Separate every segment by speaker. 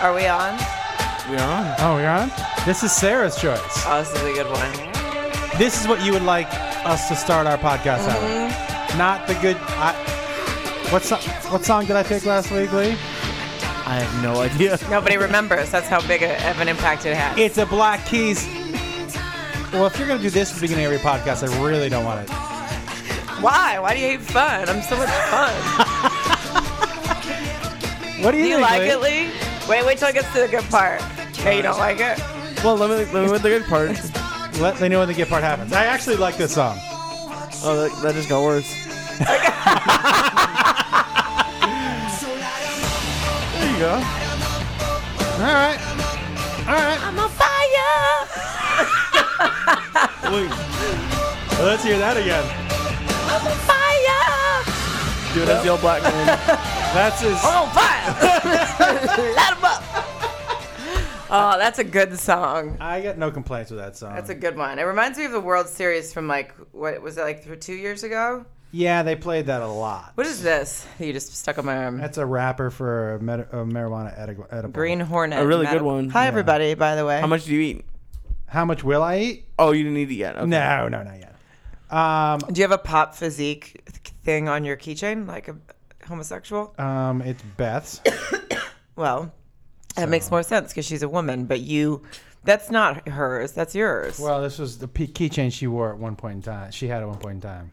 Speaker 1: Are we on?
Speaker 2: We on?
Speaker 3: Oh, we're on? This is Sarah's choice.
Speaker 1: Oh, this is a good one.
Speaker 3: This is what you would like us to start our podcast out
Speaker 1: Mm-hmm.
Speaker 3: with. Not the good. I, what, so, what song did I pick last week, Lee?
Speaker 2: I have no idea.
Speaker 1: Nobody remembers. That's how big a, of an impact it had.
Speaker 3: It's a Black Keys. Well, if you're going to do this at the beginning of every podcast, I really don't want it.
Speaker 1: Why? Why do you hate fun? I'm so much fun.
Speaker 3: What do you
Speaker 1: Do you
Speaker 3: think?
Speaker 1: like
Speaker 3: Lee?
Speaker 1: it, Lee? Wait, wait till it gets to the good part. No, you don't like it.
Speaker 2: Well, let me let me with the good part.
Speaker 3: Let me know when the get part happens. I actually like this song.
Speaker 2: Oh, that, that just got worse. there you go.
Speaker 3: All right. All right.
Speaker 1: I'm on fire.
Speaker 3: Let's hear that again.
Speaker 1: I'm on fire.
Speaker 2: Dude, that's the old black man.
Speaker 3: That's his.
Speaker 1: I'm on fire. Light 'em up. Oh, that's a good song.
Speaker 3: I got no complaints with that song.
Speaker 1: That's a good one. It reminds me of the World Series from like what was it like th- two years ago?
Speaker 3: yeah, they played that a lot.
Speaker 1: What is this? that You just stuck on my arm.
Speaker 3: That's a rapper for a, med- a marijuana edi- edible.
Speaker 1: Green Hornet.
Speaker 2: A really
Speaker 1: Madam-
Speaker 2: good one.
Speaker 1: Hi
Speaker 2: Yeah.
Speaker 1: everybody. By the way,
Speaker 2: How much do you eat?
Speaker 3: How much will I eat?
Speaker 2: Oh, you didn't eat it yet. Okay.
Speaker 3: No, no, not yet. Um,
Speaker 1: do you have a pop physique th- thing on your keychain, like a homosexual?
Speaker 3: um, it's Beth's.
Speaker 1: Well, that makes more sense because she's a woman. But you, that's not hers. That's yours.
Speaker 3: Well, this was the pe- keychain she wore at one point in time. She had at one point in time,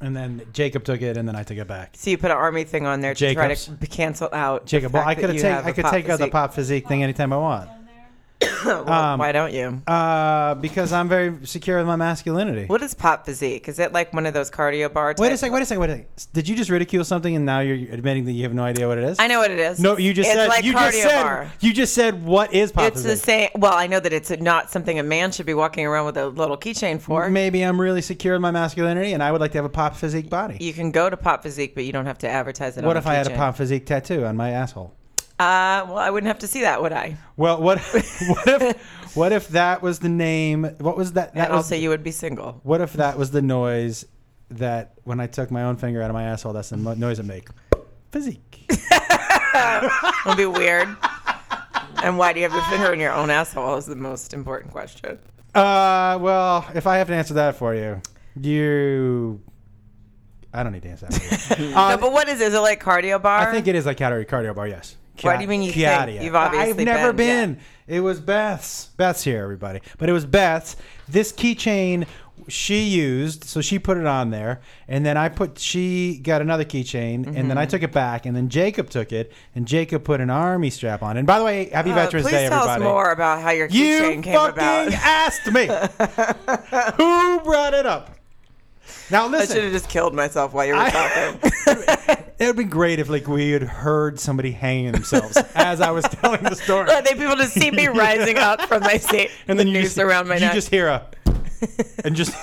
Speaker 3: and then Jacob took it, and then I took it back.
Speaker 1: so you put an army thing on there to try
Speaker 3: Jacobs.
Speaker 1: to b- cancel out. the
Speaker 3: Jacob, well,
Speaker 1: fact
Speaker 3: I
Speaker 1: that
Speaker 3: could have
Speaker 1: you
Speaker 3: take
Speaker 1: have
Speaker 3: I
Speaker 1: a
Speaker 3: could take out the
Speaker 1: physique.
Speaker 3: pop physique thing anytime I want,
Speaker 1: Well,
Speaker 3: um,
Speaker 1: why don't you?
Speaker 3: uh, because I'm very secure with my masculinity.
Speaker 1: What is pop physique? Is it like one of those cardio bar?
Speaker 3: Wait a
Speaker 1: type-
Speaker 3: second, wait a second, wait a second. Did you just ridicule something, and now you're admitting that you have no idea what it is?
Speaker 1: I know what it is.
Speaker 3: No, you just
Speaker 1: it's
Speaker 3: said
Speaker 1: like
Speaker 3: you
Speaker 1: cardio
Speaker 3: just said
Speaker 1: bar.
Speaker 3: you just said what is pop
Speaker 1: It's the
Speaker 3: physique?
Speaker 1: same. Well, I know that it's not something a man should be walking around with a little keychain for.
Speaker 3: Maybe I'm really secure in my masculinity, and I would like to have a pop physique body.
Speaker 1: You can go to Pop Physique, but you don't have to advertise it.
Speaker 3: what
Speaker 1: on
Speaker 3: if I had a
Speaker 1: keychain.
Speaker 3: pop physique tattoo on my asshole?
Speaker 1: Uh, well, I wouldn't have to see that, would I?
Speaker 3: Well, what what if what if that was the name? What was that? That
Speaker 1: And
Speaker 3: was,
Speaker 1: also, you would be single.
Speaker 3: What if that was the noise that when I took my own finger out of my asshole? That's the mo- noise I make. Physique.
Speaker 1: It would be weird. and why do you have your finger in your own asshole is the most important question.
Speaker 3: Uh, well, if I have to answer that for you, you, I don't need to answer that. For you.
Speaker 1: no,
Speaker 3: Um,
Speaker 1: but what is it? Is it like cardio bar?
Speaker 3: I think it is like calorie cardio bar. Yes.
Speaker 1: Why do you mean you think?
Speaker 3: Chiatia.
Speaker 1: You've obviously
Speaker 3: I've never
Speaker 1: been,
Speaker 3: been. It was Beth's. Beth's here, everybody. But it was Beth's. This keychain she used, so she put it on there, and then I put. She got another keychain, and then
Speaker 1: Mm-hmm.
Speaker 3: I took it back, and then Jacob took it, and Jacob put an army strap on. And by the way, happy
Speaker 1: Uh,
Speaker 3: Veterans
Speaker 1: please
Speaker 3: Day,
Speaker 1: tell
Speaker 3: everybody.
Speaker 1: us more about how your keychain
Speaker 3: You
Speaker 1: came about.
Speaker 3: fucking asked me. Who brought it up? Now
Speaker 1: I should have
Speaker 3: listen.
Speaker 1: just killed myself while you were
Speaker 3: I-
Speaker 1: talking.
Speaker 3: It would be great if like we had heard somebody hanging themselves as I was telling the story.
Speaker 1: Look, they people just see me rising up from my seat,
Speaker 3: and then
Speaker 1: the
Speaker 3: you
Speaker 1: noose
Speaker 3: just,
Speaker 1: around my
Speaker 3: you
Speaker 1: neck.
Speaker 3: just hear a and just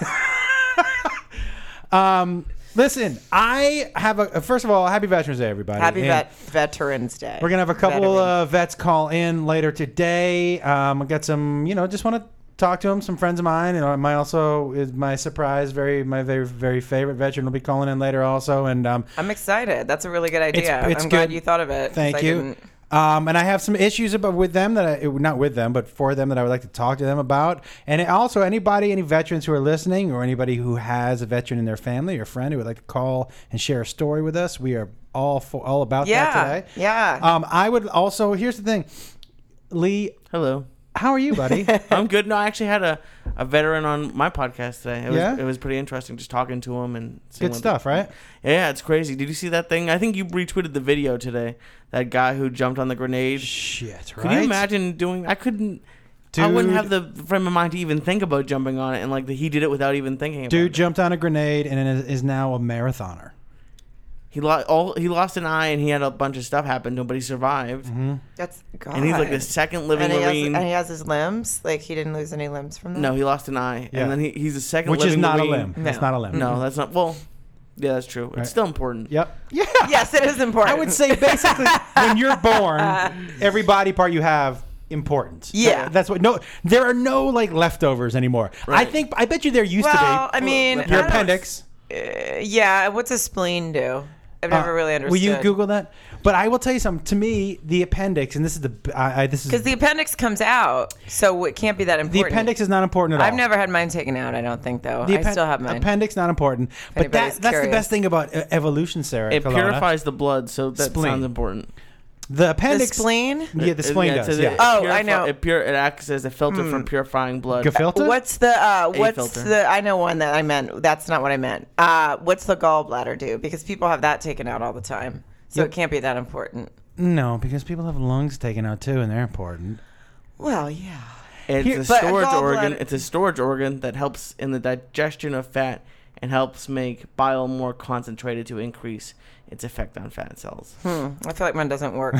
Speaker 3: um listen i have a first of all happy veterans day everybody
Speaker 1: Happy
Speaker 3: And
Speaker 1: vet- Veterans Day.
Speaker 3: we're gonna have a couple
Speaker 1: Veteran.
Speaker 3: uh, vets call in later today um i got some you know just want to talk to them some friends of mine and my also is my surprise very my very very favorite veteran will be calling in later also and um
Speaker 1: I'm excited. That's a really good idea.
Speaker 3: it's
Speaker 1: I'm glad
Speaker 3: good.
Speaker 1: you thought of it. 'cause I
Speaker 3: Thank you.
Speaker 1: didn't.
Speaker 3: Um, and I have some issues about with them that I it- not with them, but for them that I would like to talk to them about. And it- also, anybody, any veterans who are listening, or anybody who has a veteran in their family or friend who would like to call and share a story with us, we are all for, all about
Speaker 1: Yeah.
Speaker 3: that today.
Speaker 1: Yeah.
Speaker 3: Um, I would also. Here's the thing, Lee.
Speaker 2: Hello.
Speaker 3: How are you, buddy?
Speaker 2: I'm good. No, I actually had a, a veteran on my podcast today. It was,
Speaker 3: Yeah?
Speaker 2: it was pretty interesting just talking to him and seeing
Speaker 3: Good
Speaker 2: what-
Speaker 3: stuff, right?
Speaker 2: Yeah, it's crazy. Did you see that thing? I think you retweeted the video today. That guy who jumped on the grenade.
Speaker 3: Shit, right?
Speaker 2: Could you imagine doing? I couldn't. I
Speaker 3: Dude.
Speaker 2: wouldn't have the frame of mind to even think about jumping on it, and like the, he did it without even thinking. About
Speaker 3: Dude
Speaker 2: it.
Speaker 3: jumped on a grenade and is, is now a marathoner.
Speaker 2: he lost all. He lost an eye, and he had a bunch of stuff happen to him, but he survived.
Speaker 3: Mm-hmm.
Speaker 1: That's God.
Speaker 2: And he's like the second living
Speaker 1: And he, has,
Speaker 2: Marine.
Speaker 1: and he has his limbs. Like he didn't lose any limbs from that.
Speaker 2: no, he lost an eye,
Speaker 3: Yeah.
Speaker 2: and then he, he's the second
Speaker 3: Which is
Speaker 2: living
Speaker 3: not a
Speaker 2: Marine.
Speaker 3: limb. That's
Speaker 1: No.
Speaker 3: not a limb.
Speaker 2: No, that's not. Well, yeah, that's true. It's still important.
Speaker 3: Yep. Yeah.
Speaker 1: Yes, it is important.
Speaker 3: I would say basically when you're born, every body part you have important.
Speaker 1: Yeah.
Speaker 3: That- that's what. No, there are no like leftovers anymore. I
Speaker 2: Right.
Speaker 3: think I bet you there used
Speaker 1: Well,
Speaker 3: to
Speaker 1: I mean,
Speaker 3: be your
Speaker 1: I don't-
Speaker 3: appendix.
Speaker 1: uh, yeah. What's a spleen do? I've never
Speaker 3: Uh,
Speaker 1: really understood.
Speaker 3: Will you Google that? But I will tell you something. To me, the appendix, and this is the I, I, this is
Speaker 1: Because the appendix comes out, so it can't be that
Speaker 3: the
Speaker 1: important.
Speaker 3: appendix is not important at all.
Speaker 1: I've never had mine taken out. I don't think though.
Speaker 3: The
Speaker 1: I
Speaker 3: appen-
Speaker 1: still have mine.
Speaker 3: Appendix not important, but that,
Speaker 1: anybody's
Speaker 3: that's the
Speaker 1: curious.
Speaker 3: best thing about uh, evolution, Sarah.
Speaker 2: It
Speaker 3: Colonna.
Speaker 2: purifies the blood, so that
Speaker 3: Spleen.
Speaker 2: sounds important.
Speaker 3: the
Speaker 1: the
Speaker 3: appendix.
Speaker 1: spleen.
Speaker 3: Yeah, the
Speaker 2: It-
Speaker 3: spleen
Speaker 2: Uh, yeah, it
Speaker 3: does.
Speaker 2: says
Speaker 3: Yeah.
Speaker 2: it
Speaker 1: Oh,
Speaker 2: purifi-
Speaker 1: I know. Mm.
Speaker 2: It, pure, it acts as a filter for purifying blood.
Speaker 3: Gefilte?
Speaker 1: What's the uh, what's
Speaker 2: filter.
Speaker 1: the? I know one that I meant. That's not what I meant. Uh, what's the gallbladder do? Because people have that taken out all the time, so it can't be that important.
Speaker 3: No, because people have lungs taken out too, and they're important.
Speaker 1: Well, yeah.
Speaker 2: It's
Speaker 3: Here-
Speaker 2: a
Speaker 1: but a
Speaker 2: storage organ.
Speaker 1: gallbladder-
Speaker 2: It's a storage organ that helps in the digestion of fat and helps make bile more concentrated to increase its effect on fat cells.
Speaker 1: Hmm. I feel like mine doesn't work.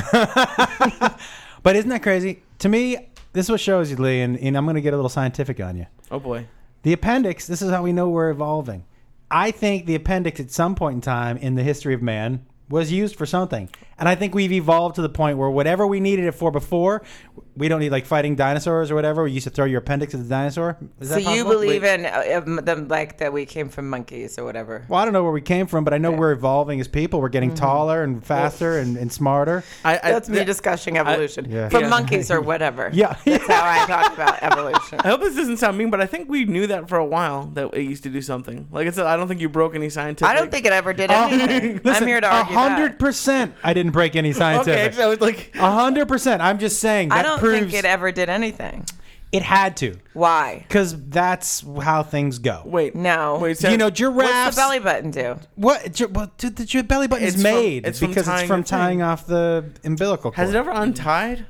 Speaker 3: But isn't that crazy? To me, this is what shows you, Lee, and, and I'm going to get a little scientific on you.
Speaker 2: Oh boy.
Speaker 3: The appendix, this is how we know we're evolving. I think the appendix at some point in time in the history of man was used for something. And I think we've evolved to the point where whatever we needed it for before, we don't need like fighting dinosaurs or whatever. You used to throw your appendix at the dinosaur. Is
Speaker 1: so
Speaker 3: that
Speaker 1: you
Speaker 3: possible?
Speaker 1: believe in uh, um, them like that we came from monkeys or whatever?
Speaker 3: Well, I don't know where we came from, but I know we're evolving as people. We're
Speaker 1: Mm-hmm.
Speaker 3: getting taller and faster and, and smarter.
Speaker 2: I, I,
Speaker 1: That's me
Speaker 2: th-
Speaker 1: discussing evolution
Speaker 3: Yeah.
Speaker 1: from
Speaker 2: Yeah.
Speaker 1: monkeys or whatever.
Speaker 3: Yeah.
Speaker 1: That's how I talk about evolution.
Speaker 2: I hope this doesn't sound mean, but I think we knew that for a while that it used to do something. Like I said, I don't think you broke any scientific.
Speaker 1: I don't think it ever did anything.
Speaker 3: Uh, Listen,
Speaker 1: I'm here to argue that.
Speaker 3: 100% I didn't break any
Speaker 2: Okay,
Speaker 3: scientific.
Speaker 2: so it's like
Speaker 3: A 100%. I'm just saying that
Speaker 1: I don't
Speaker 3: proves
Speaker 1: think it ever did anything.
Speaker 3: it had to
Speaker 1: Why?
Speaker 3: because that's how things go.
Speaker 2: wait.
Speaker 1: No.
Speaker 2: Wait. So
Speaker 3: you know,
Speaker 1: What's
Speaker 3: giraffes.
Speaker 1: the belly button do?
Speaker 3: What? Your, well, dude, the, your belly button
Speaker 2: It's
Speaker 3: is
Speaker 2: from-
Speaker 3: made
Speaker 2: it's from
Speaker 3: because
Speaker 2: tying
Speaker 3: it's from
Speaker 2: your thing.
Speaker 3: tying off the umbilical cord.
Speaker 2: has it ever untied?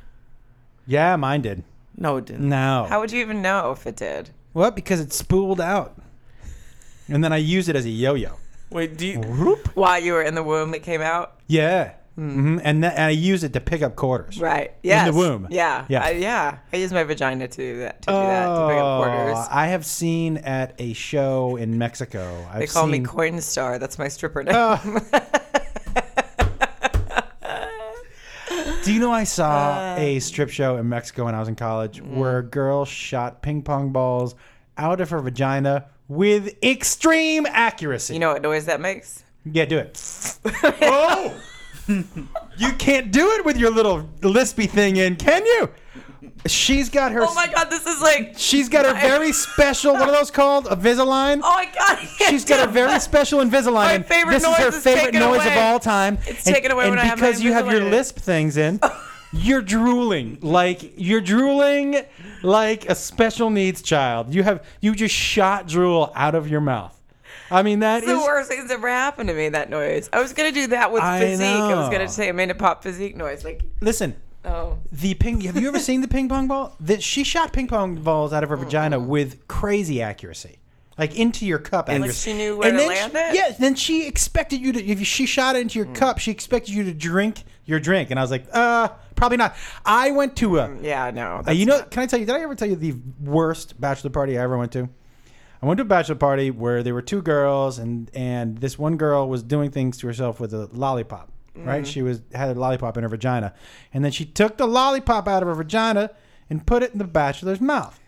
Speaker 3: yeah, mine did.
Speaker 2: No, it didn't.
Speaker 3: No.
Speaker 1: How would you even know if it did?
Speaker 3: what? Because it spooled out, and then I used it as a yo-yo.
Speaker 2: Wait. Do you,
Speaker 3: Whoop.
Speaker 1: While you were in the womb, it came out.
Speaker 3: Yeah. hmm And, that, and I used it to pick up quarters.
Speaker 1: Right. Yes.
Speaker 3: womb.
Speaker 1: Yeah.
Speaker 3: Yeah.
Speaker 1: I, yeah. I use my vagina to do that. To do
Speaker 3: Oh,
Speaker 1: that. To bring up quarters.
Speaker 3: I have seen at a show in Mexico. I've
Speaker 1: They call me
Speaker 3: seen-
Speaker 1: Coin Star. That's my stripper name.
Speaker 3: Uh, do you know I
Speaker 1: Uh.
Speaker 3: saw a strip show in Mexico when I was in college
Speaker 1: Mm.
Speaker 3: where a girl shot ping pong balls out of her vagina with extreme accuracy.
Speaker 1: you know what noise that makes?
Speaker 3: yeah, do it. oh! you can't do it with your little lispy thing in, can you? She's got her
Speaker 1: Oh my god, this is like.
Speaker 3: She's got her very special what are those called? Invisalign?
Speaker 1: Oh my god. I can't
Speaker 3: She's got
Speaker 1: do
Speaker 3: a very
Speaker 1: that.
Speaker 3: special Invisalign. and
Speaker 1: favorite
Speaker 3: this
Speaker 1: noise
Speaker 3: is her
Speaker 1: is
Speaker 3: favorite
Speaker 1: taken
Speaker 3: noise
Speaker 1: away.
Speaker 3: of all time.
Speaker 1: It's
Speaker 3: and,
Speaker 1: taken away
Speaker 3: and
Speaker 1: when I have my
Speaker 3: because you have your
Speaker 1: Invisalign.
Speaker 3: lisp things in, you're drooling like you're drooling like a special needs child. You have you just shot drool out of your mouth. I mean that
Speaker 1: It's the
Speaker 3: is-
Speaker 1: worst thing that's ever happened to me. That noise. I was gonna do that with
Speaker 3: I
Speaker 1: physique. I was
Speaker 3: know.
Speaker 1: gonna say Amanda Pop physique noise. Like,
Speaker 3: listen.
Speaker 1: oh,
Speaker 3: The ping. Have you ever seen the ping pong ball? That she shot ping pong balls out of her vagina with crazy accuracy, like into your cup. And
Speaker 1: she knew where to
Speaker 3: then
Speaker 1: land
Speaker 3: she,
Speaker 1: it? Mm.
Speaker 3: Yeah. Then she expected you to. If she shot it into your cup, she expected you to drink your drink. And I was like, uh, probably not. I went to a.
Speaker 1: yeah, no.
Speaker 3: Uh,
Speaker 1: that's
Speaker 3: you know,
Speaker 1: not-
Speaker 3: can I tell you? Did I ever tell you the worst bachelor party I ever went to? I went to a bachelor party where there were two girls, and and this one girl was doing things to herself with a lollipop. Right?
Speaker 1: Mm-hmm.
Speaker 3: She was had a lollipop in her vagina, and then she took the lollipop out of her vagina and put it in the bachelor's mouth.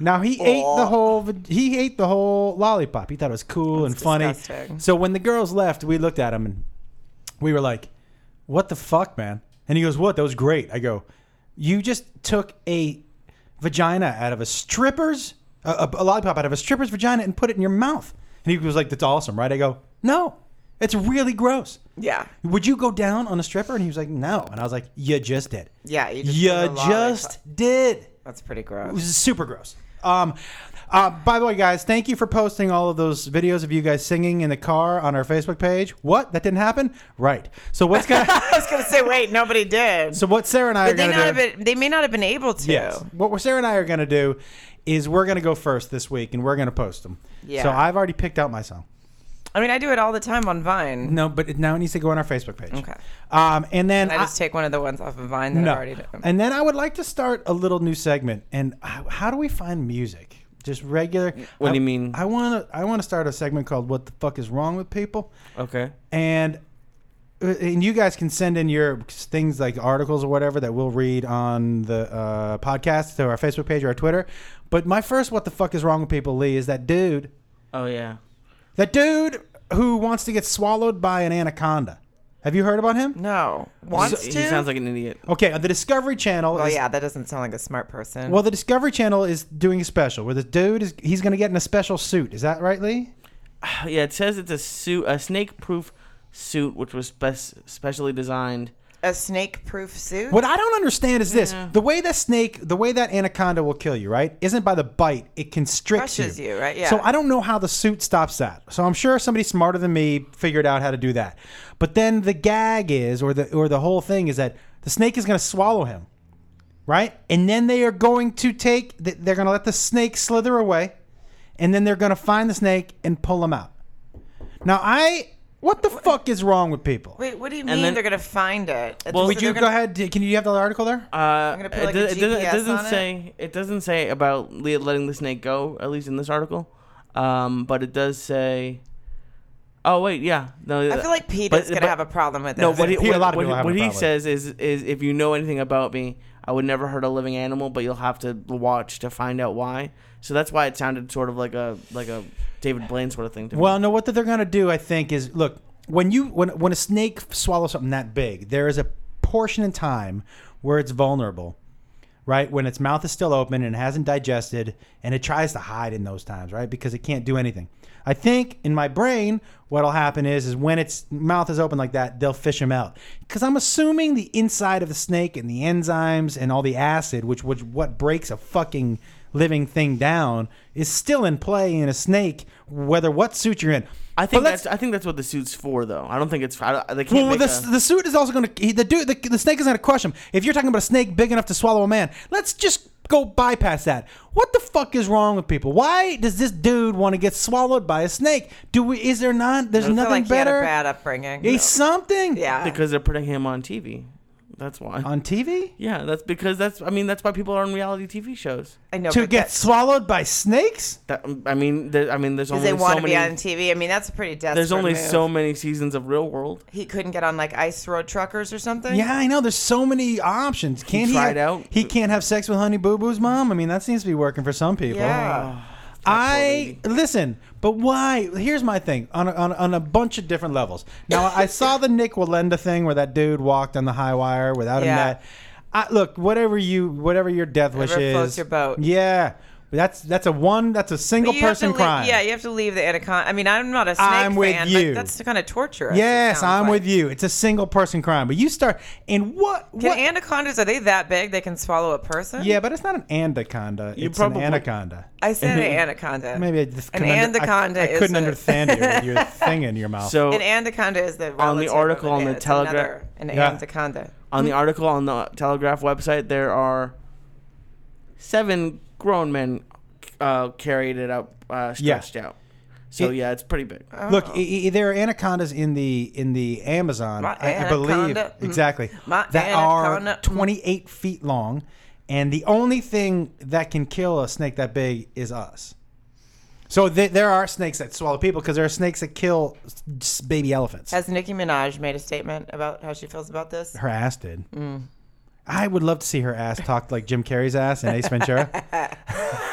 Speaker 3: Now he ate the whole va- he ate the whole lollipop. He thought it was cool and funny.
Speaker 1: disgusting.
Speaker 3: So when the girls left, we looked at him and we were like, "What the fuck, man?" And he goes, "What? That was great." I go, "You just took a vagina out of a stripper's a, a, a lollipop out of a stripper's vagina and put it in your mouth." And he was like, "That's awesome, right?" I go, "No, it's really gross."
Speaker 1: yeah,
Speaker 3: Would you go down on a stripper? And he was like, "No." And I was like, "You just did.
Speaker 1: yeah. You just,
Speaker 3: You
Speaker 1: put a lollipop-
Speaker 3: just did."
Speaker 1: That's pretty
Speaker 3: It
Speaker 1: gross.
Speaker 3: was super gross. Um, uh, by the way, guys, thank you for posting all of those videos of you guys singing in the car on our Facebook page. What? That didn't happen? Right. So what's gonna?
Speaker 1: I was gonna say, wait, nobody did.
Speaker 3: so what? Sarah and I are
Speaker 1: But they
Speaker 3: gonna
Speaker 1: not
Speaker 3: do?
Speaker 1: have been, They may not have been able to.
Speaker 3: Yes. What we're- Sarah and I are gonna do is we're gonna go first this week, and we're gonna post them.
Speaker 1: Yeah.
Speaker 3: So I've already picked out my song.
Speaker 1: I mean, I do it all the time on Vine.
Speaker 3: No, but it now needs to go on our Facebook page.
Speaker 1: Okay.
Speaker 3: Um, and then
Speaker 1: And I just take one of the ones off of Vine that
Speaker 3: no.
Speaker 1: I already did.
Speaker 3: And then I would like to start a little new segment. And how, how do we find music? Just regular.
Speaker 2: What
Speaker 3: I-
Speaker 2: do you mean?
Speaker 3: I want to. I want to start a segment called "What the fuck is wrong with people,"
Speaker 2: Okay.
Speaker 3: and uh, and you guys can send in your things like articles or whatever that we'll read on the uh, podcast to our Facebook page or our Twitter. But my first "What the fuck is wrong with people," Lee, is that dude.
Speaker 2: Oh yeah.
Speaker 3: That dude who wants to get swallowed by an anaconda. Have you heard about
Speaker 1: Mm.
Speaker 3: him?
Speaker 1: No. Wants
Speaker 2: he,
Speaker 1: to?
Speaker 2: he sounds like an idiot.
Speaker 3: Okay, on the Discovery Channel.
Speaker 1: well,
Speaker 3: is-
Speaker 1: Oh, yeah, that doesn't sound like a smart person.
Speaker 3: Well, the Discovery Channel is doing a special where the dude is he's going to get in a special suit. Is that right, Lee?
Speaker 2: Yeah, it says it's a suit, a snake-proof suit, which was spec- specially designed.
Speaker 1: a snake-proof suit?
Speaker 3: What I don't understand is this:
Speaker 2: Yeah.
Speaker 3: the way that snake, the way that anaconda will kill you, right? Isn't by the bite; it constricts
Speaker 1: Crushes you, right?
Speaker 3: So
Speaker 1: Yeah.
Speaker 3: I don't know how the suit stops that. So I'm sure somebody smarter than me figured out how to do that. But then the gag is, or the or the whole thing is that the snake is going to swallow him, right? And then they are going to take; th- they're going to let the snake slither away, and then they're going to find the snake and pull him out. Now I, what the fuck is wrong with people?
Speaker 1: Wait, what do you mean
Speaker 2: then-
Speaker 1: they're going to find it? Well,
Speaker 2: Well,
Speaker 3: Would you go ahead? Can you have the article there?
Speaker 2: Uh,
Speaker 1: gonna put,
Speaker 2: it
Speaker 1: like,
Speaker 2: do-
Speaker 1: a
Speaker 2: it doesn't, it
Speaker 1: GPS
Speaker 2: doesn't
Speaker 1: on it.
Speaker 2: say it doesn't say about Leah letting the snake go, at least in this article. Um, but it does say. Oh wait, yeah. No,
Speaker 1: I feel like Peter's going to have a problem with this.
Speaker 2: No, what he,
Speaker 3: Peter, a
Speaker 2: what,
Speaker 3: lot of
Speaker 2: what
Speaker 3: people
Speaker 2: he-
Speaker 3: have
Speaker 2: what
Speaker 3: a
Speaker 2: he
Speaker 3: problem.
Speaker 2: says is is if you know anything about me, I would never hurt a living animal, but you'll have to watch to find out why. So that's why it sounded sort of like a like a David Blaine sort of thing to me.
Speaker 3: Well, no. What they're gonna do, I think, is look when you when when a snake swallows something that big, there is a portion in time where it's vulnerable, right? When its mouth is still open and it hasn't digested, and it tries to hide in those times, right? Because it can't do anything. I think in my brain, what'll happen is is when its mouth is open like that, they'll fish him out. Because I'm assuming the inside of the snake and the enzymes and all the acid, which which what breaks a fucking living thing down is still in play in a snake, whether what suit you're in.
Speaker 2: I think
Speaker 3: But let's-
Speaker 2: that's I think that's what the suit's for, though. I don't think it's. I don't, they can't
Speaker 3: well,
Speaker 2: make
Speaker 3: the,
Speaker 2: a-
Speaker 3: the suit is also going to the dude the, the snake is going to crush him. If you're talking about a snake big enough to swallow a man, let's just go bypass that. What the fuck is wrong with people? Why does this dude want to get swallowed by a snake? Do we? Is there not? There's
Speaker 1: I feel
Speaker 3: nothing
Speaker 1: like he had
Speaker 3: better.
Speaker 1: a bad upbringing.
Speaker 3: He's something.
Speaker 1: yeah.
Speaker 2: because they're putting him on TV. That's why.
Speaker 3: On TV
Speaker 2: yeah, that's because that's. I mean, that's why people are on reality TV shows.
Speaker 1: I know.
Speaker 3: to
Speaker 1: but
Speaker 3: get
Speaker 1: that-
Speaker 3: swallowed by snakes.
Speaker 2: That I mean, there, I mean, there's
Speaker 1: Because
Speaker 2: only
Speaker 1: they
Speaker 2: so
Speaker 1: want to
Speaker 2: many.
Speaker 1: be on TV. I mean, that's a pretty desperate
Speaker 2: there's only
Speaker 1: move.
Speaker 2: so many seasons of Real World.
Speaker 1: He couldn't get on like Ice Road Truckers or something?
Speaker 3: Yeah, I know. There's so many options. Can't he,
Speaker 2: tried out.
Speaker 3: He can't have sex with Honey Boo Boo's mom. I mean, that seems to be working for some people.
Speaker 1: Yeah.
Speaker 3: I listen, but why? Here's my thing on a, on, a- on a bunch of different levels. Now I saw the Nick Walenda thing where that dude walked on the high wire without
Speaker 1: Yeah.
Speaker 3: a net. I, look, whatever you whatever your death wish
Speaker 1: Whatever
Speaker 3: is,
Speaker 1: floats your boat.
Speaker 3: Yeah, that's that's a one. That's a single
Speaker 1: you have to
Speaker 3: person
Speaker 1: leave-
Speaker 3: crime.
Speaker 1: Yeah, you have to leave the anaconda. I mean, I'm not a snake
Speaker 3: I'm with
Speaker 1: fan,
Speaker 3: you.
Speaker 1: but that's kind of torturous. it
Speaker 3: Yes,
Speaker 1: sounds
Speaker 3: I'm
Speaker 1: like.
Speaker 3: with you. It's a single person crime. But you start and what?
Speaker 1: Can
Speaker 3: what
Speaker 1: anacondas are they that big they can swallow a person?
Speaker 3: yeah, but it's not an anaconda.
Speaker 2: You
Speaker 3: it's
Speaker 2: probably-
Speaker 3: an anaconda.
Speaker 1: I said an anaconda.
Speaker 3: Mm-hmm. Maybe I just
Speaker 1: an
Speaker 3: couldn't under- I-
Speaker 1: anaconda.
Speaker 3: I,
Speaker 1: is
Speaker 3: couldn't
Speaker 1: a-
Speaker 3: understand your, your thing in your mouth.
Speaker 2: So
Speaker 1: An anaconda is the
Speaker 2: On the
Speaker 1: relative
Speaker 2: article
Speaker 1: of an
Speaker 2: on the
Speaker 1: an- it's another-
Speaker 2: Telegraph-
Speaker 1: An
Speaker 3: Yeah.
Speaker 1: anaconda.
Speaker 2: on the article on the Telegraph website, there are seven grown men uh, carried it up, uh, stretched out. So
Speaker 3: It-
Speaker 2: yeah, it's pretty big.
Speaker 3: Look, i- i- there are anacondas in the in the Amazon,
Speaker 1: My
Speaker 3: I, I believe
Speaker 1: anaconda. Mm.
Speaker 3: exactly
Speaker 1: My
Speaker 3: that
Speaker 1: anaconda.
Speaker 3: are
Speaker 1: Mm.
Speaker 3: 28 feet long, and the only thing that can kill a snake that big is us. So th- there are snakes that swallow people because there are snakes that kill s- s- baby elephants.
Speaker 1: Has Nicki Minaj made a statement about how she feels about this?
Speaker 3: her ass did.
Speaker 1: Mm.
Speaker 3: I would love to see her ass talk like Jim Carrey's ass in Ace Ventura.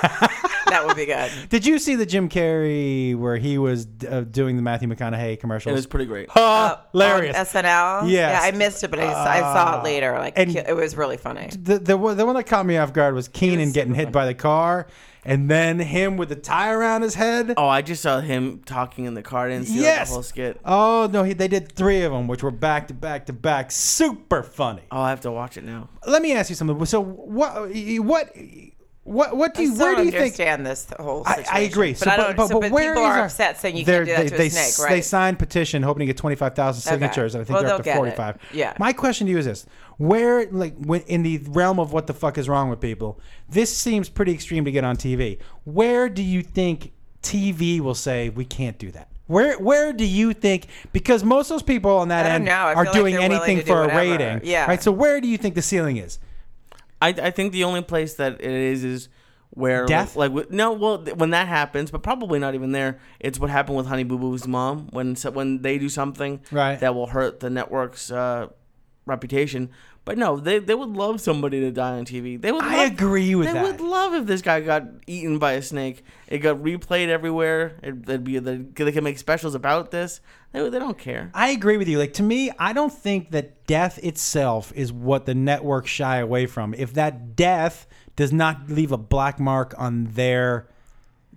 Speaker 1: that would be good.
Speaker 3: did you see the Jim Carrey where he was uh, doing the Matthew McConaughey
Speaker 2: It
Speaker 3: commercials?
Speaker 2: was pretty great.
Speaker 3: Oh, hilarious.
Speaker 1: Uh, On SNL. Yeah,
Speaker 3: Yes. Ah.
Speaker 1: I missed it, but I, s- I saw it later. Like
Speaker 3: and-
Speaker 1: it was really funny.
Speaker 3: the the one, the one that caught me off guard was Keenan getting hit by the car, and then him with the tie around his head. Oh,
Speaker 2: Oh, I just saw him talking in the car and see like,
Speaker 3: Yes!
Speaker 2: the whole skit.
Speaker 3: Oh, no, he, they did three of them, which were back to back to back, super funny.
Speaker 2: Oh, I have to watch it now.
Speaker 3: Let me ask you something. So what what what what do
Speaker 1: I
Speaker 3: you
Speaker 1: still
Speaker 3: where do you think?
Speaker 1: understand this whole
Speaker 3: I,
Speaker 1: situation.
Speaker 3: I agree.
Speaker 1: But, I don't, but, but,
Speaker 3: where
Speaker 1: people
Speaker 3: is
Speaker 1: are
Speaker 3: our-
Speaker 1: upset saying you
Speaker 3: they're-
Speaker 1: can't do that to a
Speaker 3: they,
Speaker 1: snake,
Speaker 3: They
Speaker 1: right?
Speaker 3: signed petition hoping to get 25,000 signatures, and I think
Speaker 1: Well,
Speaker 3: they're up to
Speaker 1: they'll get it.
Speaker 3: 45.
Speaker 1: Yeah.
Speaker 3: My question to you is this. Where, like, when, in the realm of what the fuck is wrong with people, this seems pretty extreme to get on TV. Where do you think TV will say, we can't do that? Where, where do you think? Because most of those people on that
Speaker 1: I don't
Speaker 3: end
Speaker 1: know. I feel
Speaker 3: are
Speaker 1: like
Speaker 3: doing
Speaker 1: they're willing
Speaker 3: anything
Speaker 1: to do
Speaker 3: for a
Speaker 1: whatever.
Speaker 3: rating,
Speaker 1: Yeah.
Speaker 3: right? So where do you think the ceiling is?
Speaker 2: I, I think the only place that it is is where
Speaker 3: Death?
Speaker 2: like, like no well th- when that happens but probably not even there it's what happened with honey boo boo's mom when so, when they do something
Speaker 3: Right.
Speaker 2: that will hurt the network's uh reputation. But no, they they would love somebody to die on TV. They would.
Speaker 3: I
Speaker 2: love-
Speaker 3: agree with
Speaker 2: they
Speaker 3: that.
Speaker 2: would love if this guy got eaten by a snake. It got replayed everywhere. It, would be they, they could make specials about this. They, they don't care.
Speaker 3: I agree with you. Like to me, I don't think that death itself is what the network shy away from. If that death does not leave a black mark on their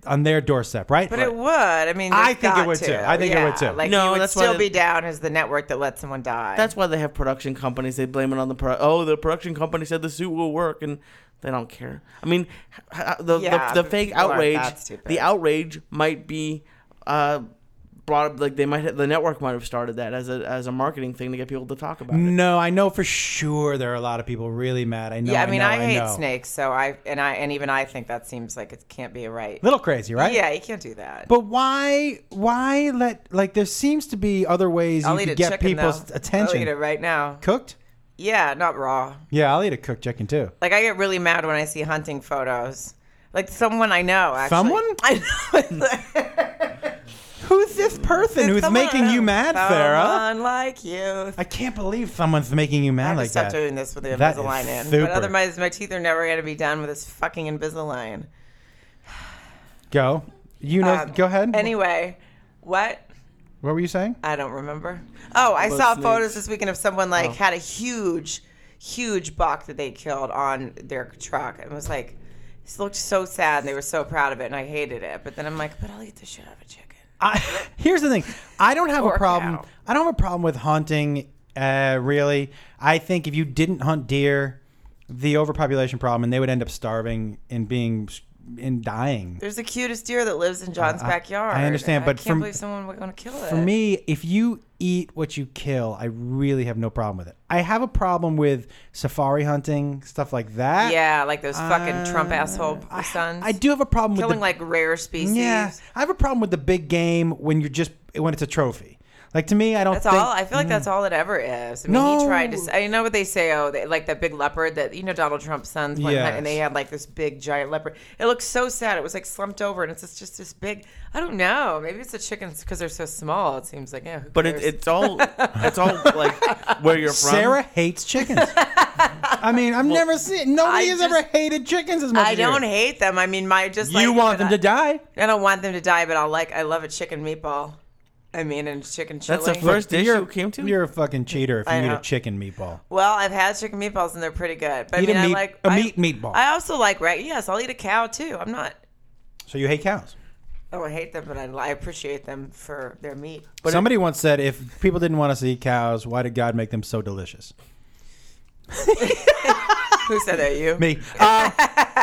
Speaker 3: on their doorstep, right?
Speaker 1: But it would. I mean,
Speaker 3: I
Speaker 1: there's
Speaker 3: think it
Speaker 1: got
Speaker 3: would,
Speaker 1: to.
Speaker 3: too. I think it
Speaker 1: yeah.
Speaker 3: would, too.
Speaker 1: Like,
Speaker 2: No,
Speaker 1: you would
Speaker 2: that's why
Speaker 1: still be
Speaker 2: they-
Speaker 1: down as the network that let someone die.
Speaker 2: That's why they have production companies. They blame it on the pro. Oh, the production company said the suit will work, and they don't care. I mean, h- h- the
Speaker 1: Yeah,
Speaker 2: the, the
Speaker 1: but
Speaker 2: fake
Speaker 1: people aren't
Speaker 2: outrage,
Speaker 1: that stupid.
Speaker 2: the outrage might be uh, brought up. Like they might, the network might have started that as a as a marketing thing to get people to talk about
Speaker 1: Mm,
Speaker 2: it.
Speaker 3: no, I know for sure there are a lot of people really mad. I know.
Speaker 1: yeah, I mean,
Speaker 3: know,
Speaker 1: I, hate
Speaker 3: know.
Speaker 1: snakes, so I and I and even I think that seems like it can't be right.
Speaker 3: Little crazy, right?
Speaker 1: Yeah, you can't do that.
Speaker 3: But why? Why let like there seems to be other ways
Speaker 1: I'll
Speaker 3: you
Speaker 1: eat a
Speaker 3: could get
Speaker 1: chicken
Speaker 3: people's
Speaker 1: though.
Speaker 3: attention.
Speaker 1: I'll eat it right now.
Speaker 3: Cooked?
Speaker 1: Yeah, not raw.
Speaker 3: Yeah, I'll eat a cooked chicken too.
Speaker 1: Like I get really mad when I see hunting photos. Like someone I know, actually.
Speaker 3: Someone?
Speaker 1: I know.
Speaker 3: Who's this person who's
Speaker 1: Someone I
Speaker 3: making you
Speaker 1: know.
Speaker 3: mad, Farah?
Speaker 1: Someone like you.
Speaker 3: I can't believe someone's making you mad
Speaker 1: I
Speaker 3: like
Speaker 1: just stopped
Speaker 3: that.
Speaker 1: doing this with the
Speaker 3: That is
Speaker 1: Invisalign in.
Speaker 3: super.
Speaker 1: But otherwise, my teeth are never going to be done with this fucking Invisalign.
Speaker 3: Go. You know.
Speaker 1: Um,
Speaker 3: go ahead.
Speaker 1: Anyway, what?
Speaker 3: what were you saying?
Speaker 1: I don't remember. Oh, I
Speaker 2: About
Speaker 1: saw
Speaker 2: snakes.
Speaker 1: photos this weekend of someone
Speaker 3: Oh.
Speaker 1: like had a huge, huge buck that they killed on their truck. and was like, it looked so sad and they were so proud of it and I hated it. But then I'm like, but I'll eat the shit out of a chicken.
Speaker 3: I, here's the thing. I don't have a
Speaker 1: Or
Speaker 3: problem.
Speaker 1: cow.
Speaker 3: I don't have a problem with hunting. Uh, really, I think if you didn't hunt deer, the overpopulation problem, and they would end up starving and being and dying.
Speaker 1: There's the cutest deer that lives in John's
Speaker 3: Uh, I-
Speaker 1: backyard.
Speaker 3: I understand, but
Speaker 1: I can't
Speaker 3: from-
Speaker 1: believe someone was going to kill it.
Speaker 3: For me, if you eat what you kill, I really have no problem with it. I have a problem with safari hunting, stuff like that.
Speaker 1: yeah, like those fucking Trump
Speaker 3: Uh,
Speaker 1: asshole
Speaker 3: I,
Speaker 1: sons.
Speaker 3: I do have a problem with
Speaker 1: killing
Speaker 3: the,
Speaker 1: like rare species.
Speaker 3: Yeah, I have a problem with the big game when you're just when it's a trophy. Like to me, I don't.
Speaker 1: That's
Speaker 3: think,
Speaker 1: all. I feel like that's all it ever is. I mean, he tried to.
Speaker 3: Mm. No.
Speaker 1: s- I know what they say. Oh, they, like that big leopard that you know Donald Trump's sons went and hunt- and they
Speaker 3: Yes.
Speaker 1: had like this big giant leopard. It looked so sad. It was like slumped over, and it's just, just this big. I don't know. Maybe it's the chickens because they're so small. It seems like yeah. who
Speaker 2: But it,
Speaker 1: cares?
Speaker 2: it's all it's all like where you're from.
Speaker 3: Sarah hates chickens. I mean, I've never seen nobody
Speaker 1: I
Speaker 3: has
Speaker 1: just-
Speaker 3: ever hated chickens as much.
Speaker 1: I
Speaker 3: as you.
Speaker 1: don't hate them. I mean, my just
Speaker 3: You
Speaker 1: like,
Speaker 3: want them
Speaker 1: I,
Speaker 3: to die?
Speaker 1: I don't want them to die, but I like. I love a chicken meatball. I mean, and chicken chili.
Speaker 2: That's the first dish
Speaker 3: You're-
Speaker 2: you came to.
Speaker 3: You're a fucking cheater if you
Speaker 1: I
Speaker 3: eat
Speaker 1: know.
Speaker 3: a chicken meatball.
Speaker 1: Well, I've had chicken meatballs and they're pretty good. But
Speaker 3: Eat a
Speaker 1: I mean,
Speaker 3: meat-
Speaker 1: I like
Speaker 3: a
Speaker 1: I-
Speaker 3: meat meatball.
Speaker 1: I also like right. Yes, I'll eat a cow too. I'm not.
Speaker 3: So you hate cows.
Speaker 1: I don't hate them, but I, I appreciate them for their meat.
Speaker 3: Somebody once said, if people didn't want us to eat cows, why did God make them so delicious?
Speaker 1: Who said that? You?
Speaker 3: Me. Uh,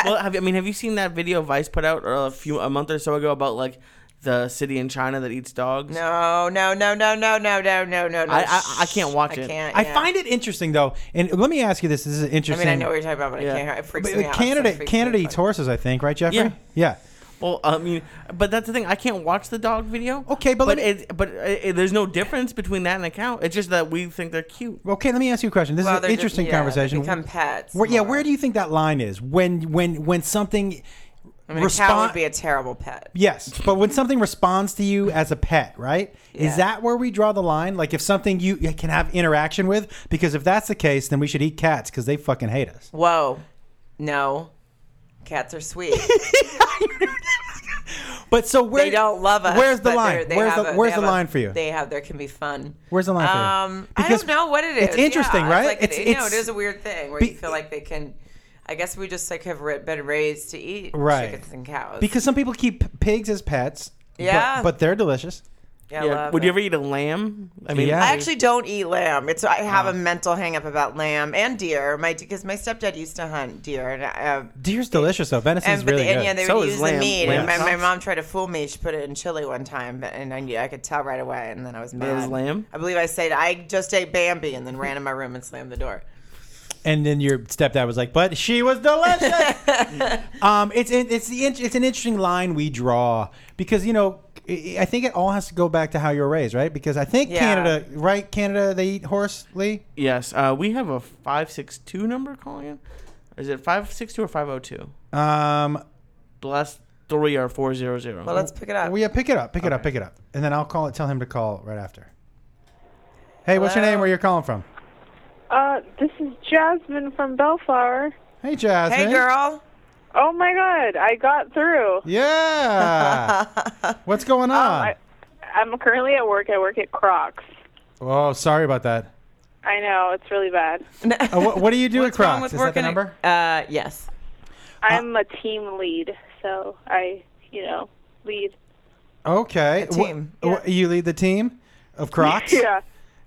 Speaker 2: well, have you, I mean, have you seen that video Vice put out uh, a few a month or so ago about like the city in China that eats dogs?
Speaker 1: No, no, no, no, no, no, no, no, no. no.
Speaker 2: I- I- I can't watch
Speaker 1: I
Speaker 2: it.
Speaker 1: Can't,
Speaker 3: I
Speaker 1: yeah.
Speaker 3: find it interesting though, and let me ask you this: This is
Speaker 1: I
Speaker 3: interesting.
Speaker 1: mean, I know what you're talking about, but
Speaker 2: Yeah.
Speaker 1: I can't. It freaks
Speaker 3: But
Speaker 1: me out.
Speaker 3: Canada,
Speaker 1: It freaks
Speaker 3: Canada
Speaker 1: me
Speaker 3: eats
Speaker 1: out.
Speaker 3: horses, I think, right, Jeffrey?
Speaker 2: Yeah.
Speaker 3: yeah.
Speaker 2: Well, I mean, but that's the thing. I can't watch the dog video.
Speaker 3: Okay, but let
Speaker 2: but
Speaker 3: me-
Speaker 2: it, but uh, it, it- there's no difference between that and a cow. It's just that we think they're cute.
Speaker 3: Okay, let me ask you a question. This
Speaker 1: Well,
Speaker 3: is
Speaker 1: they're
Speaker 3: an interesting
Speaker 1: just, yeah,
Speaker 3: conversation.
Speaker 1: They become pets.
Speaker 3: Where, yeah,
Speaker 1: more.
Speaker 3: where do you think that line is when when when something
Speaker 1: I mean, a cow
Speaker 3: respond-
Speaker 1: would be a terrible pet.
Speaker 3: Yes, but when something responds to you as a pet, right? Is
Speaker 1: Yeah.
Speaker 3: that where we draw the line? Like if something you you can have interaction with, because if that's the case, then we should eat cats because they fucking hate us.
Speaker 1: Whoa, no, cats are sweet.
Speaker 3: But so where
Speaker 1: they don't love us.
Speaker 3: Where's the
Speaker 1: but
Speaker 3: line?
Speaker 1: they're- They
Speaker 3: where's
Speaker 1: have
Speaker 3: the
Speaker 1: a- they
Speaker 3: where's the
Speaker 1: have a-
Speaker 3: line for you?
Speaker 1: They have there can be fun.
Speaker 3: Where's the line for you?
Speaker 1: Um, I
Speaker 3: Because
Speaker 1: don't know what it is.
Speaker 3: it's interesting,
Speaker 1: Yeah,
Speaker 3: right?
Speaker 1: It's like
Speaker 3: It's-
Speaker 1: it, you know,
Speaker 3: it's-
Speaker 1: it is a weird thing where
Speaker 3: Be-
Speaker 1: you feel like they can. I guess we just like have ra- been raised to eat
Speaker 3: Right.
Speaker 1: chickens and cows.
Speaker 3: because some people keep p- pigs as pets. but-
Speaker 1: Yeah.
Speaker 3: but, they're delicious.
Speaker 1: yeah, I
Speaker 2: Yeah.
Speaker 1: love
Speaker 2: Would you
Speaker 1: it.
Speaker 2: ever eat a lamb? I mean,
Speaker 3: Yeah.
Speaker 1: I actually don't eat lamb. It's I
Speaker 3: Oh.
Speaker 1: have a mental hang up about lamb and deer. My because my stepdad used to hunt deer and uh,
Speaker 3: Deer's delicious though. Venison's
Speaker 1: and but
Speaker 3: really
Speaker 1: the, and
Speaker 3: good.
Speaker 1: yeah, they
Speaker 2: So
Speaker 1: would
Speaker 2: is
Speaker 1: use
Speaker 2: lamb.
Speaker 1: the meat.
Speaker 2: Lamb
Speaker 1: and my, my
Speaker 2: chops.
Speaker 1: mom tried to fool me. She put it in chili one time, and I knew I could tell right away. And then I was mad.
Speaker 2: That was lamb?
Speaker 1: I believe I said I just ate Bambi, and then ran in my room and slammed the door.
Speaker 3: And then your stepdad was like, "But she was delicious." um, it's it, it's the in- it's an interesting line we draw because you know I I think it all has to go back to how you're raised, right? Because I think
Speaker 1: Yeah.
Speaker 3: Canada, right? Canada, they eat horse, Lee.
Speaker 2: Yes. Uh, we have a five six two number calling in. Is it five six two or five zero two?
Speaker 3: Um,
Speaker 2: The last three are four zero zero.
Speaker 1: Well, let's pick it up.
Speaker 3: well, yeah, pick it up, pick it up,
Speaker 2: Okay.
Speaker 3: pick it up, and then I'll call it. Tell him to call right after. Hey, what's your
Speaker 1: Hello?
Speaker 3: name? Where you're calling from?
Speaker 4: Uh, this is Jasmine from Bellflower.
Speaker 5: Hey, Jasmine.
Speaker 1: Hey, girl.
Speaker 4: Oh my God, I got through.
Speaker 5: Yeah. What's going
Speaker 4: Um,
Speaker 5: on?
Speaker 4: I, I'm currently at work. I work at Crocs.
Speaker 5: oh, sorry about that.
Speaker 4: I know it's really bad.
Speaker 3: Oh,
Speaker 5: Uh, what, what do you do
Speaker 1: What's
Speaker 5: at Crocs?
Speaker 1: wrong with
Speaker 5: Is that the
Speaker 1: working? at-
Speaker 5: number?
Speaker 1: uh, yes.
Speaker 4: I'm a team lead, so I, you know, lead.
Speaker 5: Okay.
Speaker 1: A team.
Speaker 5: Wh- wh- you lead the team of Crocs.
Speaker 4: Yeah.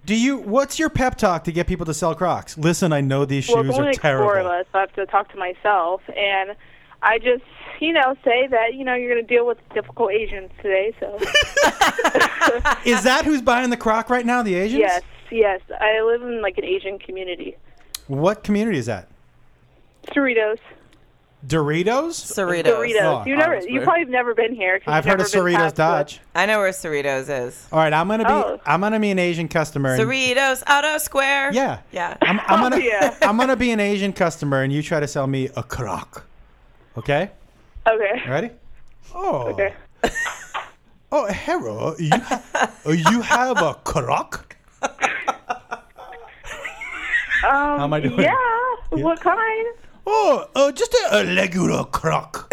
Speaker 5: Do you? What's your pep talk to get people to sell Crocs? Listen, I know these
Speaker 4: Well,
Speaker 5: shoes
Speaker 4: there's only
Speaker 5: are
Speaker 4: like four of
Speaker 5: terrible.
Speaker 4: us. so I have to talk to myself, and I just, you know, say that you know you're going to deal with difficult Asians today. So
Speaker 5: Is that who's buying the Croc right now? The Asians?
Speaker 4: yes, yes, I live in like an Asian community.
Speaker 5: What community is that?
Speaker 4: Doritos,
Speaker 5: Doritos.
Speaker 1: Doritos.
Speaker 4: Doritos.
Speaker 5: Oh,
Speaker 4: you never,
Speaker 2: that's
Speaker 4: you
Speaker 2: weird.
Speaker 4: probably have never been here. 'cause
Speaker 5: I've
Speaker 4: you've
Speaker 5: heard of
Speaker 4: never been
Speaker 5: Cerritos
Speaker 4: past what-
Speaker 5: Dodge.
Speaker 1: I know where Cerritos is.
Speaker 5: All right, I'm gonna be
Speaker 4: Oh.
Speaker 5: I'm gonna be an Asian customer. and-
Speaker 1: Cerritos Auto Square.
Speaker 5: yeah,
Speaker 1: Yeah.
Speaker 5: I'm, I'm
Speaker 4: Oh,
Speaker 5: gonna
Speaker 4: yeah.
Speaker 5: I'm gonna be an Asian customer, and you try to sell me a Croc. Okay,
Speaker 4: Okay.
Speaker 5: You ready? Oh,
Speaker 4: Okay.
Speaker 5: oh, Hero, you ha- you have a Croc?
Speaker 4: Um,
Speaker 5: am I doing?
Speaker 4: Yeah. What kind?
Speaker 5: Oh, uh, just a, a regular Croc.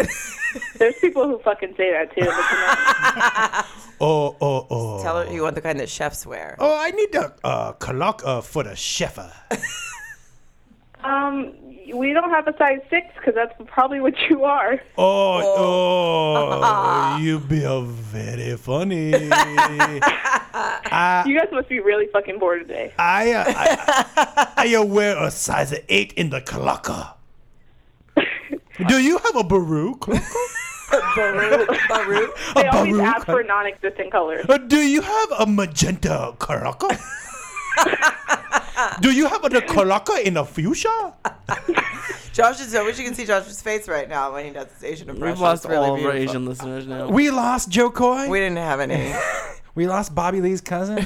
Speaker 4: There's people who fucking say that too. But you know,
Speaker 5: Oh, oh, oh.
Speaker 1: Tell her you want the kind that chefs wear.
Speaker 5: Oh, I need a uh, Croc uh, for the cheffer.
Speaker 4: Um, we don't have a size six because that's probably what you are.
Speaker 5: Oh, oh, you be a very funny. I,
Speaker 4: You guys must be really fucking bored today.
Speaker 5: I, uh, I, I, uh, wear a size eight in the clocker. Do you have a Baru clocker?
Speaker 1: Baru.
Speaker 4: They always
Speaker 5: Baruch.
Speaker 4: ask for non-existent colors.
Speaker 5: Uh, Do you have a magenta clocker? Do you have a clocker in a fuchsia?
Speaker 1: Josh is. I wish you can see Josh's face right now when he does his Asian impression.
Speaker 2: We've lost
Speaker 1: It's really
Speaker 2: all of our
Speaker 1: beautiful.
Speaker 2: Asian listeners now.
Speaker 5: We lost Joe Coy.
Speaker 1: We didn't have any.
Speaker 5: We lost Bobby Lee's cousin.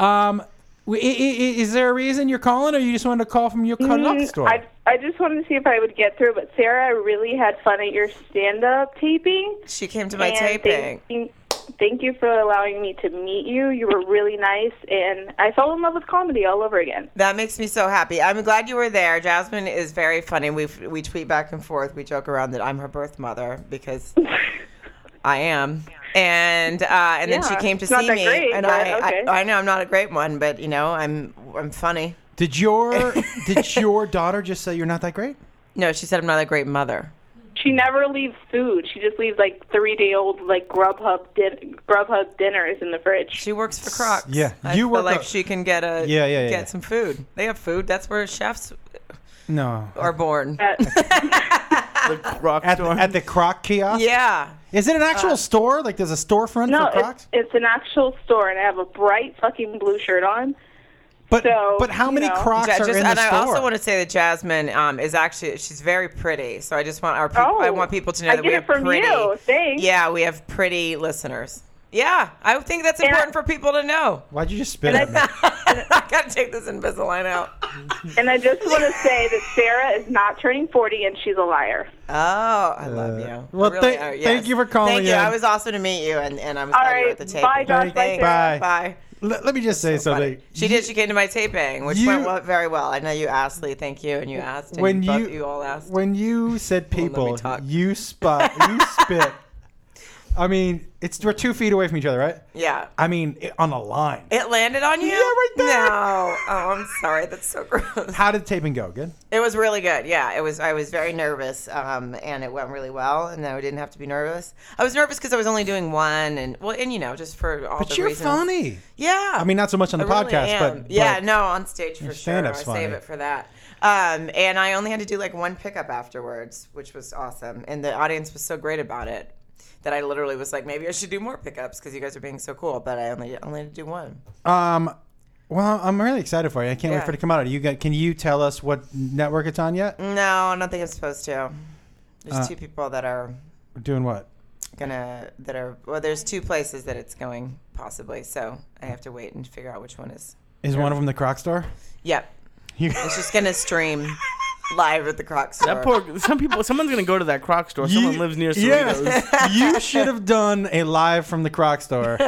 Speaker 5: um, i- i- i- is there a reason you're calling, or you just wanted to call from your Canuck store?
Speaker 4: Mm, I, I just wanted to see if I would get through, but Sarah, I really had fun at your stand-up taping.
Speaker 1: she came to my
Speaker 4: and
Speaker 1: taping.
Speaker 4: Thank, thank you for allowing me to meet you. You were really nice, and I fell in love with comedy all over again.
Speaker 1: That makes me so happy. I'm glad you were there. Jasmine is very funny. We we tweet back and forth. We joke around that I'm her birth mother because I am. And uh, and then she
Speaker 4: Yeah,
Speaker 1: came to
Speaker 4: it's not
Speaker 1: see
Speaker 4: that
Speaker 1: me,
Speaker 4: great,
Speaker 1: and
Speaker 4: but
Speaker 1: I,
Speaker 4: okay.
Speaker 1: I I know I'm not a great one, but you know I'm I'm funny.
Speaker 5: did your did your daughter just say you're not that great?
Speaker 1: No, she said I'm not a great mother.
Speaker 4: She never leaves food. She just leaves like three-day-old like Grubhub din- Grubhub dinners in the fridge.
Speaker 1: She works for Crocs.
Speaker 5: Yeah,
Speaker 1: I
Speaker 5: you
Speaker 1: feel
Speaker 5: work
Speaker 1: like
Speaker 5: a-
Speaker 1: she can get a
Speaker 5: Yeah, yeah, yeah,
Speaker 1: get
Speaker 5: yeah.
Speaker 1: some food. They have food. That's where chefs
Speaker 5: No.
Speaker 1: are born.
Speaker 4: Uh,
Speaker 2: The Croc
Speaker 5: At the,
Speaker 2: store.
Speaker 5: at the Croc kiosk?
Speaker 1: Yeah. Uh,
Speaker 5: Is it an actual store? Like there's a storefront
Speaker 4: No,
Speaker 5: for
Speaker 4: it's,
Speaker 5: Crocs?
Speaker 4: it's an actual store, and I have a bright fucking blue shirt on.
Speaker 5: But
Speaker 4: so,
Speaker 5: but how
Speaker 4: you
Speaker 5: many
Speaker 4: know.
Speaker 5: Crocs
Speaker 1: Ja-
Speaker 5: are
Speaker 1: just-
Speaker 5: in the
Speaker 1: and I
Speaker 5: store?
Speaker 1: also want to say that Jasmine um, is actually she's very pretty. So I just want our peop
Speaker 4: Oh,
Speaker 1: I want people to know
Speaker 4: I
Speaker 1: that
Speaker 4: get
Speaker 1: we
Speaker 4: it
Speaker 1: have
Speaker 4: from
Speaker 1: pretty.
Speaker 4: you. Thanks.
Speaker 1: Yeah, we have pretty listeners. Yeah, I think that's
Speaker 4: I-
Speaker 1: important for people to know.
Speaker 5: Why'd you just spit at me?
Speaker 1: I gotta take this Invisalign out.
Speaker 4: And I just want to say that Sarah is not turning 40, and she's a liar.
Speaker 1: Oh, I love you. I
Speaker 5: well,
Speaker 1: really,
Speaker 5: thank-
Speaker 1: uh,
Speaker 5: thank
Speaker 1: yes.
Speaker 5: you for calling
Speaker 1: Thank you.
Speaker 5: in.
Speaker 1: I was awesome to meet you, and, and I'm
Speaker 4: All
Speaker 1: glad you were
Speaker 4: right,
Speaker 1: at the table.
Speaker 4: bye, Josh. Bye,
Speaker 1: Thank-
Speaker 4: Sarah.
Speaker 5: Bye.
Speaker 1: Bye.
Speaker 5: Let, let me just
Speaker 1: Funny.
Speaker 5: say something.
Speaker 1: She did. She came to my taping, which
Speaker 5: you-
Speaker 1: went well, very well. I know you asked Lee. Thank you, and you asked, and
Speaker 5: when
Speaker 1: you,
Speaker 5: you,
Speaker 1: both- you all asked.
Speaker 5: when you said
Speaker 1: let me
Speaker 5: people,
Speaker 1: talk.
Speaker 5: you spot you spit. I mean, it's we're two feet away from each other, right?
Speaker 1: yeah,
Speaker 5: I mean, it- on a line.
Speaker 1: it landed on you.
Speaker 5: Yeah, right there.
Speaker 1: No, oh, I'm sorry. That's so gross.
Speaker 5: How did taping go? Good.
Speaker 1: It was really good. Yeah, it was. I was very nervous, um, and it went really well. And I didn't have to be nervous. I was nervous because I was only doing one, and well, and you know, just for all
Speaker 5: But
Speaker 1: the
Speaker 5: you're
Speaker 1: reasons.
Speaker 5: funny.
Speaker 1: Yeah,
Speaker 5: I mean, not so much on the
Speaker 1: I really
Speaker 5: podcast,
Speaker 1: am.
Speaker 5: but
Speaker 1: yeah,
Speaker 5: but-
Speaker 1: no, on stage for sure. I
Speaker 5: stand-up's
Speaker 1: save
Speaker 5: funny.
Speaker 1: it for that. Um, and I only had to do like one pickup afterwards, which was awesome. And the audience was so great about it that I literally was like, maybe I should do more pickups because you guys are being so cool. But I only only had to do one.
Speaker 5: Um, well, I'm really excited for you. I can't wait
Speaker 1: Yeah.
Speaker 5: for it to come out. Are you got, can you tell us what network it's on yet?
Speaker 1: No, I don't think I'm supposed to. There's
Speaker 5: Uh.
Speaker 1: two people that are
Speaker 5: Doing what?
Speaker 1: gonna that are well. There's two places that it's going possibly. So I have to wait and figure out which one is.
Speaker 5: Is one of them the Croc store?
Speaker 1: Yep,
Speaker 5: You-
Speaker 1: it's just gonna stream live at the Crocs store.
Speaker 2: That poor. Some people. Someone's gonna go to that Croc store. Someone lives near Cerritos.
Speaker 5: Yeah. you should have done a live from the Croc store.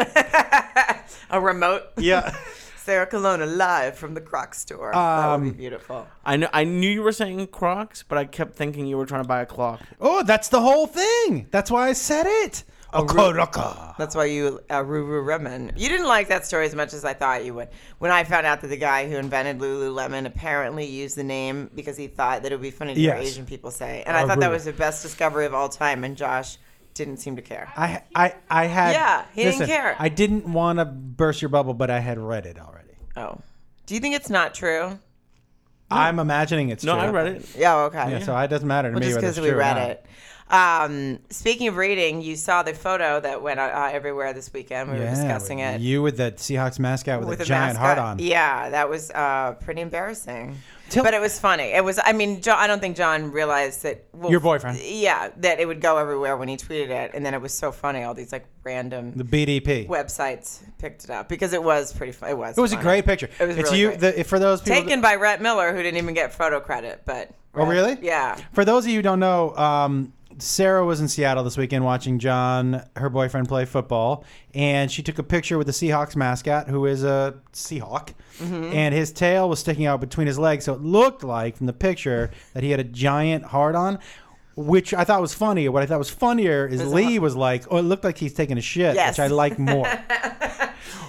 Speaker 1: A remote.
Speaker 5: yeah.
Speaker 1: Sarah Colonna live from the Croc store. that would
Speaker 5: Um,
Speaker 1: be beautiful.
Speaker 2: I know. I knew you were saying Crocs, but I kept thinking you were trying to buy a clock.
Speaker 5: Oh, that's the whole thing. That's why I said it.
Speaker 1: Oh.
Speaker 5: Okoroka.
Speaker 1: That's why you uh, Ruru Lemon. You didn't like that story as much as I thought you would. When I found out that the guy who invented Lululemon apparently used the name because he thought that it would be funny to hear
Speaker 5: Yes. Uh,
Speaker 1: Asian people say, and I thought that
Speaker 5: Aruru.
Speaker 1: was the best discovery of all time. And Josh didn't seem to care.
Speaker 5: I, I, I had.
Speaker 1: Yeah, he didn't care.
Speaker 5: I didn't want to burst your bubble, but I had read it already.
Speaker 1: Oh, do you think it's not true?
Speaker 5: I'm imagining it's
Speaker 2: No,
Speaker 5: true.
Speaker 2: I read it.
Speaker 1: Yeah. Okay.
Speaker 5: Yeah, so it doesn't matter to
Speaker 1: Well,
Speaker 5: me
Speaker 1: just
Speaker 5: whether
Speaker 1: because
Speaker 5: it's
Speaker 1: we
Speaker 5: true or
Speaker 1: read
Speaker 5: not.
Speaker 1: it. Um, speaking of reading, you saw the photo that went uh, everywhere this weekend. We were
Speaker 5: Yeah,
Speaker 1: discussing
Speaker 5: with
Speaker 1: it
Speaker 5: You with the Seahawks mascot with,
Speaker 1: with
Speaker 5: a
Speaker 1: a
Speaker 5: giant
Speaker 1: mascot.
Speaker 5: heart on.
Speaker 1: Yeah, that was uh, pretty embarrassing.
Speaker 5: Tell-
Speaker 1: but it was funny. It was. I mean, John, I don't think John realized that well,
Speaker 5: Your boyfriend.
Speaker 1: Yeah, that it would go everywhere when he tweeted it, and then it was so funny. All these like random
Speaker 5: The BDP.
Speaker 1: websites picked it up because it was pretty. Fun. It was.
Speaker 5: it was a
Speaker 1: funny.
Speaker 5: great picture.
Speaker 1: It was
Speaker 5: it's
Speaker 1: really
Speaker 5: you
Speaker 1: great.
Speaker 5: The, for those people.
Speaker 1: Taken by Rhett Miller, who didn't even get photo credit, but
Speaker 5: Oh,
Speaker 1: Rhett-
Speaker 5: really?
Speaker 1: Yeah.
Speaker 5: For those of you who don't know, um, Sarah was in Seattle this weekend watching John, her boyfriend, play football, and she took a picture with the Seahawks mascot, who is a Seahawk,
Speaker 1: Mm-hmm.
Speaker 5: and his tail was sticking out between his legs, so it looked like from the picture that he had a giant heart on. Which I thought was funny. What I thought was funnier is Lee was like, "Oh, it looked like he's taking a shit,"
Speaker 1: Yes.
Speaker 5: which I like more.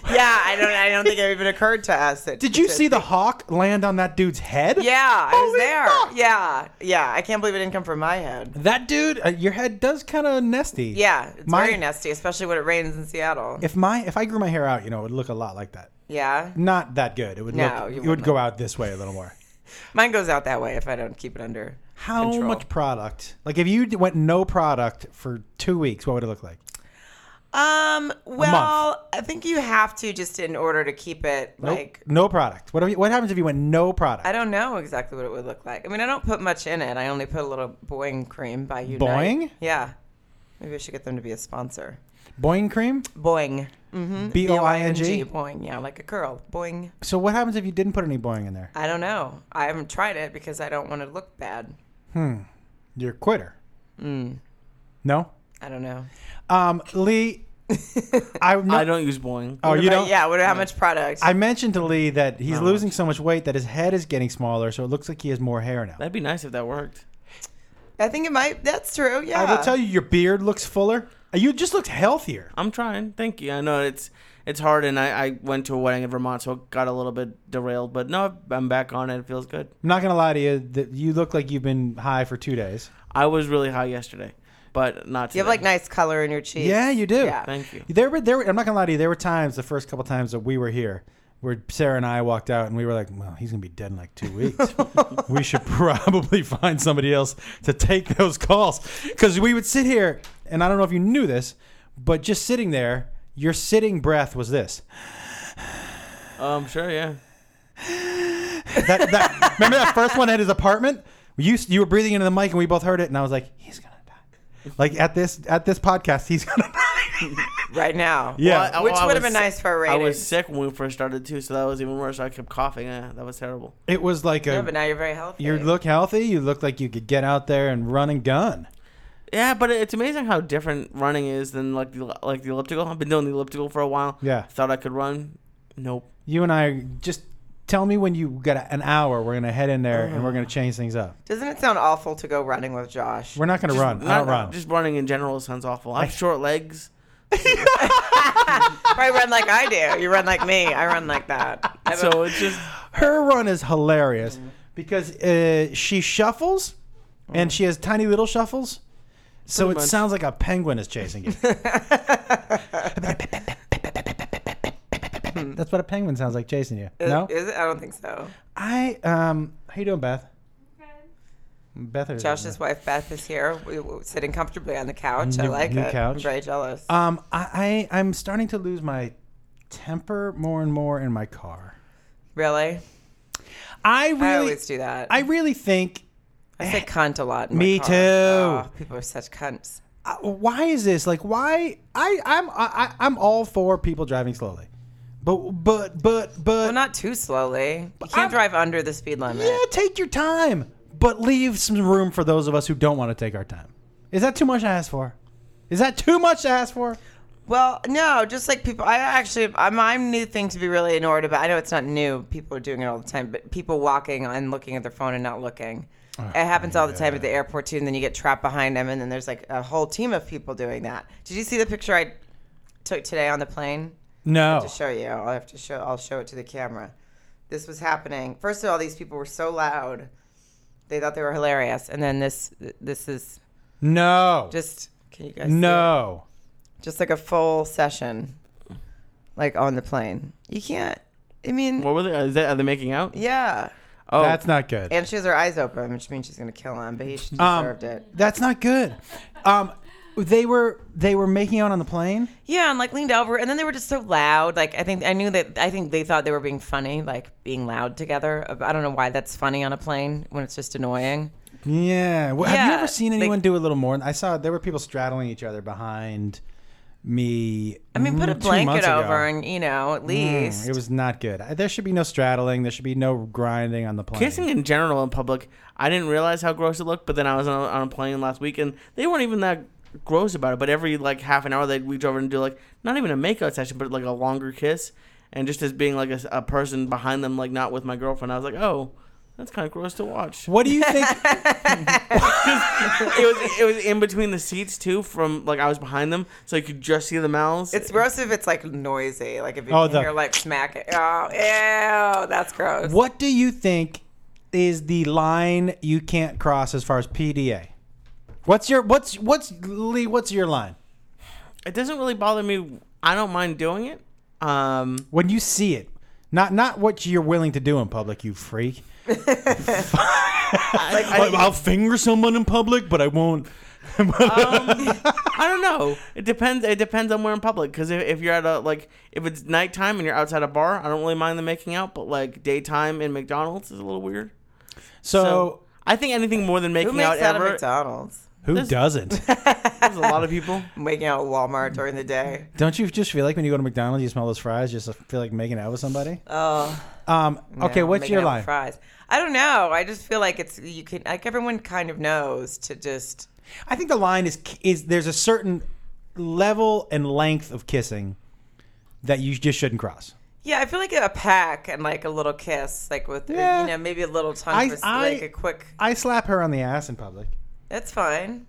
Speaker 1: Yeah, I don't. I don't think it even occurred to us that.
Speaker 5: Did you
Speaker 1: to-
Speaker 5: see the hawk land on that dude's head?
Speaker 1: Yeah, I was
Speaker 5: Holy
Speaker 1: there.
Speaker 5: fuck.
Speaker 1: Yeah, yeah. I can't believe it didn't come from my head.
Speaker 5: That dude, uh, your head does kind of nesty.
Speaker 1: Yeah, it's
Speaker 5: My-
Speaker 1: very nasty, especially when it rains in Seattle.
Speaker 5: If my if I grew my hair out, you know, it would look a lot like that.
Speaker 1: yeah,
Speaker 5: Not that good. It would
Speaker 1: No,
Speaker 5: look,
Speaker 1: you
Speaker 5: it would
Speaker 1: wouldn't.
Speaker 5: go out this way a little more.
Speaker 1: mine goes out that way if I don't keep it under.
Speaker 5: How
Speaker 1: Control.
Speaker 5: much product? Like if you d- went no product for two weeks, what would it look like?
Speaker 1: Um. Well, I think you have to just in order to keep it
Speaker 5: Nope.
Speaker 1: like.
Speaker 5: no product. What if you- what happens if you went no product?
Speaker 1: I don't know exactly what it would look like. I mean, I don't put much in it. I only put a little Boing cream by Unite.
Speaker 5: Boing?
Speaker 1: Yeah. Maybe I should get them to be a sponsor.
Speaker 5: Boing cream,
Speaker 1: Boing. Mm-hmm.
Speaker 5: B O I N G.
Speaker 1: Boing. Yeah, like a curl. Boing.
Speaker 5: So what happens if you didn't put any boing in there?
Speaker 1: I don't know. I haven't tried it because I don't want to look bad.
Speaker 5: You're a quitter.
Speaker 1: Mm.
Speaker 5: No.
Speaker 1: I don't know.
Speaker 5: Um, Lee, I'm not.
Speaker 2: I don't use Boeing.
Speaker 5: oh, you
Speaker 1: But
Speaker 5: don't.
Speaker 1: yeah. What? How much product?
Speaker 5: I mentioned to Lee that he's
Speaker 1: Oh.
Speaker 5: losing so much weight that his head is getting smaller, so it looks like he has more hair now.
Speaker 2: That'd be nice if that worked.
Speaker 1: I think it might. That's true. Yeah.
Speaker 5: I will tell you, your beard looks fuller. Uh, You just looked healthier.
Speaker 2: I'm trying. Thank you. I know it's it's hard, and I, I went to a wedding in Vermont, so it got a little bit derailed. But no, I'm back on it. It feels good.
Speaker 5: I'm not gonna lie to you that you look like you've been high for two days.
Speaker 2: I was really high yesterday, but not today.
Speaker 1: You have like nice color in your cheeks.
Speaker 5: Yeah, you do.
Speaker 1: Yeah.
Speaker 2: Thank you.
Speaker 5: There were there. Were, I'm not gonna lie to you. There were times the first couple times that we were here where Sarah and I walked out and we were like, "Well, he's gonna be dead in like two weeks. we should probably find somebody else to take those calls." Because we would sit here, and I don't know if you knew this, but just sitting there, your sitting breath was this.
Speaker 2: Um, sure, yeah.
Speaker 5: That, that remember that first one at his apartment? You you were breathing into the mic and we both heard it, and I was like, "He's gonna die." Like at this at this podcast, he's gonna die.
Speaker 1: Right now.
Speaker 5: Yeah.
Speaker 2: Well, I-
Speaker 1: Which
Speaker 2: well, oh, I
Speaker 1: would have
Speaker 2: was
Speaker 1: been nice for a
Speaker 2: I
Speaker 1: rating.
Speaker 2: was sick when we first started too, so that was even worse. I kept coughing. Yeah, that was terrible.
Speaker 5: It was like
Speaker 1: Yeah,
Speaker 5: a
Speaker 1: but now you're very healthy.
Speaker 5: you look healthy. You look like you could get out there and run and gun.
Speaker 2: Yeah, but it's amazing how different running is than like the like the elliptical. I've been doing the elliptical for a while.
Speaker 5: Yeah.
Speaker 2: Thought I could run. Nope.
Speaker 5: You and I just tell me when you got a- an hour. We're gonna head in there and we're gonna change things up.
Speaker 1: Doesn't it sound awful to go running with Josh?
Speaker 5: We're not gonna run. I don't
Speaker 2: Not-
Speaker 5: run.
Speaker 2: Just running in general sounds awful. I have short legs.
Speaker 1: I run like I do. You run like me. I run like that. I have a-
Speaker 2: So it's just
Speaker 5: Her run is hilarious because uh, she shuffles and she has tiny little shuffles. So
Speaker 2: Pretty
Speaker 5: it
Speaker 2: much.
Speaker 5: sounds like a penguin is chasing you. That's what a penguin sounds like chasing you.
Speaker 2: Uh,
Speaker 5: No?
Speaker 1: Is it? I don't think so.
Speaker 5: I um how you doing, Beth? Beth is
Speaker 1: Josh's wife Beth is here, we, we sitting comfortably on the couch. I
Speaker 5: New-
Speaker 1: like
Speaker 5: new
Speaker 1: it.
Speaker 5: couch.
Speaker 1: I'm very jealous.
Speaker 5: Um I, I I'm starting to lose my temper more and more in my car.
Speaker 1: really?
Speaker 5: I really
Speaker 1: I always do that.
Speaker 5: I really think
Speaker 1: I say cunt a lot. In my
Speaker 5: Me
Speaker 1: car.
Speaker 5: too.
Speaker 1: Oh, people are such cunts.
Speaker 5: uh, why is this like why I I'm I, I'm all for people driving slowly. But but but but
Speaker 1: Well, not too slowly. You can't
Speaker 5: I'm-
Speaker 1: drive under the speed limit.
Speaker 5: Yeah, take your time, but leave some room for those of us who don't want to take our time. Is that too much to ask for? Is that too much to ask for?
Speaker 1: Well, no, just like people. I actually, I'm, I'm new thing to be really annoyed about. I know it's not new. People are doing it all the time, but people walking and looking at their phone and not looking. it happens all the time at the airport too. And then you get trapped behind them, and then there's like a whole team of people doing that. Did you see the picture I took today on the plane?
Speaker 5: No.
Speaker 1: to show you. I'll have to show. I'll show it to the camera. This was happening. First of all, these people were so loud; they thought they were hilarious. And then this, this is
Speaker 5: No.
Speaker 1: just. Can you guys? see
Speaker 5: No.
Speaker 1: it? Just like a full session, like on the plane. You can't. I mean,
Speaker 2: What were they? Is that, are they making out?
Speaker 1: yeah.
Speaker 2: Oh,
Speaker 5: That's not good.
Speaker 1: And she has her eyes open, which means she's gonna kill him. But he she
Speaker 5: Um,
Speaker 1: deserved it.
Speaker 5: That's not good. Um, they were they were making out on the plane.
Speaker 1: Yeah, and like leaned over, and then they were just so loud. Like I think I knew that I think they thought they were being funny, like being loud together. I don't know why that's funny on a plane when it's just annoying.
Speaker 5: Yeah. Well, Have you
Speaker 1: Yeah,
Speaker 5: ever seen
Speaker 1: they-
Speaker 5: anyone do a little more? I saw there were people straddling each other behind me.
Speaker 1: I mean, put a blanket over, and you know, at least.
Speaker 5: Mm, It was not good. I- There should be no straddling. There should be no grinding on the plane.
Speaker 2: Kissing in general in public, I didn't realize how gross it looked. But then I was on a, on a plane last week, and they weren't even that gross about it. But every like half an hour, they'd reach over and do like not even a makeout session, but like a longer kiss, and just as being like a, s- a person behind them, like not with my girlfriend. I was like, oh, that's kind of gross to watch.
Speaker 5: What do you think?
Speaker 2: it was it was in between the seats too, from like I was behind them, so you could just see the mouths.
Speaker 1: it's gross if it's like noisy, like if you
Speaker 5: Oh,
Speaker 1: can
Speaker 5: the-
Speaker 1: hear like smack it. Oh, ew, that's gross.
Speaker 5: what do you think is the line you can't cross as far as PDA? What's your what's what's Lee? What's your line
Speaker 2: it doesn't really bother me. I don't mind doing it. Um,
Speaker 5: when you see it? Not not what you're willing to do in public, you freak.
Speaker 2: I- I-
Speaker 5: I'll finger someone in public, but I won't.
Speaker 1: Um,
Speaker 2: I don't know. It depends. It depends on where in public. Because if, if you're at a like, if it's nighttime and you're outside a bar, I don't really mind the making out. But like daytime in McDonald's is a little weird.
Speaker 5: so,
Speaker 2: I think anything more than
Speaker 1: Who
Speaker 2: making out
Speaker 1: makes out at
Speaker 2: ever.
Speaker 1: McDonald's?
Speaker 5: who
Speaker 2: this-
Speaker 5: doesn't?
Speaker 2: There's a lot of people.
Speaker 1: Making out at Walmart during the day.
Speaker 5: Don't you just feel like when you go to McDonald's, you smell those fries, you just uh, feel like making out with somebody?
Speaker 1: Oh.
Speaker 5: Um, okay,
Speaker 1: no,
Speaker 5: what's
Speaker 1: making
Speaker 5: your
Speaker 1: out with
Speaker 5: line?
Speaker 1: Fries. I don't know. I just feel like it's you can like everyone kind of knows to just.
Speaker 5: I think the line is is there's a certain level and length of kissing that you just shouldn't cross.
Speaker 1: Yeah, I feel like a pack and like a little kiss, like with
Speaker 5: Yeah.
Speaker 1: you know maybe a little tongue,
Speaker 5: I-
Speaker 1: kiss,
Speaker 5: I-
Speaker 1: like a quick.
Speaker 5: I slap her on the ass in public.
Speaker 1: That's fine.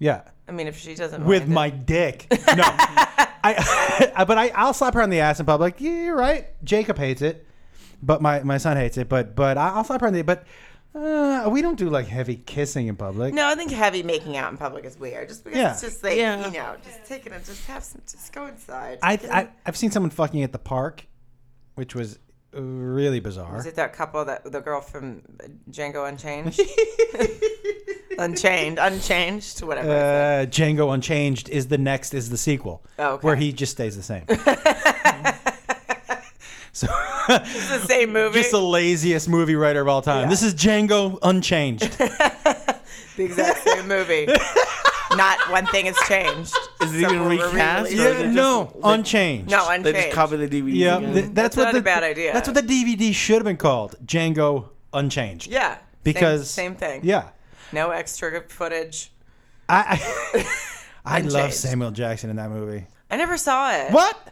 Speaker 5: Yeah,
Speaker 1: I mean, if she doesn't
Speaker 5: with
Speaker 1: mind it.
Speaker 5: my dick. No, I, but I I'll slap her on the ass in public. Yeah, you're right. Jacob hates it, but my, my son hates it. But but I- I'll slap her on the but. Uh, we don't do like heavy kissing in public.
Speaker 1: No, I think heavy making out in public is weird. Just because
Speaker 5: Yeah.
Speaker 1: it's just like
Speaker 2: Yeah.
Speaker 1: you know, just take it and just have some, just go inside.
Speaker 5: I, I I've seen someone fucking at the park, which was really bizarre.
Speaker 1: Is it that couple that the girl from Django Unchained? Unchained, unchanged, whatever.
Speaker 5: Uh, Django Unchanged is the next is the sequel,
Speaker 1: Oh, okay.
Speaker 5: where he just stays the same. so
Speaker 1: it's the same movie.
Speaker 5: just the laziest movie writer of all time. This is Django Unchanged.
Speaker 1: the exact same movie. Not one thing has changed.
Speaker 2: Is it
Speaker 1: So
Speaker 2: even
Speaker 1: we're
Speaker 2: recast?
Speaker 1: really-
Speaker 2: or is it
Speaker 5: yeah,
Speaker 2: just-
Speaker 5: no, Unchanged.
Speaker 1: No,
Speaker 2: They
Speaker 1: unchanged.
Speaker 2: just copy the DVD.
Speaker 5: yeah,
Speaker 2: again.
Speaker 5: th- that's,
Speaker 1: That's
Speaker 5: what
Speaker 1: not
Speaker 5: the,
Speaker 1: a bad idea.
Speaker 5: That's what the DVD should have been called, Django Unchanged.
Speaker 1: yeah, same-
Speaker 5: because
Speaker 1: same, thing.
Speaker 5: Yeah,
Speaker 1: no extra footage.
Speaker 5: I I, I love
Speaker 1: Unchanged.
Speaker 5: Samuel Jackson in that movie.
Speaker 1: I never saw it.
Speaker 5: What?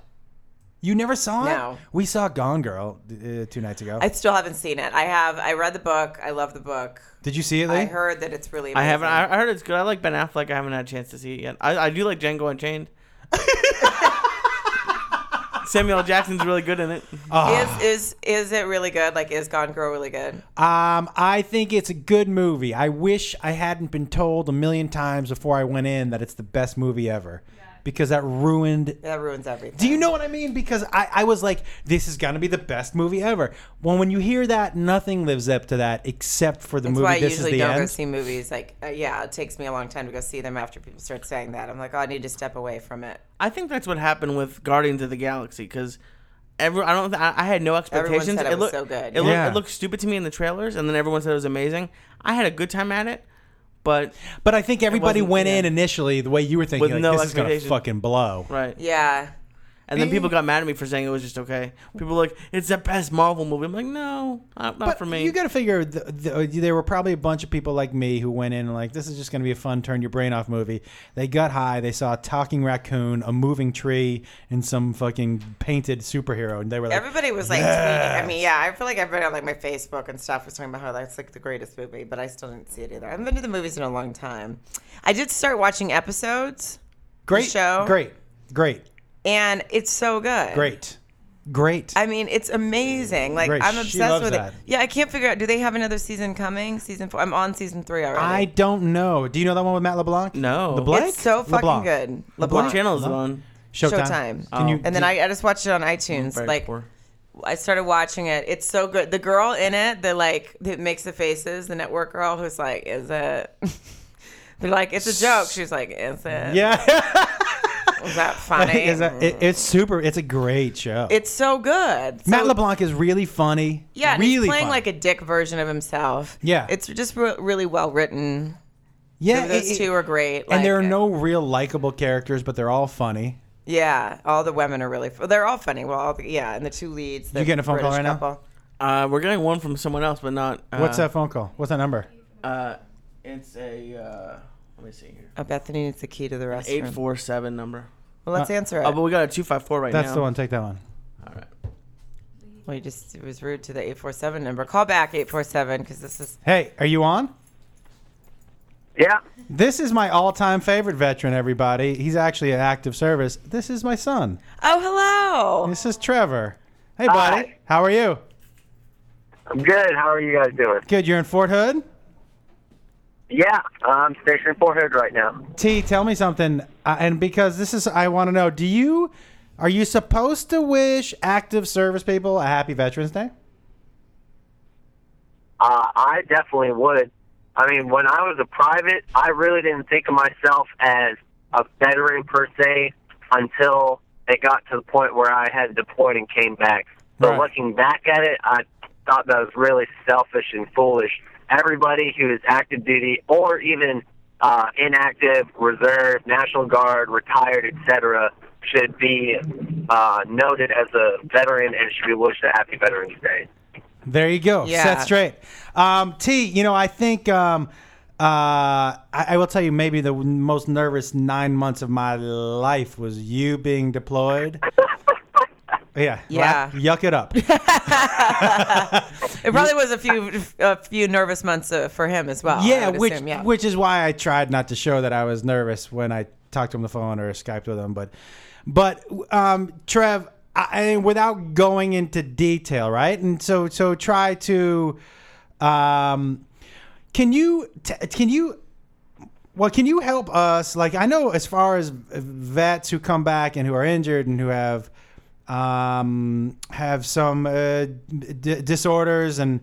Speaker 5: You never saw it?
Speaker 1: No.
Speaker 5: We saw Gone Girl uh, two nights ago.
Speaker 1: I still haven't seen it. I have. I read the book. I love the book.
Speaker 5: Did you see it? Lee?
Speaker 1: I heard that it's really.
Speaker 2: I haven't.
Speaker 1: amazing.
Speaker 2: I I heard it's good. I like Ben Affleck. I haven't had a chance to see it yet. I, I do like Django Unchained. Samuel Jackson's really good in it.
Speaker 1: Is is is it really good? Like, is Gone Girl really good?
Speaker 5: Um, I think it's a good movie. I wish I hadn't been told a million times before I went in that it's the best movie ever, because that ruined.
Speaker 1: That ruins everything.
Speaker 5: Do you know what I mean? Because I, I was like, this is gonna be the best movie ever. Well, when you hear that, nothing lives up to that except for the
Speaker 1: That's
Speaker 5: movie.
Speaker 1: why I
Speaker 5: this is
Speaker 1: usually
Speaker 5: the
Speaker 1: don't go
Speaker 5: end.
Speaker 1: see movies. Like, uh, yeah, it takes me a long time to go see them after people start saying that. I'm like, oh, I need to step away from it.
Speaker 2: I think that's what happened with Guardians of the Galaxy because every I don't th- I I had no expectations.
Speaker 1: said it was
Speaker 2: looked
Speaker 1: so good.
Speaker 2: It, looked,
Speaker 5: Yeah.
Speaker 2: it looked stupid to me in the trailers, and then everyone said it was amazing. I had a good time at it, but
Speaker 5: But I think everybody
Speaker 2: wasn't
Speaker 5: went
Speaker 2: the
Speaker 5: in
Speaker 2: end.
Speaker 5: initially the way you were thinking,
Speaker 2: With
Speaker 5: like,
Speaker 2: no
Speaker 5: this is gonna
Speaker 2: expectation.
Speaker 5: fucking blow.
Speaker 2: right,
Speaker 1: Yeah.
Speaker 2: And then people got mad at me for saying it was just okay. People were like, it's the best Marvel movie. I'm like, no, not, not
Speaker 5: But
Speaker 2: for me.
Speaker 5: You got to figure th th there were probably a bunch of people like me who went in and like this is just going to be a fun turn your brain off movie. They got high, they saw a talking raccoon, a moving tree, and some fucking painted superhero, and they were like,
Speaker 1: Everybody was like tweeting. I mean, yeah, I feel like everybody on like my Facebook and stuff was talking about how that's like the greatest movie, but I still didn't see it either. I haven't been to the movies in a long time. I did start watching episodes,
Speaker 5: "Great
Speaker 1: show.
Speaker 5: great, great,
Speaker 1: and it's so good.
Speaker 5: great, great."
Speaker 1: I mean, it's amazing. Like
Speaker 5: Great.
Speaker 1: I'm
Speaker 5: She
Speaker 1: obsessed
Speaker 5: loves
Speaker 1: with
Speaker 5: that.
Speaker 1: it. Yeah, I can't figure out. Do they have another season coming? Season four. I'm on season three already.
Speaker 5: I don't know. Do you know that one with Matt LeBlanc?
Speaker 2: No.
Speaker 5: LeBlanc.
Speaker 1: it's so fucking
Speaker 5: LeBlanc.
Speaker 1: good.
Speaker 2: what
Speaker 1: LeBlanc.
Speaker 2: channel is it on?
Speaker 5: Showtime.
Speaker 1: Showtime.
Speaker 5: Can
Speaker 2: Oh.
Speaker 5: you,
Speaker 1: And then I, I just watched it on iTunes.
Speaker 2: Very
Speaker 1: like
Speaker 2: poor.
Speaker 1: I started watching it. It's so good. The girl in it, the like that makes the faces, the network girl who's like, is it? They're like, it's a joke. She's like, is it?
Speaker 5: yeah.
Speaker 1: Is that funny?
Speaker 5: Is that- it- it's super. It's a great show.
Speaker 1: it's so good. So-
Speaker 5: Matt LeBlanc is really funny.
Speaker 1: Yeah, and
Speaker 5: really
Speaker 1: he's playing
Speaker 5: funny.
Speaker 1: like a dick version of himself.
Speaker 5: Yeah.
Speaker 1: It's just re- really well written.
Speaker 5: yeah.
Speaker 1: Those
Speaker 5: it- it-
Speaker 1: two are great.
Speaker 5: and there are
Speaker 1: like-
Speaker 5: no real likable characters, but they're all funny.
Speaker 1: Yeah, all the women are really. F- they're all funny. Well, all the, yeah, and the two leads. The
Speaker 5: You getting a phone call
Speaker 1: British
Speaker 5: right now?
Speaker 1: couple.
Speaker 2: Uh, we're getting one from someone else, but not. Uh,
Speaker 5: What's that phone call? What's that number?
Speaker 2: Uh, it's a. Uh, let me see here.
Speaker 1: Oh, Bethany needs the key to the restroom.
Speaker 2: Eight four seven number.
Speaker 1: Well,
Speaker 5: Uh,
Speaker 1: let's answer it.
Speaker 2: Oh, but we got a two five four right
Speaker 5: That's
Speaker 2: now.
Speaker 5: the one. Take that one.
Speaker 2: All right.
Speaker 1: Well, you just it was rude to the eight four seven number. Call back eight four seven because this is
Speaker 5: Hey, are you on?
Speaker 6: Yeah.
Speaker 5: This is my all-time favorite veteran. Everybody, he's actually an active service. This is my son.
Speaker 1: Oh, hello.
Speaker 5: This is Trevor. Hey, buddy.
Speaker 6: Hi.
Speaker 5: How are you?
Speaker 6: I'm good. How are you guys doing?
Speaker 5: Good. You're in Fort Hood.
Speaker 6: Yeah, I'm stationed in Fort Hood right now.
Speaker 5: T, tell me something. Uh, and because this is, I want to know: Do you are you supposed to wish active service people a happy Veterans Day?
Speaker 6: Uh, I definitely would. I mean, when I was a private, I really didn't think of myself as a veteran per se until it got to the point where I had deployed and came back. But
Speaker 5: Right.
Speaker 6: looking back at it, I thought that was really selfish and foolish. Everybody who is active duty or even uh, inactive, reserve, National Guard, retired, etc., should be uh, noted as a veteran and should be wished a happy Veterans Day.
Speaker 5: There you go.
Speaker 1: Yeah.
Speaker 5: Set straight. Um, T, you know, I think um, uh, I, I will tell you maybe the most nervous nine months of my life was you being deployed. Yeah.
Speaker 1: Yeah.
Speaker 5: la- yuck it up.
Speaker 1: it probably was a few a few nervous months uh, for him as well. I
Speaker 5: yeah,
Speaker 1: would
Speaker 5: which
Speaker 1: assume, yeah.
Speaker 5: which is why I tried not to show that I was nervous when I talked to him on the phone or Skyped with him. But but um, Trev, I, I- without going into detail, right? And so so try to um, can you t- can you well can you help us? Like I know as far as vets who come back and who are injured and who have um, have some uh, d- disorders and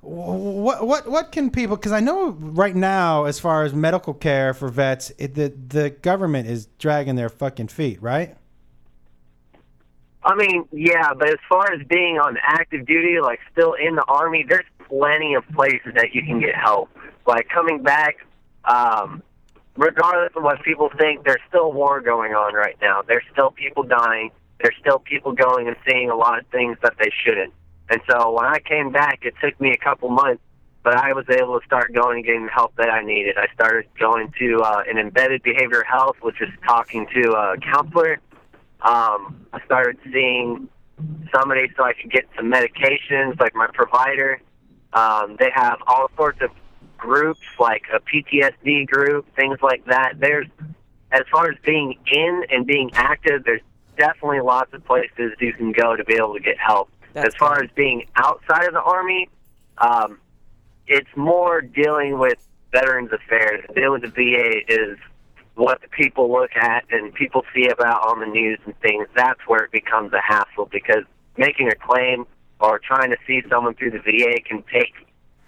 Speaker 5: what what what can people? Because I know right now, as far as medical care for vets, it, the the government is dragging their fucking feet, right?
Speaker 6: I mean, yeah, but as far as being on active duty, like still in the army, there's plenty of places that you can get help. Like coming back, um, regardless of what people think, there's still war going on right now. There's still people dying. There's still people going and seeing a lot of things that they shouldn't. And so when I came back, it took me a couple months, but I was able to start going and getting the help that I needed. I started going to uh, an embedded behavioral health, which is talking to a counselor um, I started seeing somebody so I could get some medications, like my provider. Um, they have all sorts of groups, like a PTSD group, things like that. There's, as far as being in and being active, there's definitely lots of places you can go to be able to get help.
Speaker 1: That's
Speaker 6: as far as being outside of the Army, um, it's more dealing with Veterans Affairs. Dealing with the VA is what the people look at and people see about on the news and things. That's where it becomes a hassle because making a claim or trying to see someone through the VA can take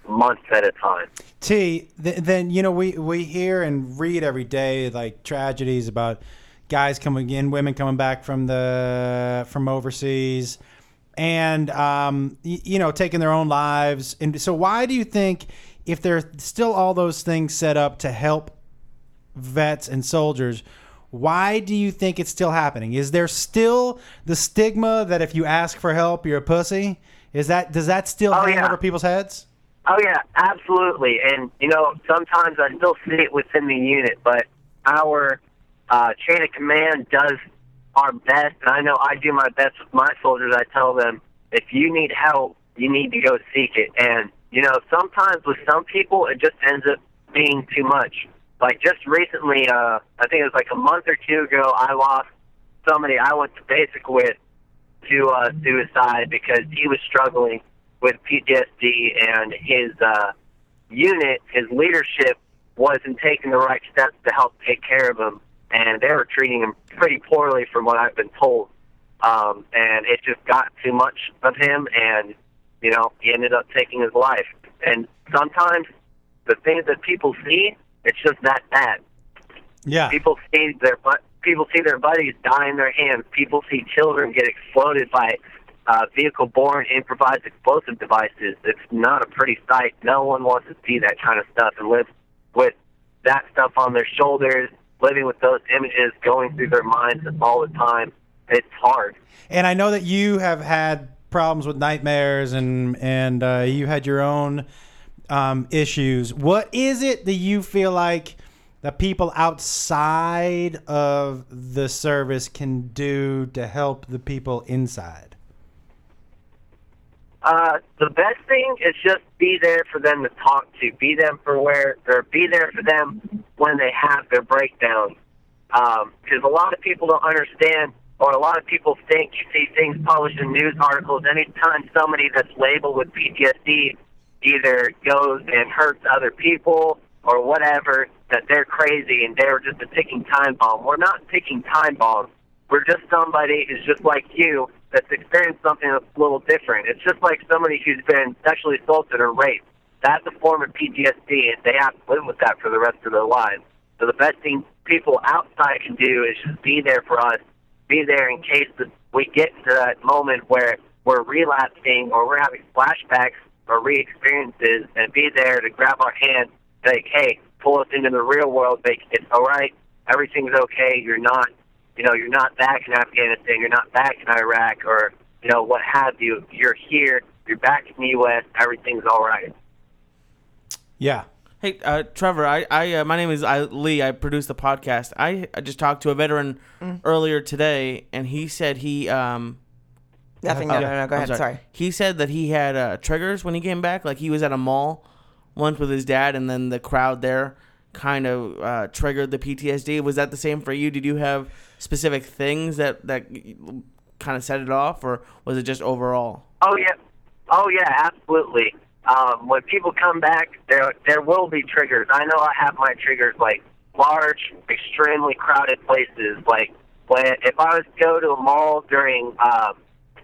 Speaker 6: months at a time.
Speaker 5: T, th- then you know we we hear and read every day like tragedies about guys coming in, women coming back from the from overseas, and um, y- you know taking their own lives. And so, why do you think if there's still all those things set up to help vets and soldiers, Why do you think it's still happening? Is there still the stigma that if you ask for help, you're a pussy? Is that does that still hang
Speaker 6: yeah.
Speaker 5: over people's heads?
Speaker 6: Oh yeah, absolutely. And you know, sometimes I still see it within the unit, but our uh, chain of command does our best. And I know I do my best with my soldiers. I tell them if you need help, you need to go seek it. And you know, sometimes with some people, it just ends up being too much. Like just recently, uh, I think it was like a month or two ago, I lost somebody I went to basic with to uh, suicide because he was struggling with PTSD and his uh, unit, his leadership wasn't taking the right steps to help take care of him, and they were treating him pretty poorly, from what I've been told. Um, and it just got too much of him, and you know he ended up taking his life. And sometimes the things that people see, it's just that bad.
Speaker 5: Yeah.
Speaker 6: People see their bu- people see their buddies die in their hands. People see children get exploded by uh, vehicle-borne improvised explosive devices. It's not a pretty sight. No one wants to see that kind of stuff and live with that stuff on their shoulders, living with those images going through their minds all the time. It's hard.
Speaker 5: And I know that you have had problems with nightmares and and uh, you had your own um, issues. What is it that you feel like the people outside of the service can do to help the people inside?
Speaker 6: Uh, the best thing is just be there for them to talk to, be them for where, or be there for them when they have their breakdown. Because a lot of people don't understand, or a lot of people think you see things published in news articles. Anytime somebody that's labeled with PTSD either goes and hurts other people or whatever, that they're crazy and they're just a ticking time bomb. We're not ticking time bombs. We're just somebody who's just like you that's experienced something that's a little different. It's just like somebody who's been sexually assaulted or raped. That's a form of PTSD, and they have to live with that for the rest of their lives. So the best thing people outside can do is just be there for us, be there in case that we get to that moment where we're relapsing or we're having flashbacks or re-experiences, and be there to grab our hand, like, hey, pull us into the real world, make it's all right, everything's okay, you're not you know, you're not back in Afghanistan, you're not back in Iraq, or you know what have you. You're here, you're back in the U.S. Everything's all right.
Speaker 5: Yeah.
Speaker 2: Hey, uh, Trevor. I, I uh, my name is I, Lee. I produce the podcast. I, I just talked to a veteran
Speaker 1: Mm.
Speaker 2: earlier today, and he said he um
Speaker 1: Nothing. No,
Speaker 2: Oh,
Speaker 1: no, no. Go
Speaker 2: I'm
Speaker 1: ahead. Sorry.
Speaker 2: He said that he had uh, triggers when he came back. Like he was at a mall once with his dad, and then the crowd there kind of uh, triggered the PTSD. Was that the same for you? Did you have specific things that that kind of set it off, or was it just overall?
Speaker 6: Oh yeah, oh yeah, absolutely. Um, when people come back, there there will be triggers. I know I have my triggers like large, extremely crowded places. Like when if I was to go to a mall during um,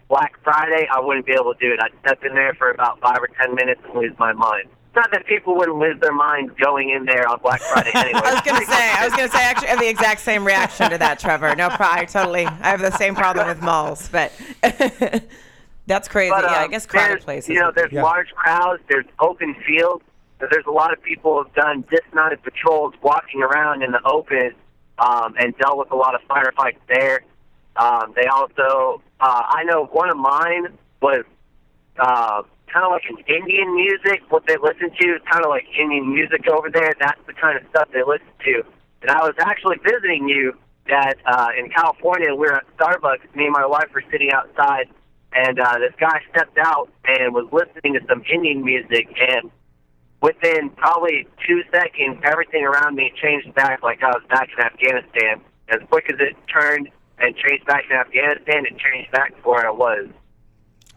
Speaker 6: Black Friday, I wouldn't be able to do it. I'd step in there for about five or ten minutes and lose my mind. It's not that people wouldn't lose their minds going in there on Black Friday anyway.
Speaker 1: I was gonna say, I was gonna say, I actually have the exact same reaction to that, Trevor. No, pro- I totally, I have the same problem with malls, but that's crazy.
Speaker 6: But,
Speaker 1: yeah, I
Speaker 6: um,
Speaker 1: guess crowded
Speaker 6: there's-
Speaker 1: places.
Speaker 6: You know, there's
Speaker 5: Yeah.
Speaker 6: large crowds, there's open fields. So there's a lot of people who've done dismounted patrols walking around in the open um, and dealt with a lot of firefights there. Um, they also, uh, I know one of mine was uh, kind of like an Indian music. What they listen to is kind of like Indian music over there. That's the kind of stuff they listen to. And I was actually visiting you that uh, in California. We were at Starbucks. Me and my wife were sitting outside, and uh, this guy stepped out and was listening to some Indian music. And within probably two seconds, everything around me changed back like I was back in Afghanistan. As quick as it turned and changed back to Afghanistan, it changed back to where I was.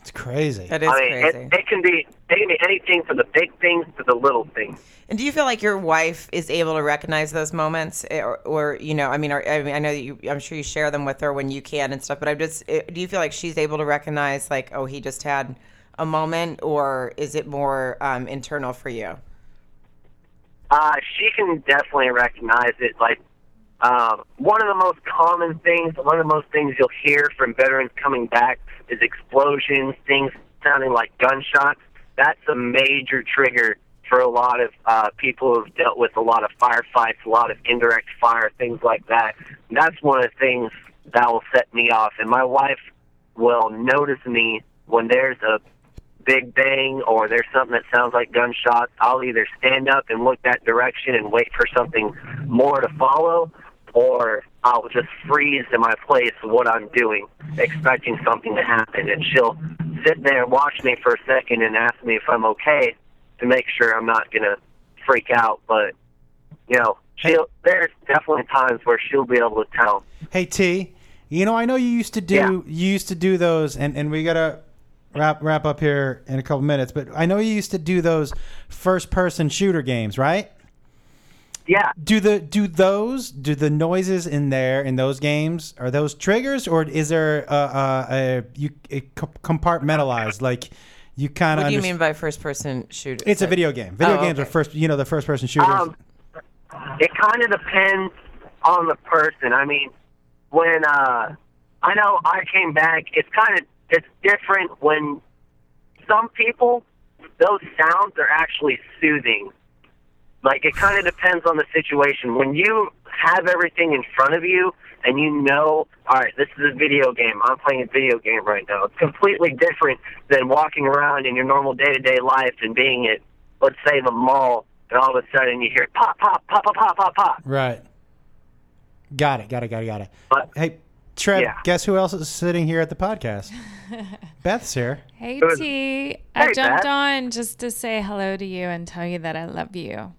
Speaker 5: It's crazy.
Speaker 1: that is
Speaker 6: I mean, it,
Speaker 1: crazy.
Speaker 6: it can be it can be anything from the big things to the little things.
Speaker 1: and do you feel like your wife is able to recognize those moments, eh, or, or you know, I mean, or, I mean, I know that you, I'm sure you share them with her when you can and stuff. But I'm just, eh, do you feel like she's able to recognize, like, oh, he just had a moment, or is it more um, internal for you?
Speaker 6: Uh, she can definitely recognize it. Like um, one of the most common things, one of the most things you'll hear from veterans coming back is explosions, things sounding like gunshots. That's a major trigger for a lot of uh, people who've dealt with a lot of firefights, a lot of indirect fire, things like that. And that's one of the things that will set me off. And my wife will notice me when there's a big bang or there's something that sounds like gunshots. I'll either stand up and look that direction and wait for something more to follow, or I'll just freeze in my place what I'm doing, expecting something to happen. And she'll sit there and watch me for a second and ask me if I'm okay to make sure I'm not going to freak out. But, you know, she'll, there's definitely times where she'll be able to tell.
Speaker 5: Hey T, you know I know you used to do
Speaker 6: Yeah.
Speaker 5: you used to do those, and and we gotta wrap wrap up here in a couple minutes. But I know you used to do those first person shooter games, right?
Speaker 6: Yeah,
Speaker 5: Do the do those do the noises in there in those games are those triggers or is there a, a, a you a co- compartmentalized like you kind of
Speaker 1: What do you mean by first person shooter?
Speaker 5: it's a video game. Video
Speaker 1: Oh,
Speaker 5: games
Speaker 1: okay.
Speaker 5: are first, you know, the first person shooters.
Speaker 6: Um, it kind of depends on the person. I mean, when uh, I know I came back, it's kind of it's different when some people those sounds are actually soothing. Like it kind of depends on the situation. When you have everything in front of you and you know, all right, this is a video game. I'm playing a video game right now. It's completely different than walking around in your normal day-to-day life and being at, let's say, the mall, and all of a sudden you hear pop, pop, pop, pop, pop, pop, pop.
Speaker 5: right. Got it. Got it. Got it. Got it.
Speaker 6: But
Speaker 5: Hey, Trev,
Speaker 6: Yeah.
Speaker 5: guess who else is sitting here at the podcast? Beth's here.
Speaker 7: Hey,
Speaker 6: was-
Speaker 7: T. I
Speaker 6: Hey,
Speaker 7: jumped
Speaker 6: Beth.
Speaker 7: on just to say hello to you and tell you that I love you.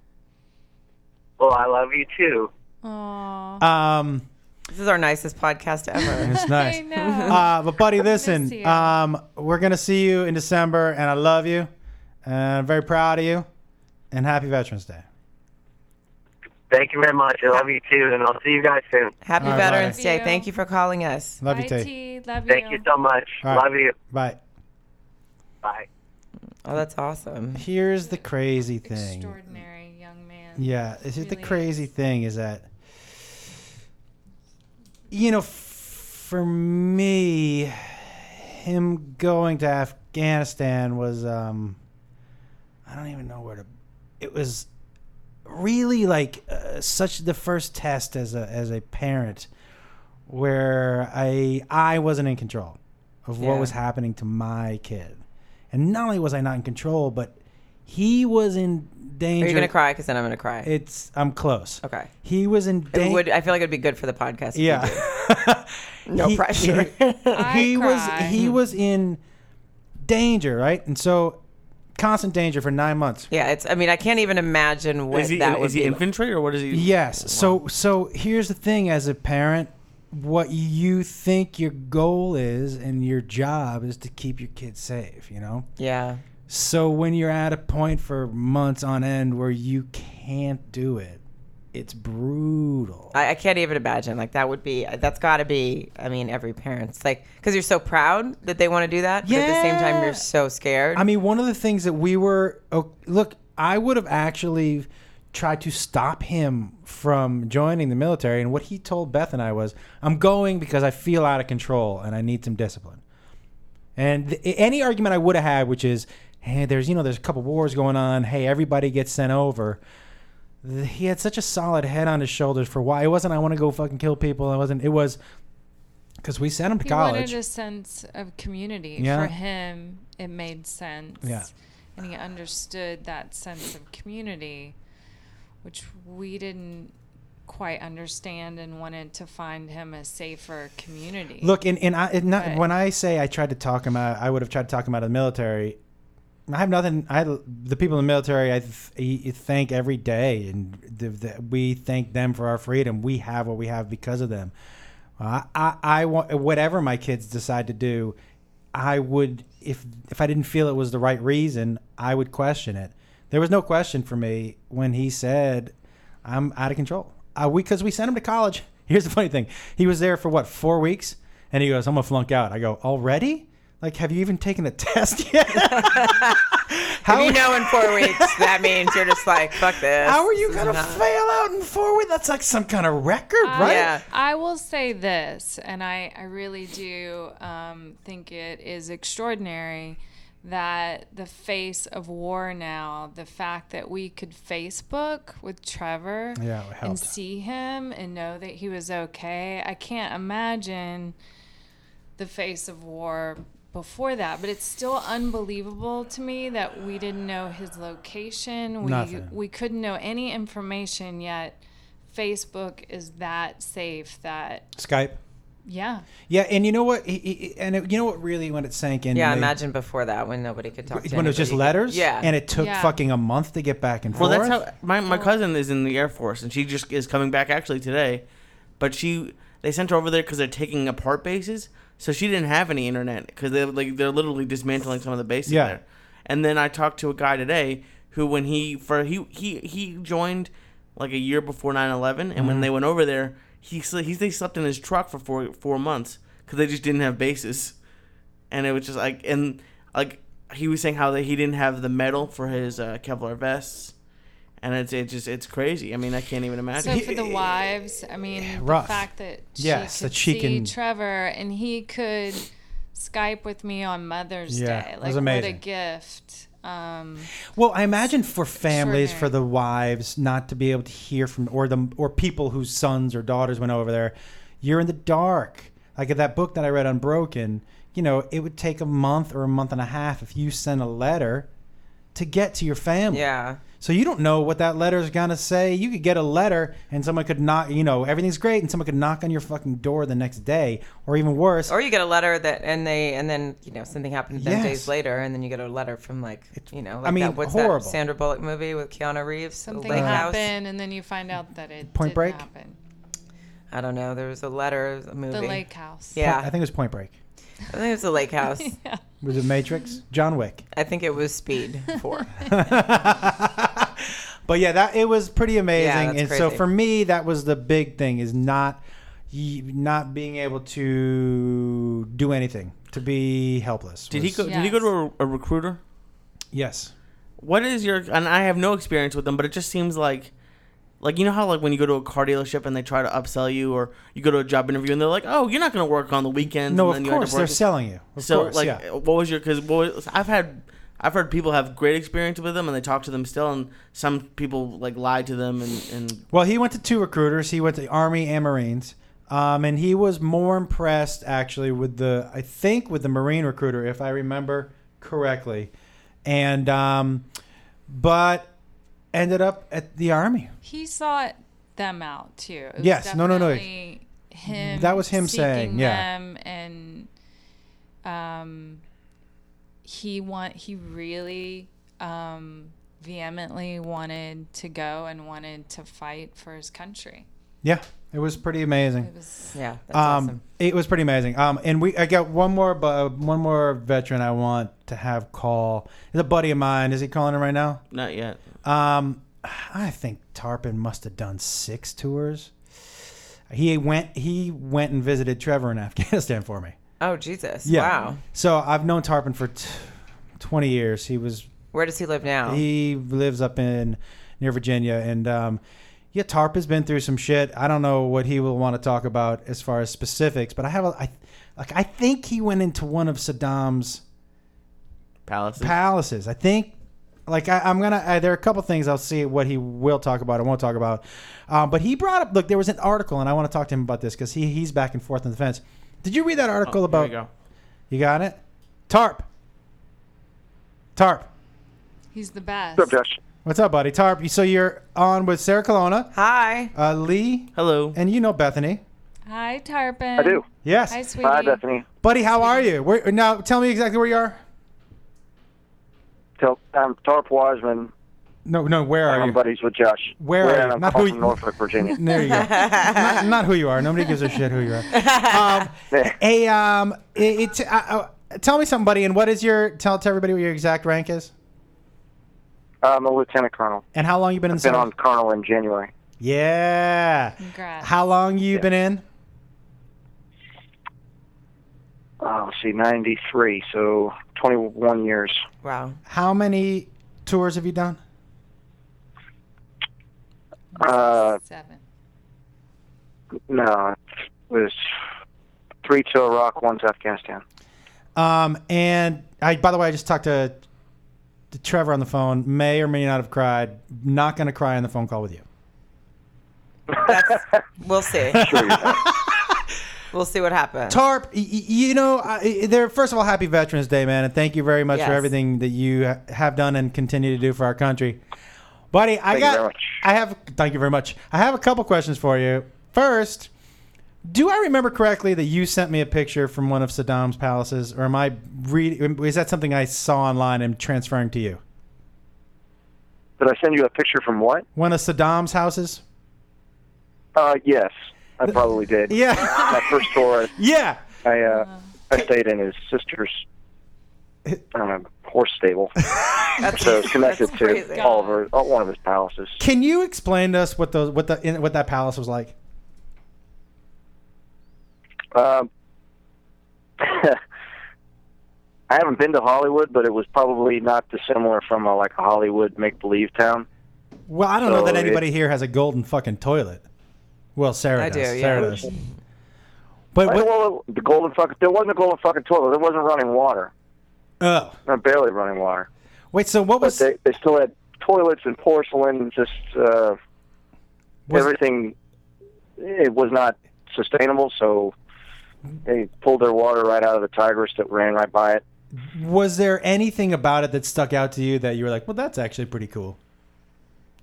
Speaker 6: well, I love you too.
Speaker 7: Aww.
Speaker 5: Um,
Speaker 1: This is our nicest podcast ever.
Speaker 5: it's nice.
Speaker 7: I know.
Speaker 5: Uh, but buddy, listen,
Speaker 7: you.
Speaker 5: um, we're gonna see you in December, and I love you, and I'm very proud of you, and happy Veterans Day.
Speaker 6: Thank you very much. I love you too, and I'll see you guys soon.
Speaker 1: Happy
Speaker 5: All right.
Speaker 1: Veterans Day.
Speaker 7: Thank you.
Speaker 1: Thank you for calling us.
Speaker 5: Love you,
Speaker 7: Bye,
Speaker 5: Tate.
Speaker 7: T. Love you.
Speaker 6: Thank you so much.
Speaker 5: All right.
Speaker 6: Love you.
Speaker 5: Bye.
Speaker 6: Bye.
Speaker 1: Oh, that's awesome.
Speaker 5: Here's the crazy thing.
Speaker 7: Extraordinary young man.
Speaker 5: Yeah, this is the
Speaker 7: Really
Speaker 5: crazy thing is that you know, f- for me, him going to Afghanistan was um, I don't even know where to. It was really like uh, such the first test as a as a parent, where I I wasn't in control of what
Speaker 1: Yeah.
Speaker 5: was happening to my kid, and not only was I not in control, but he was in danger.
Speaker 1: Are you gonna cry? Because then I'm gonna cry.
Speaker 5: It's I'm close.
Speaker 1: okay.
Speaker 5: He was in
Speaker 1: It
Speaker 5: danger.
Speaker 1: would. I feel like it'd be good for the podcast. if you did.
Speaker 5: Yeah.
Speaker 1: No
Speaker 5: He-
Speaker 1: pressure.
Speaker 5: he was
Speaker 7: cry.
Speaker 5: he was in danger, right? And so constant danger for 9 months.
Speaker 1: Yeah. It's. I mean, I can't even imagine what
Speaker 2: Is he,
Speaker 1: Oh, that would
Speaker 2: is he
Speaker 1: be.
Speaker 2: infantry or what is he?
Speaker 5: Yes. So so here's the thing as a parent, what you think your goal is and your job is to keep your kids safe, you know?
Speaker 1: yeah.
Speaker 5: So when you're at a point for months on end where you can't do it, it's brutal.
Speaker 1: I, I can't even imagine. Like that would be. That's got to be. I mean, every parent's like, because you're so proud that they want to do that. But at the same time,
Speaker 5: Yeah.
Speaker 1: you're so scared.
Speaker 5: I mean, one of the things that we were oh, look, I would have actually tried to stop him from joining the military, and what he told Beth and I was, "I'm going because I feel out of control and I need some discipline." And th- any argument I would have had, which is, "Hey, there's you know, there's a couple wars going on. Hey, everybody gets sent over." th- He had such a solid head on his shoulders for why it wasn't. I want to go fucking kill people. It wasn't. It was because we sent him to
Speaker 7: He
Speaker 5: college.
Speaker 7: wanted a sense of community.
Speaker 5: Yeah.
Speaker 7: For him, it made sense.
Speaker 5: Yeah.
Speaker 7: And he understood that sense of community, which we didn't quite understand and wanted to find him a safer community.
Speaker 5: Look, and, and I and not,
Speaker 7: Right.
Speaker 5: when I say I tried to talk him out, I would have tried to talk him out of the military. I have nothing. I the people in the military, I, th- I thank every day, and the, the, we thank them for our freedom. We have what we have because of them. I, I, I want whatever my kids decide to do. I would if if I didn't feel it was the right reason, I would question it. There was no question for me when he said, "I'm out of control." Uh, we because we sent him to college. Here's the funny thing: he was there for what four weeks, and he goes, "I'm gonna flunk out." I go, "Already? Like, have you even taken a test yet?"
Speaker 1: If you know in four weeks, that means you're just like, fuck this.
Speaker 5: How are you
Speaker 1: This is
Speaker 5: gonna
Speaker 1: not- Uh,
Speaker 5: fail out in four weeks? That's like some kind of record, right?
Speaker 1: Yeah.
Speaker 7: I will say this, and I, I really do um, think it is extraordinary that the face of war now, the fact that we could Facebook with Trevor
Speaker 5: Yeah, it
Speaker 7: and
Speaker 5: helped.
Speaker 7: see him and know that he was okay, I can't imagine the face of war before that. But it's still unbelievable to me that we didn't know his location. We
Speaker 5: Nothing.
Speaker 7: we couldn't know any information yet. Facebook is that safe that
Speaker 5: Skype.
Speaker 7: yeah.
Speaker 5: Yeah, and you know what? He- he- he- and it, you know what really when it sank in. to
Speaker 1: Yeah,
Speaker 5: me?
Speaker 1: imagine before that when nobody could talk. to
Speaker 5: when it was just
Speaker 1: anybody.
Speaker 5: letters.
Speaker 1: Yeah.
Speaker 5: and it took
Speaker 7: Yeah.
Speaker 5: fucking a month to get back and
Speaker 2: Well,
Speaker 5: forth.
Speaker 2: that's how my, my cousin is in the Air Force, and she just is coming back actually today. But she they sent her over there because they're taking apart bases, so she didn't have any internet because they like they're literally dismantling some of the bases
Speaker 5: Yeah.
Speaker 2: there. And then I talked to a guy today who, when he for he he he joined like a year before 9-11, and
Speaker 5: Mm-hmm.
Speaker 2: when they went over there, he sl- he they slept in his truck for four four months because they just didn't have bases and it was just like and like he was saying how that he didn't have the medal for his uh, Kevlar vests, and it's it just it's crazy. I mean, I can't even
Speaker 7: So
Speaker 2: imagine.
Speaker 7: for the wives, I mean,
Speaker 5: rough.
Speaker 7: the fact that she
Speaker 5: Yes,
Speaker 7: could
Speaker 5: that she
Speaker 7: see
Speaker 5: can-
Speaker 7: Trevor and he could Skype with me on Mother's
Speaker 5: Yeah,
Speaker 7: Day,
Speaker 5: it
Speaker 7: like
Speaker 5: was
Speaker 7: what a
Speaker 5: amazing.
Speaker 7: gift. Um,
Speaker 5: Well, I imagine for families,
Speaker 7: Extraordinary.
Speaker 5: for the wives, not to be able to hear from, or the or people whose sons or daughters went over there, you're in the dark. Like in that book that I read, Unbroken. You know, it would take a month or a month and a half if you sent a letter to get to your family.
Speaker 1: Yeah.
Speaker 5: So you don't know what that letter is gonna say. You could get a letter, and someone could knock. You know, everything's great, and someone could knock on your fucking door the next day, or even worse.
Speaker 1: Or you get a letter that, and they, and then you know something happened to them
Speaker 5: Yes.
Speaker 1: days later, and then you get a letter from like, you know, like
Speaker 5: mean,
Speaker 1: that, what's
Speaker 5: horrible.
Speaker 1: that Sandra Bullock movie with Keanu Reeves?
Speaker 7: something
Speaker 1: Lake House?
Speaker 7: happened, and then you find out that it
Speaker 5: Point
Speaker 7: didn't
Speaker 5: Break?
Speaker 7: happen.
Speaker 1: I don't know. There was a letter, it was a movie.
Speaker 7: The Lake House.
Speaker 1: Yeah,
Speaker 5: I think it was Point Break.
Speaker 1: I think it was the Lake House.
Speaker 5: Was it Matrix? John Wick.
Speaker 1: I think it was Speed Four.
Speaker 5: But yeah, that it was pretty amazing.
Speaker 1: Yeah, that's
Speaker 5: and so
Speaker 1: crazy.
Speaker 5: for me, that was the big thing is not y- not being able to do anything, to be helpless.
Speaker 2: did he
Speaker 5: was-
Speaker 2: go? Did he go
Speaker 7: Yes.
Speaker 2: to a, a recruiter?
Speaker 5: Yes.
Speaker 2: What is your? And I have no experience with them, but it just seems like. Like you know how like when you go to a car dealership and they try to upsell you, or you go to a job interview and they're like, "Oh, you're not going to work on the weekends."
Speaker 5: No,
Speaker 2: and
Speaker 5: of
Speaker 2: you end up
Speaker 5: course they're
Speaker 2: working.
Speaker 5: selling you. Of
Speaker 2: so
Speaker 5: course,
Speaker 2: like,
Speaker 5: yeah.
Speaker 2: what was your? Because I've had, I've heard people have great experience with them and they talk to them still, and some people like lie to them and, and
Speaker 5: Well, he went to two recruiters. He went to Army and Marines. Um, and he was more impressed actually with the I think with the Marine recruiter if I remember correctly. And um, but ended up at the Army.
Speaker 7: He sought them out too. It was
Speaker 5: Yes, no, no, no.
Speaker 7: definitely Him.
Speaker 5: That was him
Speaker 7: seeking
Speaker 5: saying, yeah.
Speaker 7: Them and um, he want he really um vehemently wanted to go and wanted to fight for his country.
Speaker 5: Yeah, it was pretty amazing.
Speaker 7: It was
Speaker 1: Yeah, that's
Speaker 5: Um,
Speaker 1: awesome.
Speaker 5: It was pretty amazing. Um, and we I got one more bu- one more veteran I want to have call. Is a buddy of mine. Is he calling in right now?
Speaker 2: not yet.
Speaker 5: Um, I think Tarpon must have done six tours. He went he went and visited Trevor in Afghanistan for me.
Speaker 1: Oh Jesus! Wow.
Speaker 5: So I've known Tarpon for t- twenty years. He was
Speaker 1: Where does he live now?
Speaker 5: he lives up in near Virginia, and um, yeah, Tarp has been through some shit. I don't know what he will want to talk about as far as specifics, but I have a, I, like I think he went into one of Saddam's
Speaker 2: Palaces.
Speaker 5: palaces. I think. Like I, I'm gonna, I, there are a couple things I'll see what he will talk about and won't talk about, um, but he brought up. Look, there was an article, and I want to talk to him about this because he he's back and forth on the fence. Did you read that article
Speaker 2: There
Speaker 5: about?
Speaker 2: Oh, we go.
Speaker 5: You got it, Tarp. Tarp,
Speaker 7: he's the best.
Speaker 8: What's up, Josh?
Speaker 5: what's up, buddy? Tarp. So you're on with Sarah Colonna.
Speaker 1: Hi.
Speaker 5: uh, Lee,
Speaker 2: Hello.
Speaker 5: and you know Bethany.
Speaker 7: Hi Tarpon.
Speaker 8: I do.
Speaker 5: Yes,
Speaker 7: Hi sweetie.
Speaker 8: Hi, Bethany.
Speaker 5: buddy, how are you? Where, now, tell me exactly where you are.
Speaker 8: Tell, I'm Tarp Wiseman.
Speaker 5: No, no, where are
Speaker 8: I'm
Speaker 5: you?
Speaker 8: buddies with Josh.
Speaker 5: Where
Speaker 8: We're
Speaker 5: are
Speaker 8: in
Speaker 5: you?
Speaker 8: a
Speaker 5: Not
Speaker 8: car
Speaker 5: who
Speaker 8: from
Speaker 5: you-
Speaker 8: Norfolk, Virginia.
Speaker 5: There you go. not, not who you are. Nobody gives a shit who you are. Um, hey, um, it, it, uh, uh, tell me something, buddy. And what is your tell tell everybody what your exact rank is,
Speaker 6: Uh,
Speaker 8: I'm a lieutenant colonel.
Speaker 5: and how long you been in the
Speaker 8: Been
Speaker 5: service?
Speaker 8: on colonel in January.
Speaker 5: Yeah.
Speaker 7: Congrats.
Speaker 5: How long you been in?
Speaker 6: Uh,
Speaker 8: Oh, let's see, 93, so 21 years.
Speaker 1: Wow.
Speaker 5: How many tours have you done?
Speaker 8: Uh,
Speaker 7: Seven.
Speaker 8: no, it was three to Iraq, one to Afghanistan.
Speaker 5: Um, and I, by the way, I just talked to, to Trevor on the phone. May or may not have cried. Not going to cry on the phone call with you.
Speaker 1: We'll see. we'll see what happens.
Speaker 5: Tarp, y- y- you know, I, they're first of all happy Veterans Day, man, and thank you very much for
Speaker 1: Yes.
Speaker 5: everything that you ha- have done and continue to do for our country, buddy. I
Speaker 8: Thank you
Speaker 5: got,
Speaker 8: very much.
Speaker 5: I have, thank you very much. I have a couple questions for you. First, do I remember correctly that you sent me a picture from one of Saddam's palaces, or am I read? Is that something I saw online and transferring to you?
Speaker 6: Did I send you a picture from what?
Speaker 5: One of Saddam's houses?
Speaker 6: Uh, yes, I probably did.
Speaker 5: Yeah,
Speaker 6: My first tour,
Speaker 5: yeah.
Speaker 6: I, I, uh, I stayed in his sister's I don't know, horse stable. so it's connected
Speaker 1: that's crazy.
Speaker 6: to all of her, all, one of his palaces.
Speaker 5: Can you explain to us what those, what the, in, what that palace was like?
Speaker 6: Um, I haven't been to Hollywood, but it was probably not dissimilar from a, like a Hollywood make-believe town.
Speaker 5: Well, I don't know
Speaker 6: So
Speaker 5: that
Speaker 6: Oh, it-
Speaker 5: anybody here has a golden fucking toilet. Well, Sarah
Speaker 1: I
Speaker 5: does.
Speaker 1: do, yeah.
Speaker 5: Sarah does. But
Speaker 6: Like,
Speaker 5: what?
Speaker 6: well, the golden fucking there wasn't a golden fucking toilet. There wasn't running water.
Speaker 5: Oh,
Speaker 6: Not barely running water.
Speaker 5: wait. So what
Speaker 6: But
Speaker 5: was?
Speaker 6: they they still had toilets and porcelain and just uh,
Speaker 5: Was-
Speaker 6: everything. It was not sustainable, so they pulled their water right out of the Tigris that ran right by it.
Speaker 5: Was there anything about it that stuck out to you that you were like, "Well, that's actually pretty cool."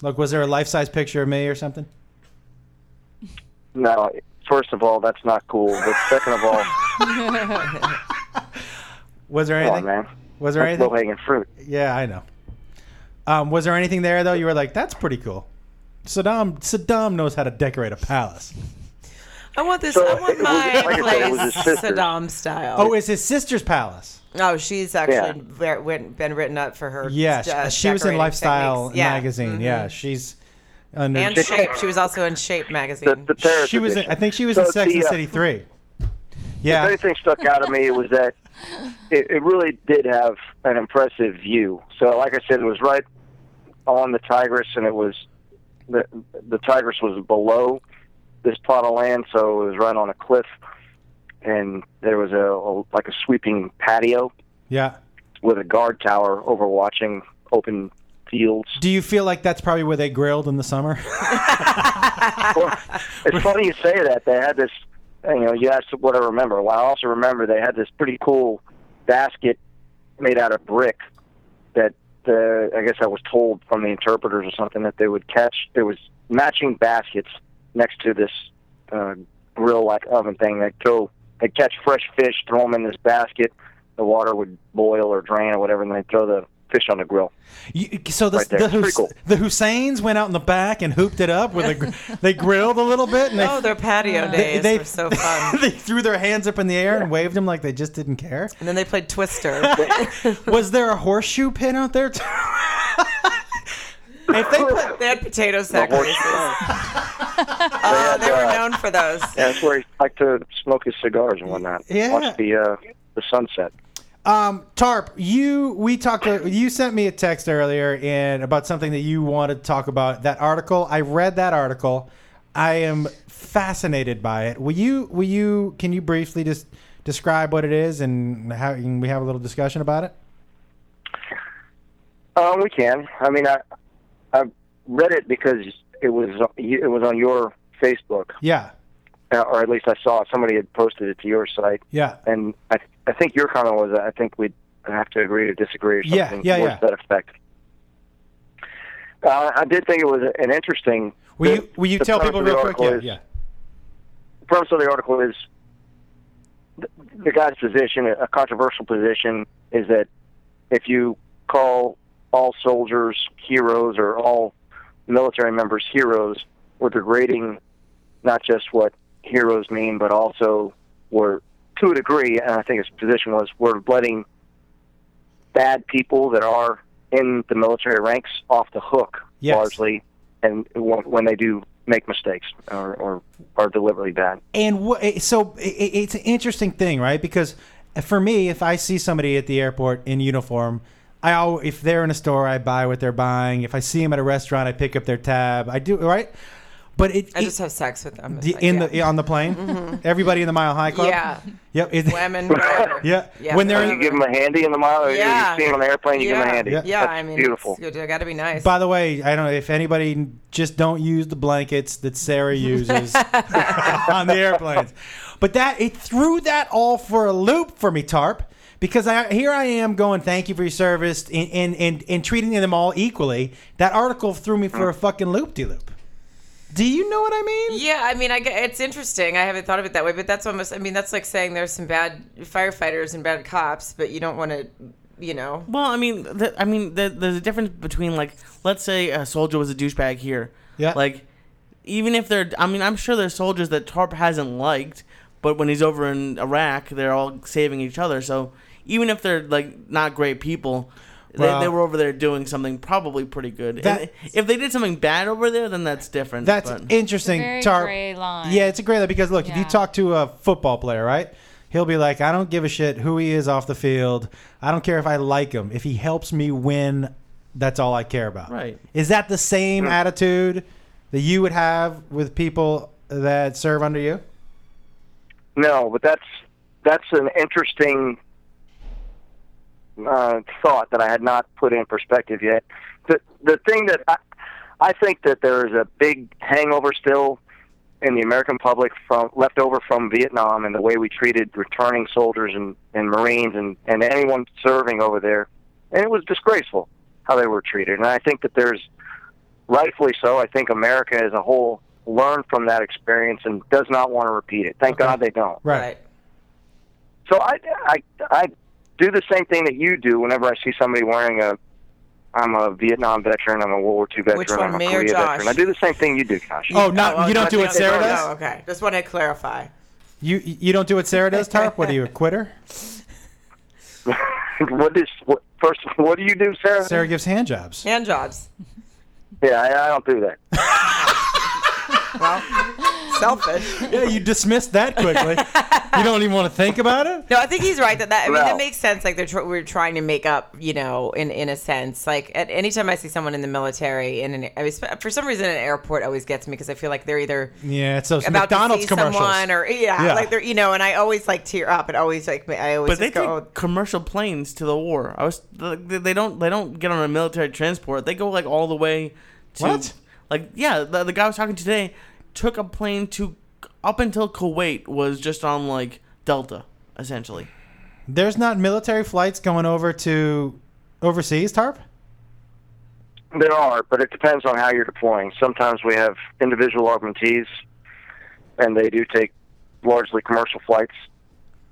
Speaker 5: Like, was there a life-size picture of me or something?
Speaker 6: Now, first of all, that's not cool. But second of all,
Speaker 5: Was there
Speaker 6: come on,
Speaker 5: anything?
Speaker 6: Oh, man,
Speaker 5: was there
Speaker 6: that's low
Speaker 5: anything?
Speaker 6: hanging fruit.
Speaker 5: Yeah, I know. Um, was there anything there though? You were like, "That's pretty cool." Saddam Saddam knows how to decorate a palace.
Speaker 1: I want this.
Speaker 6: So,
Speaker 1: I want
Speaker 6: it was- like
Speaker 1: my
Speaker 6: I said, it was
Speaker 1: place
Speaker 6: his sister's.
Speaker 1: Saddam style.
Speaker 5: Oh, it's his sister's palace.
Speaker 1: No, she's actually
Speaker 6: Yeah.
Speaker 1: ver- went- been written up for her.
Speaker 5: Yeah,
Speaker 1: st- uh,
Speaker 5: she, she was in
Speaker 1: decorating
Speaker 5: Lifestyle
Speaker 1: techniques. Yeah.
Speaker 5: magazine.
Speaker 1: Mhm.
Speaker 5: Yeah, she's under.
Speaker 1: And Shape. She was also in Shape
Speaker 6: The,
Speaker 1: magazine.
Speaker 6: the Paris
Speaker 5: she was. In,
Speaker 6: edition.
Speaker 5: I think she was
Speaker 6: So
Speaker 5: in Sex
Speaker 6: the,
Speaker 5: and the
Speaker 6: uh,
Speaker 5: City three.
Speaker 6: If
Speaker 5: Yeah,
Speaker 6: anything stuck out to me was that it, it really did have an impressive view. So, like I said, it was right on the Tigris, and it was the the Tigris was below this plot of land, so it was right on a cliff, and there was a, a like a sweeping patio
Speaker 5: yeah.
Speaker 6: with a guard tower overwatching open fields.
Speaker 5: Do you feel like that's probably where they grilled in the summer?
Speaker 6: Well, it's funny you say that. They had this, you know, you asked what I remember. Well, I also remember they had this pretty cool basket made out of brick that uh, I guess I was told from the interpreters or something that they would catch. There was matching baskets next to this uh, grill-like oven thing. They'd go, they'd catch fresh fish, throw them in this basket. The water would boil or drain or whatever, and they'd throw the fish on the grill.
Speaker 5: You, so the
Speaker 6: Right there.
Speaker 5: the,
Speaker 6: Pretty
Speaker 5: Hus-
Speaker 6: cool.
Speaker 5: the Husseins went out in the back and hooped it up with a. gr- they grilled a little bit and they.
Speaker 1: oh, their patio days
Speaker 5: they-
Speaker 1: were so fun.
Speaker 5: they threw their hands up in the air and waved them like they just didn't care.
Speaker 1: and then they played Twister.
Speaker 5: Was there a horseshoe pin out there? Too? if they put,
Speaker 1: they had potato sack
Speaker 6: horse-
Speaker 1: races. Oh, they were
Speaker 6: uh,
Speaker 1: known for those.
Speaker 6: Yeah, that's where he liked to smoke his cigars and whatnot.
Speaker 5: Yeah.
Speaker 6: Watch the uh, the sunset.
Speaker 5: Um, Tarp, you we talked. To, you sent me a text earlier and about something that you wanted to talk about. That article, I read that article. I am fascinated by it. Will you? Will you? Can you briefly just describe what it is and how can we have a little discussion about it?
Speaker 6: Um, we can. I mean, I I read it because it was it was on your Facebook,
Speaker 5: Yeah,
Speaker 6: uh, or at least I saw it. somebody had posted it to your site,
Speaker 5: yeah,
Speaker 6: and I I think your comment was I think we'd have to agree to disagree or
Speaker 5: Yeah,
Speaker 6: something
Speaker 5: yeah,
Speaker 6: towards
Speaker 5: yeah.
Speaker 6: that effect. Uh, I did think it was an interesting.
Speaker 5: Will
Speaker 6: the-
Speaker 5: you? Will you
Speaker 6: the
Speaker 5: tell
Speaker 6: premise
Speaker 5: people
Speaker 6: of the
Speaker 5: real quick?
Speaker 6: article
Speaker 5: Yeah,
Speaker 6: is-
Speaker 5: yeah.
Speaker 6: the premise of the article is the, the guy's position, a controversial position, is that if you call all soldiers heroes or all military members heroes, we're degrading not just what heroes mean, but also we're, to a degree, and I think his position was, we're letting bad people that are in the military ranks off the hook
Speaker 5: Yes.
Speaker 6: largely, and when when they do make mistakes or, or are deliberately bad.
Speaker 5: And wh- so i- i- it's an interesting thing, right? Because for me, if I see somebody at the airport in uniform, I al- if they're in a store, I buy what they're buying. If I see them at a restaurant, I pick up their tab. I do right. But it,
Speaker 1: I
Speaker 5: it-
Speaker 1: just have sex with them. It's
Speaker 5: the,
Speaker 1: like,
Speaker 5: in
Speaker 1: yeah. Mm-hmm.
Speaker 5: the on the plane, everybody in the Mile High Club.
Speaker 1: Yeah.
Speaker 5: Yep. it-
Speaker 1: women. whatever.
Speaker 5: yeah.
Speaker 1: Yeah,
Speaker 5: When they're
Speaker 1: whatever.
Speaker 5: in,
Speaker 6: You give them a handy in the mile, or
Speaker 1: Yeah.
Speaker 6: you see them on the airplane, you give them
Speaker 1: Yeah.
Speaker 6: a handy.
Speaker 1: Yeah,
Speaker 6: That's
Speaker 1: I mean,
Speaker 6: beautiful.
Speaker 1: It's, you got to be nice.
Speaker 5: By the way, I don't know if anybody just don't use the blankets that Sarah uses on the airplanes. But that it threw that all for a loop for me, Tarp, because I here I am going, thank you for your service, and and and, and treating them all equally. That article threw me for a fucking loop de loop. Do you know what I mean?
Speaker 1: Yeah, I mean, I gue- it's interesting. I haven't thought of it that way, but that's almost. I mean, that's like saying there's some bad firefighters and bad cops, but you don't want to, you know.
Speaker 2: Well, I mean, th- I mean, th- there's a difference between like, let's say a soldier was a douchebag here.
Speaker 5: Yeah.
Speaker 2: Like, even if they're, I mean, I'm sure there's soldiers that Tarp hasn't liked, but when he's over in Iraq, they're all saving each other. So even if they're like not great people.
Speaker 5: Well-
Speaker 2: they, they were over there doing something probably pretty good. And
Speaker 5: That-
Speaker 2: if they did something bad over there, then that's different.
Speaker 5: That's
Speaker 2: but-
Speaker 5: interesting,
Speaker 7: Very
Speaker 5: Tarp.
Speaker 7: gray line.
Speaker 5: Yeah, it's a great line because look, if you
Speaker 7: Yeah.
Speaker 5: talk to a football player, right? He'll be like, I don't give a shit who he is off the field. I don't care if I like him. If he helps me win, that's all I care about.
Speaker 2: Right.
Speaker 5: Is that the same attitude that you would have with people that serve under you?
Speaker 6: No, but that's that's an interesting uh, thought that I had not put in perspective yet. The the thing that I, I think that there is a big hangover still in the American public from left over from Vietnam and the way we treated returning soldiers and, and Marines and, and anyone serving over there. And it was disgraceful how they were treated. And I think that there's rightfully so. I think America as a whole learned from that experience and does not want to repeat it. Thank God they don't.
Speaker 1: Right.
Speaker 6: So I, I, I do the same thing that you do whenever I see somebody wearing a. I'm a Vietnam veteran. I'm a World War II veteran.
Speaker 1: Which one,
Speaker 6: I'm a
Speaker 1: me or
Speaker 6: Korea
Speaker 1: Josh?
Speaker 6: veteran. I do the same thing you do, Josh.
Speaker 5: Oh, not
Speaker 1: well,
Speaker 5: you don't do what
Speaker 1: that's-
Speaker 5: Sarah
Speaker 1: oh,
Speaker 5: does.
Speaker 1: No, okay. Just want to clarify.
Speaker 5: You you don't do what Sarah does, Tarp. What are you, a quitter?
Speaker 6: what is what, first? What do you do, Sarah?
Speaker 5: Sarah gives hand jobs.
Speaker 1: Hand jobs.
Speaker 6: Yeah, I, I don't do that.
Speaker 1: Selfish.
Speaker 5: Yeah, you dismissed that quickly. you don't even want to think about it.
Speaker 1: No, I think he's right that that. I mean, that
Speaker 6: Well-
Speaker 1: makes sense. Like they're tr- we're trying to make up, you know, in in a sense. Like at any time I see someone in the military, in an I was, for some reason an airport always gets me because I feel like they're either
Speaker 5: Yeah, it's those
Speaker 1: about
Speaker 5: McDonald's
Speaker 1: to see
Speaker 5: commercials.
Speaker 1: someone or yeah,
Speaker 5: Yeah.
Speaker 1: like they're you know, and I always like tear up. It always like I always
Speaker 2: But
Speaker 1: just
Speaker 2: they take
Speaker 1: go. oh.
Speaker 2: commercial planes to the war. I was they they don't they don't get on a military transport. They go like all the way to
Speaker 5: What?
Speaker 2: like yeah. The, the guy I was talking to today took a plane to up until Kuwait was just on like Delta essentially.
Speaker 5: There's not military flights going over to overseas, Tarp?
Speaker 6: There are, but it depends on how you're deploying. Sometimes we have individual augmentees, and they do take largely commercial flights.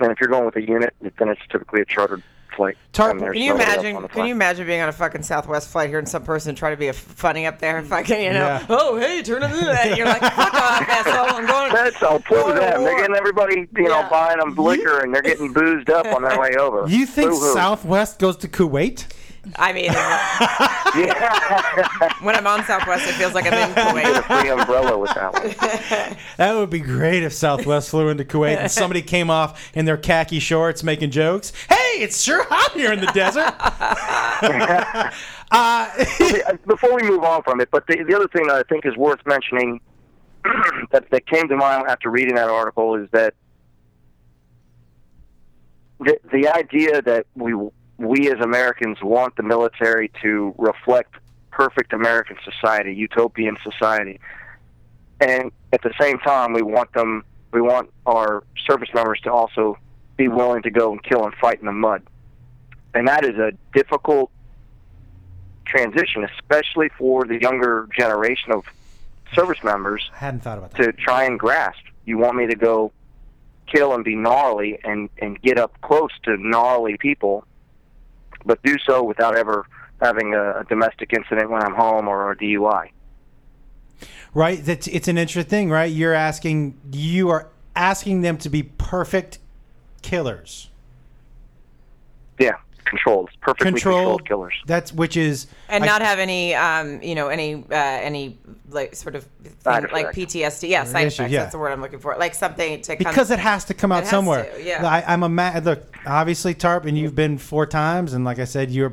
Speaker 6: And if you're going with a unit, then it's typically a chartered flight.
Speaker 5: Tarp,
Speaker 6: and there's
Speaker 1: Can you
Speaker 6: nobody else on
Speaker 1: imagine?
Speaker 6: the
Speaker 1: Can
Speaker 6: plane.
Speaker 1: you imagine being on a fucking Southwest flight here and some person try to be a funny up there and fucking you know?
Speaker 5: Yeah.
Speaker 1: Oh hey, turn it in. And you're like fuck off, asshole. I'm going.
Speaker 6: That's all
Speaker 1: Go
Speaker 6: poor
Speaker 1: to
Speaker 6: them. They're
Speaker 1: war.
Speaker 6: getting everybody, you know,
Speaker 1: Yeah.
Speaker 6: buying them liquor, and they're getting boozed up on their way over.
Speaker 5: You think
Speaker 6: Boo-hoo.
Speaker 5: Southwest goes to Kuwait?
Speaker 1: I mean,
Speaker 6: Yeah,
Speaker 1: when I'm on Southwest, it feels like I'm in Kuwait.
Speaker 6: free umbrella with that one.
Speaker 5: That would be great if Southwest flew into Kuwait and somebody came off in their khaki shorts making jokes. Hey, it's sure hot here in the desert. uh,
Speaker 6: Uh, Before we move on from it, but the, the other thing that I think is worth mentioning that, that came to mind after reading that article is that the, the idea that we we as Americans want the military to reflect perfect American society, utopian society, and at the same time we want them we want our service members to also be willing to go and kill and fight in the mud, and that is a difficult transition, especially for the younger generation of service members
Speaker 5: I hadn't thought about that.
Speaker 6: to try and grasp. You want me to go kill and be gnarly and and get up close to gnarly people, but do so without ever having a, a domestic incident when I'm home or a DUI.
Speaker 5: Right? That's, it's an interesting thing, right? You're asking, you are asking them to be perfect killers.
Speaker 6: Yeah, controlled, perfectly
Speaker 5: Controlled,
Speaker 6: controlled killers.
Speaker 5: That's which is
Speaker 1: and
Speaker 5: I-
Speaker 1: not have any um you know any uh any like sort of thing,
Speaker 6: Side
Speaker 1: like
Speaker 6: effect.
Speaker 1: PTSD yeah side
Speaker 5: issue,
Speaker 1: effects
Speaker 5: yeah.
Speaker 1: that's the word I'm looking for like something to come
Speaker 5: because it has to come out
Speaker 1: has
Speaker 5: somewhere.
Speaker 1: to, yeah.
Speaker 5: I, I'm a ma- look. Obviously, Tarp, and you've been four times, and like I said, you're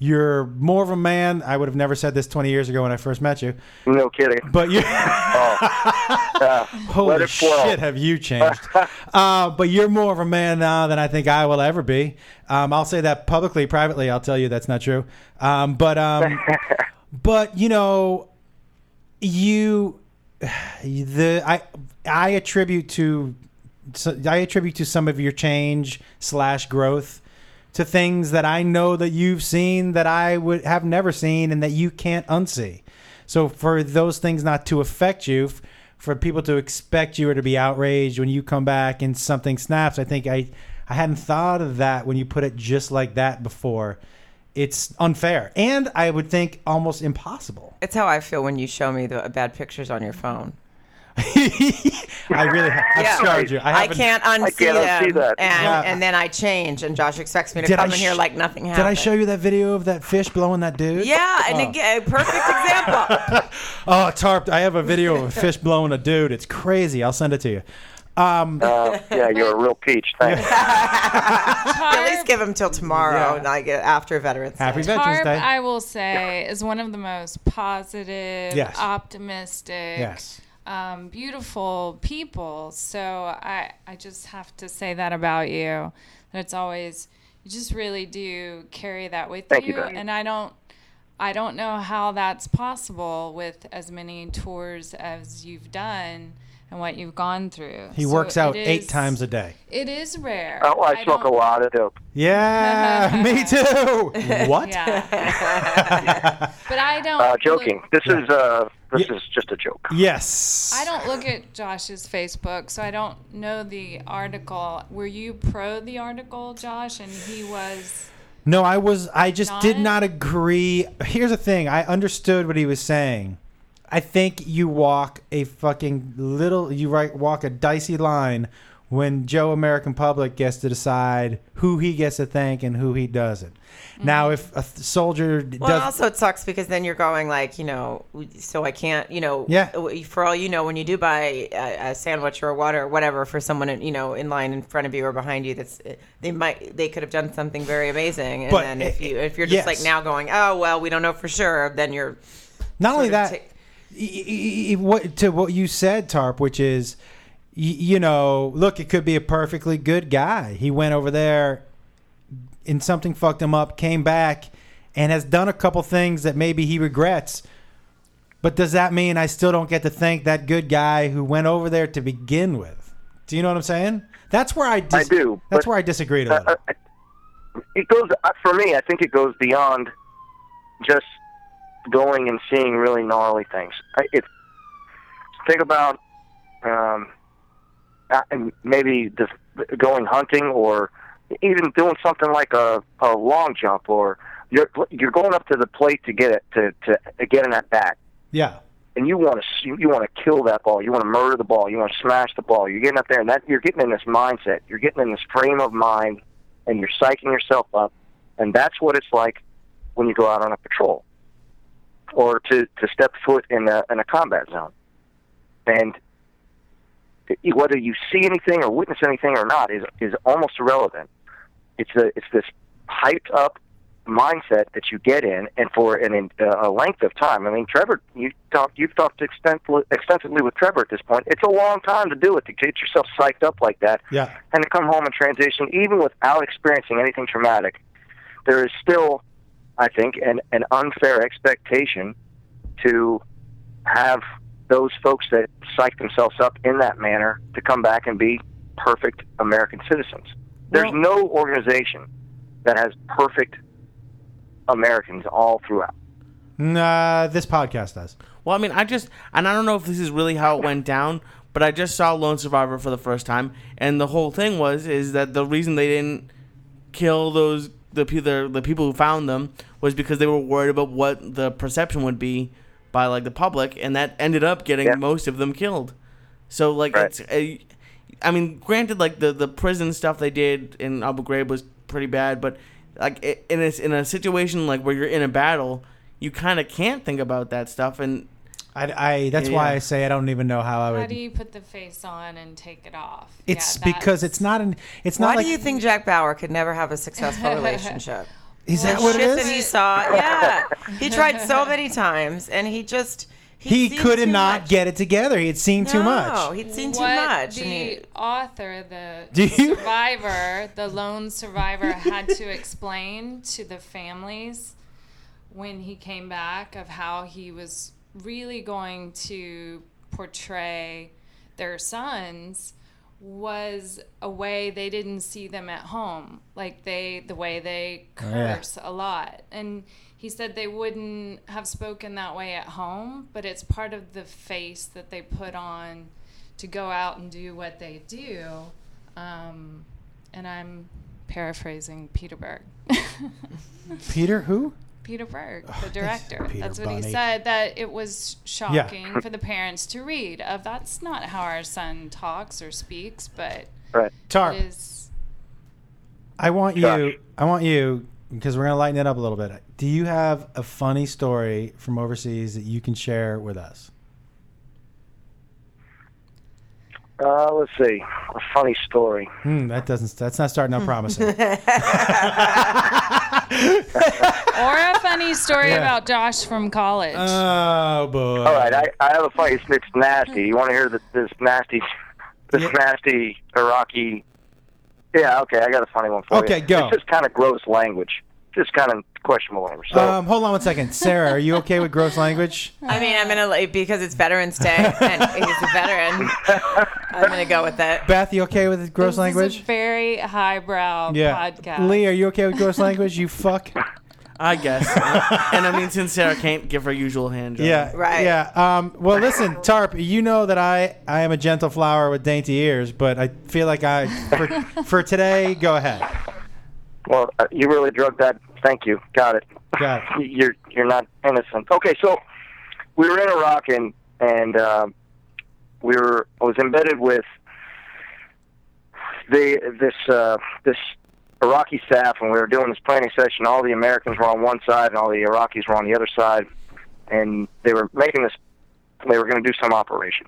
Speaker 5: you're more of a man. I would have never said this 20 years ago when I first met you,
Speaker 6: No kidding.
Speaker 5: but you.
Speaker 6: oh, Uh, let
Speaker 5: Holy
Speaker 6: it flow.
Speaker 5: shit, have you changed? uh, but you're more of a man now than I think I will ever be. Um, I'll say that publicly, privately. I'll tell you that's not true. Um, but um, but you know, you the I I attribute to so I attribute to some of your change slash growth to things that I know that you've seen that I would have never seen and that you can't unsee. So for those things not to affect you, f- for people to expect you or to be outraged when you come back and something snaps, I think I I hadn't thought of that when you put it just like that before. It's unfair, and I would think almost impossible.
Speaker 1: It's how I feel when you show me the bad pictures on your phone.
Speaker 5: I really, ha- I've
Speaker 1: Yeah.
Speaker 5: scarred you. I,
Speaker 1: I,
Speaker 5: haven't-
Speaker 1: can't unsee
Speaker 6: can't
Speaker 1: them,
Speaker 6: unsee that.
Speaker 1: and
Speaker 5: Yeah.
Speaker 1: and then I change, and Josh expects me to
Speaker 5: Did I
Speaker 1: come in here
Speaker 5: sh-
Speaker 1: like nothing happened.
Speaker 5: Did I show Oh. you that video of that fish blowing that dude?
Speaker 1: Yeah, and again, perfect example.
Speaker 5: Oh, tarped. I have a video of a fish blowing a dude. It's crazy. I'll send it to you. Um,
Speaker 6: uh, yeah, you're a real peach. Thanks. Uh,
Speaker 1: At least give him till tomorrow,
Speaker 5: Yeah.
Speaker 1: like after Veterans Day.
Speaker 5: happy Veterans
Speaker 7: Tarp,
Speaker 5: Day.
Speaker 7: I will say, is one of the most positive,
Speaker 5: Yes.
Speaker 7: optimistic,
Speaker 5: yes.
Speaker 7: um, beautiful people. So I, I just have to say that about you. That it's always you just really do carry that with
Speaker 6: Thank you, Beth.
Speaker 7: and I don't, I don't know how that's possible with as many tours as you've done and what you've gone through.
Speaker 5: He works out eight times a day.
Speaker 7: It is rare.
Speaker 6: Oh, I, smoke
Speaker 7: don't-
Speaker 6: a lot of dope.
Speaker 5: Yeah, me too. What?
Speaker 7: Yeah. but I don't.
Speaker 6: Uh,
Speaker 7: look-
Speaker 6: joking. This is uh, this
Speaker 5: Yeah.
Speaker 6: is just a joke.
Speaker 5: Yes.
Speaker 7: I don't look at Josh's Facebook, so I don't know the article. Were you pro the article, Josh? And he was.
Speaker 5: No, I was. I just did not
Speaker 7: Not?
Speaker 5: agree. Here's the thing. I understood what he was saying. I think you walk a fucking little. You right, walk a dicey line when Joe American Public gets to decide who he gets to thank and who he doesn't. Now, if a th- soldier d-
Speaker 1: Well, and
Speaker 5: does,
Speaker 1: also it sucks because then you're going like, you know, so I can't, you know,
Speaker 5: Yeah.
Speaker 1: w- For all you know, when you do buy a, a sandwich or water or whatever for someone, in, you know, in line in front of you or behind you, that's they might they could have done something very amazing, and
Speaker 5: But
Speaker 1: then if
Speaker 5: it-
Speaker 1: you if you're just like
Speaker 5: yes.
Speaker 1: now going, oh well, we don't know for sure, then you're
Speaker 5: not only
Speaker 1: sort of
Speaker 5: that,
Speaker 1: take-
Speaker 5: y- y- y- what to what you said, Tarp, which is, y- you know, look, it could be a perfectly good guy. He went over there, and something fucked him up. Came back, and has done a couple things that maybe he regrets. But does that mean I still don't get to thank that good guy who went over there to begin with? Do you know what I'm saying? That's where I dis-
Speaker 6: do,
Speaker 5: That's
Speaker 6: but-
Speaker 5: where I disagreed a
Speaker 6: Uh,
Speaker 5: little.
Speaker 6: uh, it goes uh, for me. I think it goes beyond just going and seeing really gnarly things. I, it, think about um, uh, and maybe the, going hunting or even doing something like a, a long jump or you're you're going up to the plate to get it to to get in that bat
Speaker 5: yeah.
Speaker 6: and you want to you want to kill that ball, you want to murder the ball, you want to smash the ball. You're getting up there, and that you're getting in this mindset, you're getting in this frame of mind, and you're psyching yourself up, and that's what it's like when you go out on a patrol or to to step foot in a in a combat zone, and it- whether you see anything or witness anything or not is is almost irrelevant. It's a it's this hyped up mindset that you get in, and for an, uh, a length of time. I mean, Trevor, you talked, you've talked extensively, extensively with Trevor at this point. It's a long time to do it to get yourself psyched up like that,
Speaker 5: Yeah.
Speaker 6: and to come home and transition, even without experiencing anything traumatic. There is still, I think, an, an unfair expectation to have those folks that psych themselves up in that manner to come back and be perfect American citizens. There's
Speaker 5: Well-
Speaker 6: no organization that has perfect Americans all throughout.
Speaker 5: Nah, this podcast does.
Speaker 2: Well, I mean, I just and I don't know if this is really how it went down, but I just saw Lone Survivor for the first time, and the whole thing was is that the reason they didn't kill those the pe- the, the people who found them was because they were worried about what the perception would be by like the public, and that ended up getting
Speaker 6: Yeah.
Speaker 2: most of them killed. So like
Speaker 6: Right.
Speaker 2: it's a, I mean, granted, like the the prison stuff they did in Abu Ghraib was pretty bad, but like i- in a, in a situation like where you're in a battle, you kind of can't think about that stuff, and
Speaker 5: I, I that's why
Speaker 2: Yeah.
Speaker 5: I say I don't even know how I would.
Speaker 7: How do you put the face on and take it off? Yeah,
Speaker 5: It's because
Speaker 7: that's-
Speaker 5: it's not an. It's
Speaker 1: Why
Speaker 5: not like.
Speaker 1: do you think Jack Bauer could never have a successful relationship?
Speaker 5: is that
Speaker 1: The
Speaker 5: what it
Speaker 1: shit that
Speaker 5: is?
Speaker 1: he saw. Yeah, he tried so many times, and he just
Speaker 5: he
Speaker 1: seen
Speaker 5: could
Speaker 1: too
Speaker 5: not
Speaker 1: much.
Speaker 5: get it together. He had seen too
Speaker 1: No,
Speaker 5: much.
Speaker 1: he'd seen too
Speaker 7: what
Speaker 1: much.
Speaker 7: The
Speaker 1: and he-
Speaker 7: author, the
Speaker 5: Do you-
Speaker 7: survivor, the lone survivor, had to explain to the families when he came back of how he was really going to portray their sons was a way they didn't see them at home like they the way they
Speaker 5: Oh, yeah.
Speaker 7: curse a lot and he said they wouldn't have spoken that way at home but it's part of the face that they put on to go out and do what they do um, and i'm paraphrasing peter berg
Speaker 5: Peter, who?
Speaker 7: Peter Berg, the director.
Speaker 5: Oh, Peter
Speaker 7: That's what
Speaker 5: Bunny.
Speaker 7: he said. That it was shocking for the parents to read. Of that's not how our son talks or speaks, but
Speaker 6: Right.
Speaker 5: Tarp.
Speaker 7: it is.
Speaker 5: I want
Speaker 6: Josh.
Speaker 5: you. I want you because we're gonna lighten it up a little bit. Do you have a funny story from overseas that you can share with us?
Speaker 6: Uh, let's see. A funny story.
Speaker 5: Hmm, that doesn't. That's not starting out promising.
Speaker 7: Or a funny story
Speaker 5: Yeah.
Speaker 7: about Josh from college.
Speaker 5: oh boy.
Speaker 6: All right, I, I have a funny. It's, it's nasty. You want to hear the, this nasty, this
Speaker 5: Yeah.
Speaker 6: nasty Iraqi? Yeah. Okay, I got a funny one for you.
Speaker 5: Okay, go.
Speaker 6: It's just kind of gross language. Just kind of questionable language. So,
Speaker 5: Um, hold on one second, Sarah. Are you okay with gross language?
Speaker 1: I mean, I'm
Speaker 5: uh,
Speaker 1: gonna like, because it's Veterans Day and he's a veteran.
Speaker 5: Um,
Speaker 1: I'm gonna go with it.
Speaker 5: Beth, you okay with gross
Speaker 7: this
Speaker 5: language?
Speaker 7: is a very highbrow podcast.
Speaker 5: Lee, are you okay with gross language? You fuck.
Speaker 2: I guess. and I mean, since Sarah can't give her usual hand job.
Speaker 5: Yeah.
Speaker 1: Right.
Speaker 5: Yeah. Um, well, listen, Tarp, you know that I, I am a gentle flower with dainty ears, but I feel like I, for, for today, go ahead.
Speaker 6: well, uh, you really drugged that. Thank you. Got it.
Speaker 5: Got it.
Speaker 6: you're you're not innocent. Okay, so we were in Iraq and and um, we were I was embedded with the this uh, this Iraqi staff when we were doing this planning session. All the Americans were on one side and all the Iraqis were on the other side, and they were making this. They were going to do some operation,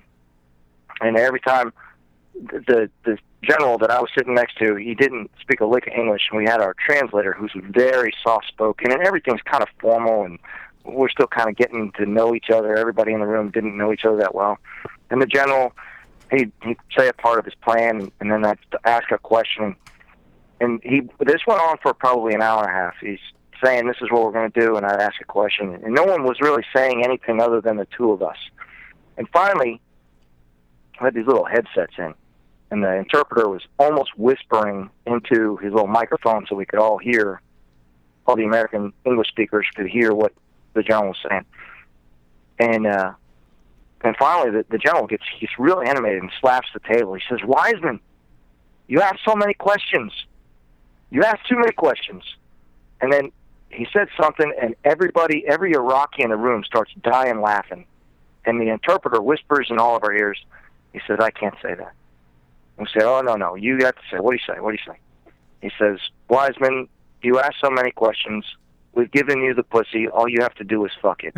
Speaker 6: and every time the, the the general that I was sitting next to, he didn't speak a lick of English, and we had our translator, who's very soft spoken, and everything's kind of formal, and we're still kind of getting to know each other. Everybody in the room didn't know each other that well, and the general, he he'd say a part of his plan, and then I'd ask a question, and he this went on for probably an hour and a half. He's saying this is what we're going to do, and I'd ask a question, and no one was really saying anything other than the two of us, and finally. I had these little headsets in, and the interpreter was almost whispering into his little microphone so we could all hear, all the American English speakers could hear what the general was saying. And uh, and finally, the, the general gets he's really animated and slaps the table. He says, "Wiseman, you asked so many questions. You asked too many questions." And then he said something, and everybody, every Iraqi in the room starts dying laughing. And the interpreter whispers in all of our ears, he says, I can't say that. We said, Oh, no, no, you got to say, what do you say? What do you say? He says, Wiseman, you ask so many questions. We've given you the pussy. All you have to do is fuck it.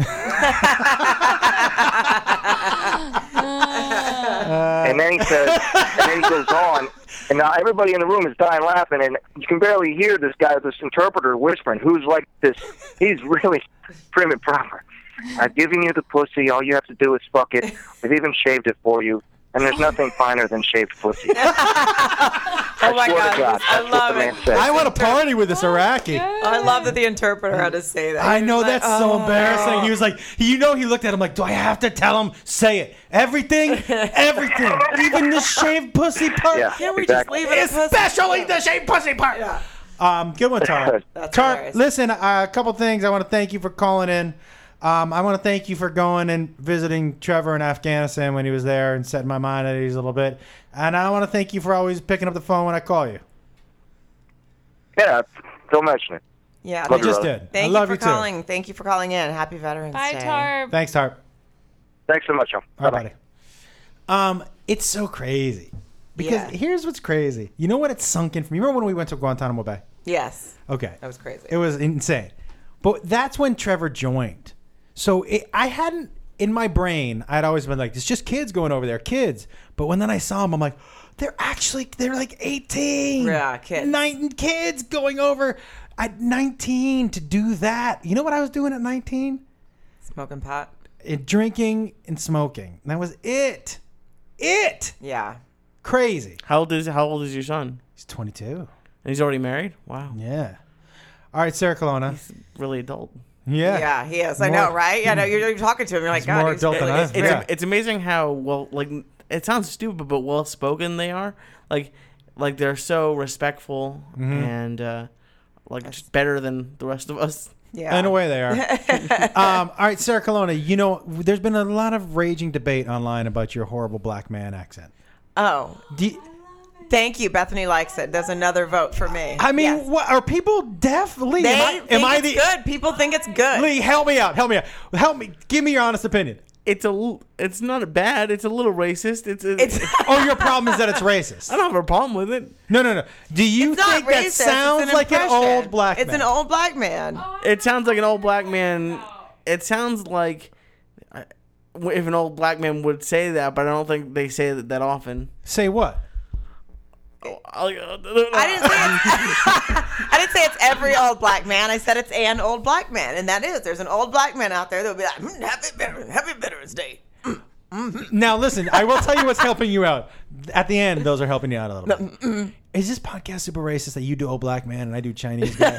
Speaker 1: Uh,
Speaker 6: and then he says, and then he goes on. And now everybody in the room is dying laughing, and you can barely hear this guy, this interpreter, whispering, who's like this. He's really prim and proper. I've given you the pussy. All you have to do is fuck it. We've even shaved it for you. And there's nothing finer than shaved pussy.
Speaker 1: Oh my
Speaker 6: I swear
Speaker 1: god,
Speaker 6: to God,
Speaker 1: I
Speaker 6: that's what
Speaker 1: love
Speaker 6: the man
Speaker 1: it.
Speaker 6: said.
Speaker 5: I want to party with this Iraqi.
Speaker 1: I love that the interpreter had to say that.
Speaker 5: I
Speaker 1: He was
Speaker 5: know
Speaker 1: like,
Speaker 5: that's so
Speaker 1: "Oh."
Speaker 5: embarrassing. He was like, you know, he looked at him like, do I have to tell him? Say it. Everything, everything, even the shaved pussy part.
Speaker 6: Yeah,
Speaker 1: Can't we
Speaker 6: exactly.
Speaker 1: just leave it? at pussy?
Speaker 5: the shaved pussy part.
Speaker 1: Yeah.
Speaker 5: Um, good one, Tar.
Speaker 1: That's
Speaker 5: Tar,
Speaker 1: hilarious.
Speaker 5: listen, uh, a couple things. I want to thank you for calling in. Um, I want to thank you for going and visiting Trevor in Afghanistan when he was there and setting my mind at ease a little bit. And I want to thank you for always picking up the phone when I call you.
Speaker 6: Yeah, don't mention it.
Speaker 1: Yeah,
Speaker 6: Love
Speaker 1: thank
Speaker 6: you,
Speaker 5: Just
Speaker 1: you.
Speaker 6: brother.
Speaker 5: did. I
Speaker 1: Thank you
Speaker 5: love
Speaker 1: for
Speaker 5: you, too.
Speaker 1: calling. Thank you for calling in. Happy Veterans
Speaker 7: Bye,
Speaker 1: Day.
Speaker 7: Tarp.
Speaker 5: Thanks, Tarp.
Speaker 6: Thanks so much, y'all.
Speaker 5: All right,
Speaker 6: Bye-bye.
Speaker 5: buddy. Um, it's so crazy because
Speaker 1: Yeah.
Speaker 5: here's what's crazy. You know what? It's sunk in from. You remember when we went to Guantanamo Bay?
Speaker 1: Yes,
Speaker 5: Okay,
Speaker 1: that was crazy.
Speaker 5: it was insane. But that's when Trevor joined. So it, I hadn't in my brain. I'd always been like, it's just kids going over there, kids. But when then I saw them, I'm like, they're actually they're like 18,
Speaker 1: Yeah, kids.
Speaker 5: nine kids going over at 19 to do that. You know what I was doing at 19?
Speaker 1: Smoking pot.
Speaker 5: and Uh, drinking and smoking. And that was it. It
Speaker 1: Yeah.
Speaker 5: crazy.
Speaker 2: How old is how old is your son?
Speaker 5: He's 22.
Speaker 2: And he's already married. Wow,
Speaker 5: Yeah. All right, Sarah Colonna.
Speaker 2: he's really adult.
Speaker 5: Yeah.
Speaker 1: Yeah, he is. I
Speaker 5: More-
Speaker 1: know, right? Yeah, no, you're, you're talking to him. You're like,
Speaker 5: He's
Speaker 1: God,
Speaker 5: more
Speaker 1: he's
Speaker 5: adult than
Speaker 1: really-
Speaker 5: I am.
Speaker 1: he's
Speaker 2: It's
Speaker 1: very-
Speaker 5: Yeah.
Speaker 2: it's amazing how well like it sounds stupid, but well spoken they are. Like like they're so respectful
Speaker 5: Mm-hmm.
Speaker 2: and uh, like just better than the rest of us.
Speaker 1: yeah.
Speaker 5: In a way, they are. um, all right, Sarah Colonna, you know, there's been a lot of raging debate online about your horrible black man accent.
Speaker 1: Oh,
Speaker 5: Do you-
Speaker 1: thank you. Bethany likes it. There's another vote for me.
Speaker 5: I mean,
Speaker 1: Yes.
Speaker 5: what, are people deaf? Lee,
Speaker 1: they
Speaker 5: am I,
Speaker 1: think
Speaker 5: am I
Speaker 1: it's
Speaker 5: the.
Speaker 1: good. People think it's good.
Speaker 5: Lee, help me out. Help me out. Help me. Give me your honest opinion.
Speaker 2: It's a l- it's not bad. It's a little racist. It's,
Speaker 1: It's,
Speaker 5: Oh, your problem is that it's racist.
Speaker 2: I don't have a problem with it.
Speaker 5: No, no, no. Do you
Speaker 1: it's not
Speaker 5: think that
Speaker 1: racist.
Speaker 5: sounds
Speaker 1: it's an
Speaker 5: like an
Speaker 1: impression.
Speaker 5: old black
Speaker 1: It's
Speaker 5: man?
Speaker 1: an old black man.
Speaker 2: It sounds like an old black man. It sounds like uh, if an old black man would say that, but I don't think they say that that often.
Speaker 5: Say what?
Speaker 2: I uh,
Speaker 1: I didn't say it's, I didn't say it's every old black man. I said it's an old black man, and that is there's an old black man out there that will be like, "Mm, Happy Veterans, Happy Veterans Day.
Speaker 5: Now listen, I will tell you what's helping you out. At the end, those are helping you out a little bit. Is this podcast super racist that you do old black man and I do Chinese guy?